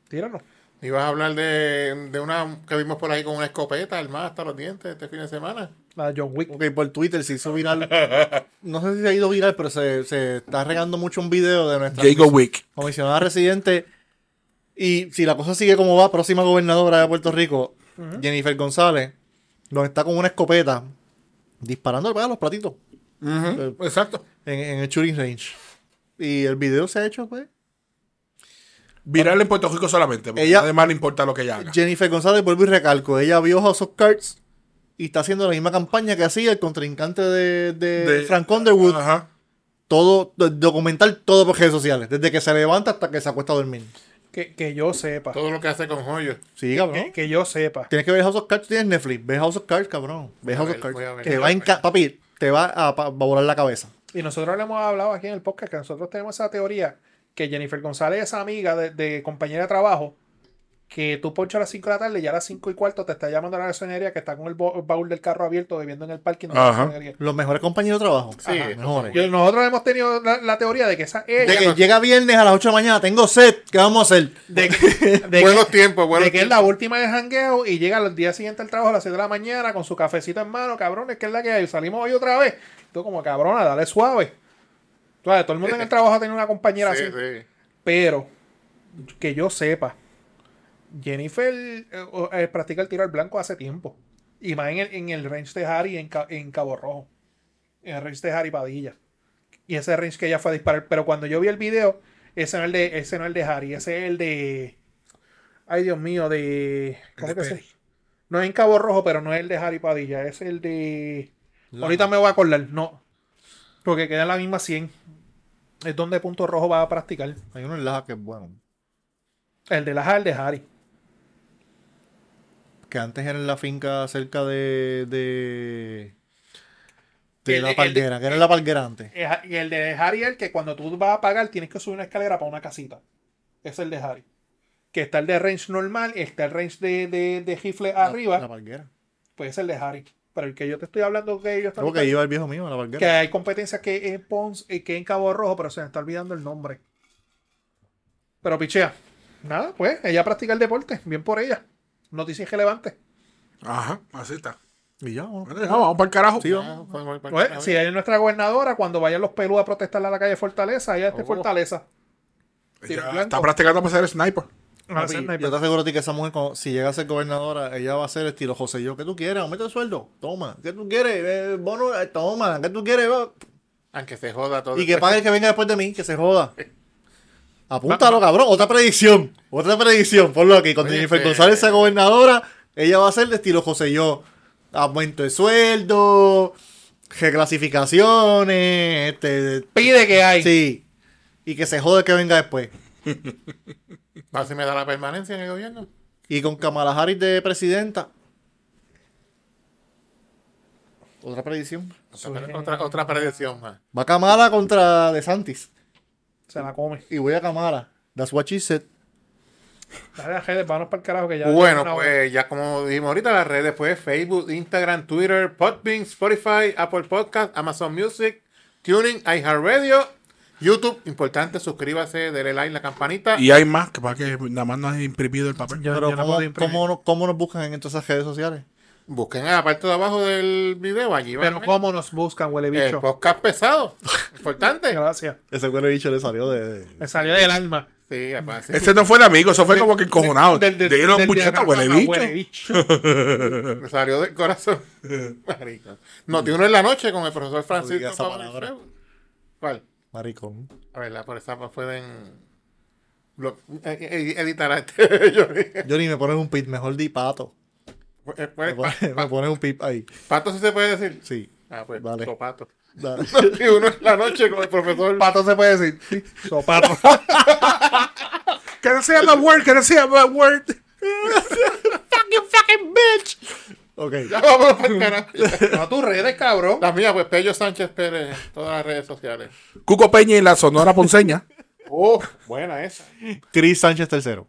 [SPEAKER 3] Tíralo.
[SPEAKER 4] Ibas a hablar de, de una que vimos por ahí con una escopeta armada hasta los dientes este fin de semana.
[SPEAKER 3] La de John Wick.
[SPEAKER 2] Ok, por Twitter se hizo viral. No sé si se ha ido viral, pero se, se está regando mucho un video de nuestra
[SPEAKER 1] Jacob Wick.
[SPEAKER 2] comisionada residente. Y si la cosa sigue como va, próxima gobernadora de Puerto Rico, Jennifer González, nos está con una escopeta disparando a los platitos
[SPEAKER 1] Exacto.
[SPEAKER 2] en, en el shooting range. Y el video se ha hecho, pues.
[SPEAKER 1] Viral en Puerto Rico solamente. porque
[SPEAKER 2] Ella-
[SPEAKER 1] Además, no importa lo que ella haga.
[SPEAKER 2] Jennifer González, vuelvo y recalco, ella vio House of Cards y está haciendo la misma campaña que hacía el contrincante de, de
[SPEAKER 1] De-
[SPEAKER 2] Frank Underwood.
[SPEAKER 1] Ajá.
[SPEAKER 2] Todo, do- documentar todo por redes sociales, desde que se levanta hasta que se acuesta a dormir.
[SPEAKER 3] Que, que yo sepa.
[SPEAKER 4] Todo lo que hace con joyos.
[SPEAKER 2] Sí, cabrón.
[SPEAKER 3] Que, que yo sepa.
[SPEAKER 2] Tienes que ver House of Cards, tienes Netflix, ve House of Cards, cabrón. Ve
[SPEAKER 4] a
[SPEAKER 2] House
[SPEAKER 4] ver,
[SPEAKER 2] of Cards.
[SPEAKER 4] voy a ver.
[SPEAKER 2] Te va a encantar, papi, te va a, pa- va a volar la cabeza.
[SPEAKER 3] Y nosotros le hemos hablado aquí en el podcast que nosotros tenemos esa teoría que Jennifer González es amiga de, de compañera de trabajo que tú ponchas a las 5 de la tarde y ya a las 5 y cuarto te está llamando a la gasolinería que está con el, bo- el baúl del carro abierto bebiendo en el parking de la
[SPEAKER 1] Ajá.
[SPEAKER 3] gasolinería.
[SPEAKER 2] Los mejores compañeros de trabajo.
[SPEAKER 4] Sí,
[SPEAKER 2] Ajá, mejores.
[SPEAKER 3] Y nosotros hemos tenido la, la teoría de que esa ella-
[SPEAKER 2] De que llega viernes a las 8 de la mañana, tengo sed, ¿qué vamos a hacer?
[SPEAKER 3] de que- de que-
[SPEAKER 4] buenos tiempos, buenos
[SPEAKER 3] de que es
[SPEAKER 4] tiempos.
[SPEAKER 3] la última de jangueo y llega al día siguiente al trabajo a las 6 de la mañana con su cafecito en mano, cabrones, que es la que hay. Salimos hoy otra vez. Tú como cabrona, dale suave. Tú sabes, todo el mundo en el trabajo tiene una compañera
[SPEAKER 4] Sí,
[SPEAKER 3] así.
[SPEAKER 4] sí.
[SPEAKER 3] Pero que yo sepa, Jennifer eh, o- eh, practica el tiro al blanco hace tiempo. Y más en el, en el range de Harry en, Ca- en Cabo Rojo. En el range de Harry Padilla. Y ese range que ella fue a disparar. Pero cuando yo vi el video, ese no es el de, ese no es el de Harry, ese es el de. Ay, Dios mío, de. ¿Cómo
[SPEAKER 1] El de
[SPEAKER 3] que se?
[SPEAKER 1] Pérez.
[SPEAKER 3] No es en Cabo Rojo, pero no es el de Harry Padilla. Es el de. Ahorita me voy a acordar. No. Porque queda en la misma 100. Es donde Punto Rojo va a practicar.
[SPEAKER 2] Hay uno en Laja que es bueno.
[SPEAKER 3] El de Laja, el de Harry.
[SPEAKER 2] Que antes era en la finca cerca de. de. de
[SPEAKER 3] El-
[SPEAKER 2] la
[SPEAKER 3] el-
[SPEAKER 2] palguera, que era en la palguera antes.
[SPEAKER 3] Eh, Y el de Harry, el que cuando tú vas a pagar tienes que subir una escalera para una casita. Es el de Harry. Que está el de range normal, está el range de, de, de rifle
[SPEAKER 2] La-
[SPEAKER 3] arriba,
[SPEAKER 2] La palguera.
[SPEAKER 3] pues es el de Harry. Pero el que yo te estoy hablando que ellos están.
[SPEAKER 2] Creo que ahí iba el viejo mío, a la
[SPEAKER 3] que
[SPEAKER 2] palguera.
[SPEAKER 3] hay competencias que en Pons y que en Cabo Rojo, pero se me está olvidando el nombre. Pero pichea. Nada, pues, ella practica el deporte. Bien por ella. Noticias relevantes.
[SPEAKER 1] Ajá, así está.
[SPEAKER 2] Y ya, bueno.
[SPEAKER 1] Bueno, ya, vamos para el carajo.
[SPEAKER 4] Ah, fue muy
[SPEAKER 3] Pues,
[SPEAKER 4] bacana.
[SPEAKER 3] si hay nuestra gobernadora, cuando vayan los pelú a protestar a la calle Fortaleza, ella está en
[SPEAKER 4] Oh.
[SPEAKER 3] Fortaleza. Tiro
[SPEAKER 1] Ya
[SPEAKER 3] blanco.
[SPEAKER 1] está practicando para ser sniper.
[SPEAKER 3] Ah,
[SPEAKER 2] Papi,
[SPEAKER 3] sí, no hay
[SPEAKER 2] yo te aseguro a ti que esa mujer, cuando- si llega a ser gobernadora, ella va a ser estilo José Yo. ¿Qué tú quieres? Aumenta el sueldo. Toma. ¿Qué tú quieres? Eh, bono. Eh, toma. ¿Qué tú quieres? Va.
[SPEAKER 4] Aunque se joda todo.
[SPEAKER 2] Y que pague el que venga después de mí, que se joda. Apúntalo, cabrón. Otra predicción. Otra predicción. Ponlo aquí. Cuando
[SPEAKER 4] Oye,
[SPEAKER 2] Jennifer
[SPEAKER 4] eh,
[SPEAKER 2] González sea gobernadora, ella va a ser de estilo José Yo. Aumento de sueldo, reclasificaciones, este,
[SPEAKER 3] Pide que hay.
[SPEAKER 2] sí. Y que se joda el que venga después.
[SPEAKER 4] A ver si me da la permanencia en el gobierno.
[SPEAKER 2] Y con Kamala Harris de presidenta. Otra predicción.
[SPEAKER 4] Otra, otra, otra predicción más.
[SPEAKER 2] Va Kamala contra DeSantis.
[SPEAKER 3] Se la come.
[SPEAKER 2] Y voy a Kamala. That's what she said.
[SPEAKER 3] Dale a redes, vámonos para el carajo que ya.
[SPEAKER 4] Bueno,
[SPEAKER 3] una hora.
[SPEAKER 4] pues ya como dijimos ahorita, las redes pues Facebook, Instagram, Twitter, Podbean, Spotify, Apple Podcast, Amazon Music, Tuning, iHeartRadio, YouTube. Importante, suscríbase, dele like, la campanita.
[SPEAKER 1] Y hay más, que para que nada más no has imprimido el papel.
[SPEAKER 3] Yo-
[SPEAKER 2] Pero
[SPEAKER 3] yo no
[SPEAKER 2] ¿cómo,
[SPEAKER 3] puedo imprimir.
[SPEAKER 2] cómo no- cómo nos buscan en todas esas redes sociales?
[SPEAKER 4] Busquen en la parte de abajo del video, allí van
[SPEAKER 3] Pero cómo nos buscan, huele
[SPEAKER 4] el
[SPEAKER 3] bicho.
[SPEAKER 4] podcast pesado. Importante.
[SPEAKER 3] Gracias.
[SPEAKER 2] Ese cuero bicho le salió de...
[SPEAKER 3] Me salió del alma.
[SPEAKER 4] Sí, aparte, sí.
[SPEAKER 1] Ese no fue de amigo, eso fue como que encojonado. De,
[SPEAKER 3] Del-
[SPEAKER 1] de,
[SPEAKER 3] del-
[SPEAKER 1] los
[SPEAKER 3] del
[SPEAKER 1] puchetas,
[SPEAKER 3] diagrama,
[SPEAKER 1] huele
[SPEAKER 3] huele
[SPEAKER 1] bicho.
[SPEAKER 3] bicho.
[SPEAKER 4] Me salió del corazón. Marico. No, tiene uno en la noche con el profesor
[SPEAKER 2] No diga
[SPEAKER 4] Francisco.
[SPEAKER 2] esa
[SPEAKER 4] Pablo
[SPEAKER 2] palabra.
[SPEAKER 4] Alfredo. ¿Cuál?
[SPEAKER 2] Maricón.
[SPEAKER 4] A ver, la por esa pueden lo- eh, eh, editar a este. Yo dije,
[SPEAKER 2] Johnny, me pones un pip. Mejor di pato.
[SPEAKER 4] eh,
[SPEAKER 2] Me
[SPEAKER 4] pues, pa-
[SPEAKER 2] pones, me pones un pip ahí.
[SPEAKER 4] pato sí se puede decir.
[SPEAKER 2] Ah, Sí.
[SPEAKER 4] Ah, pues,
[SPEAKER 2] Dale.
[SPEAKER 4] sopato.
[SPEAKER 2] Dale.
[SPEAKER 4] Y uno en la noche con el profesor.
[SPEAKER 1] Ah,
[SPEAKER 3] Pato se puede decir. Sopato.
[SPEAKER 1] Que no sea my word, que no sea my word.
[SPEAKER 2] Ok.
[SPEAKER 4] Ya vámonos para el canal.
[SPEAKER 3] No tus redes, cabrón.
[SPEAKER 4] La mía, pues, Pello Sánchez Pérez, en todas las redes sociales.
[SPEAKER 1] Cuco Peña y la Sonora Ponceña.
[SPEAKER 4] Oh, buena esa.
[SPEAKER 2] Chris Sánchez III.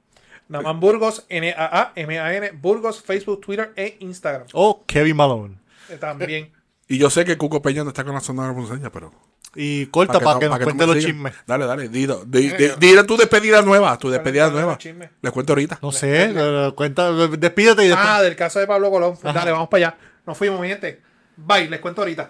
[SPEAKER 3] Naman Burgos, N-A-A-M-A-N, Burgos, Facebook, Twitter e Instagram.
[SPEAKER 2] O Kevin Malone.
[SPEAKER 3] Eh, También.
[SPEAKER 1] Y yo sé que Cuco Peña no está con la Sonora Ponceña, pero.
[SPEAKER 2] Y corta para
[SPEAKER 1] no-
[SPEAKER 2] que,
[SPEAKER 1] pa'
[SPEAKER 2] nos
[SPEAKER 1] tú me
[SPEAKER 2] cuente los
[SPEAKER 1] sigas.
[SPEAKER 2] chismes.
[SPEAKER 1] Dale, dale, dilo. Di, di- dile tu despedida nueva, tu despedida
[SPEAKER 3] es la
[SPEAKER 1] nueva.
[SPEAKER 3] chisme?
[SPEAKER 1] Les cuento ahorita.
[SPEAKER 2] No sé, eh, cuenta, despídete y después.
[SPEAKER 3] Pues Ah, del caso de Pablo Colón. Dale, vamos para allá. Nos fuimos, mi gente. Bye, les cuento ahorita.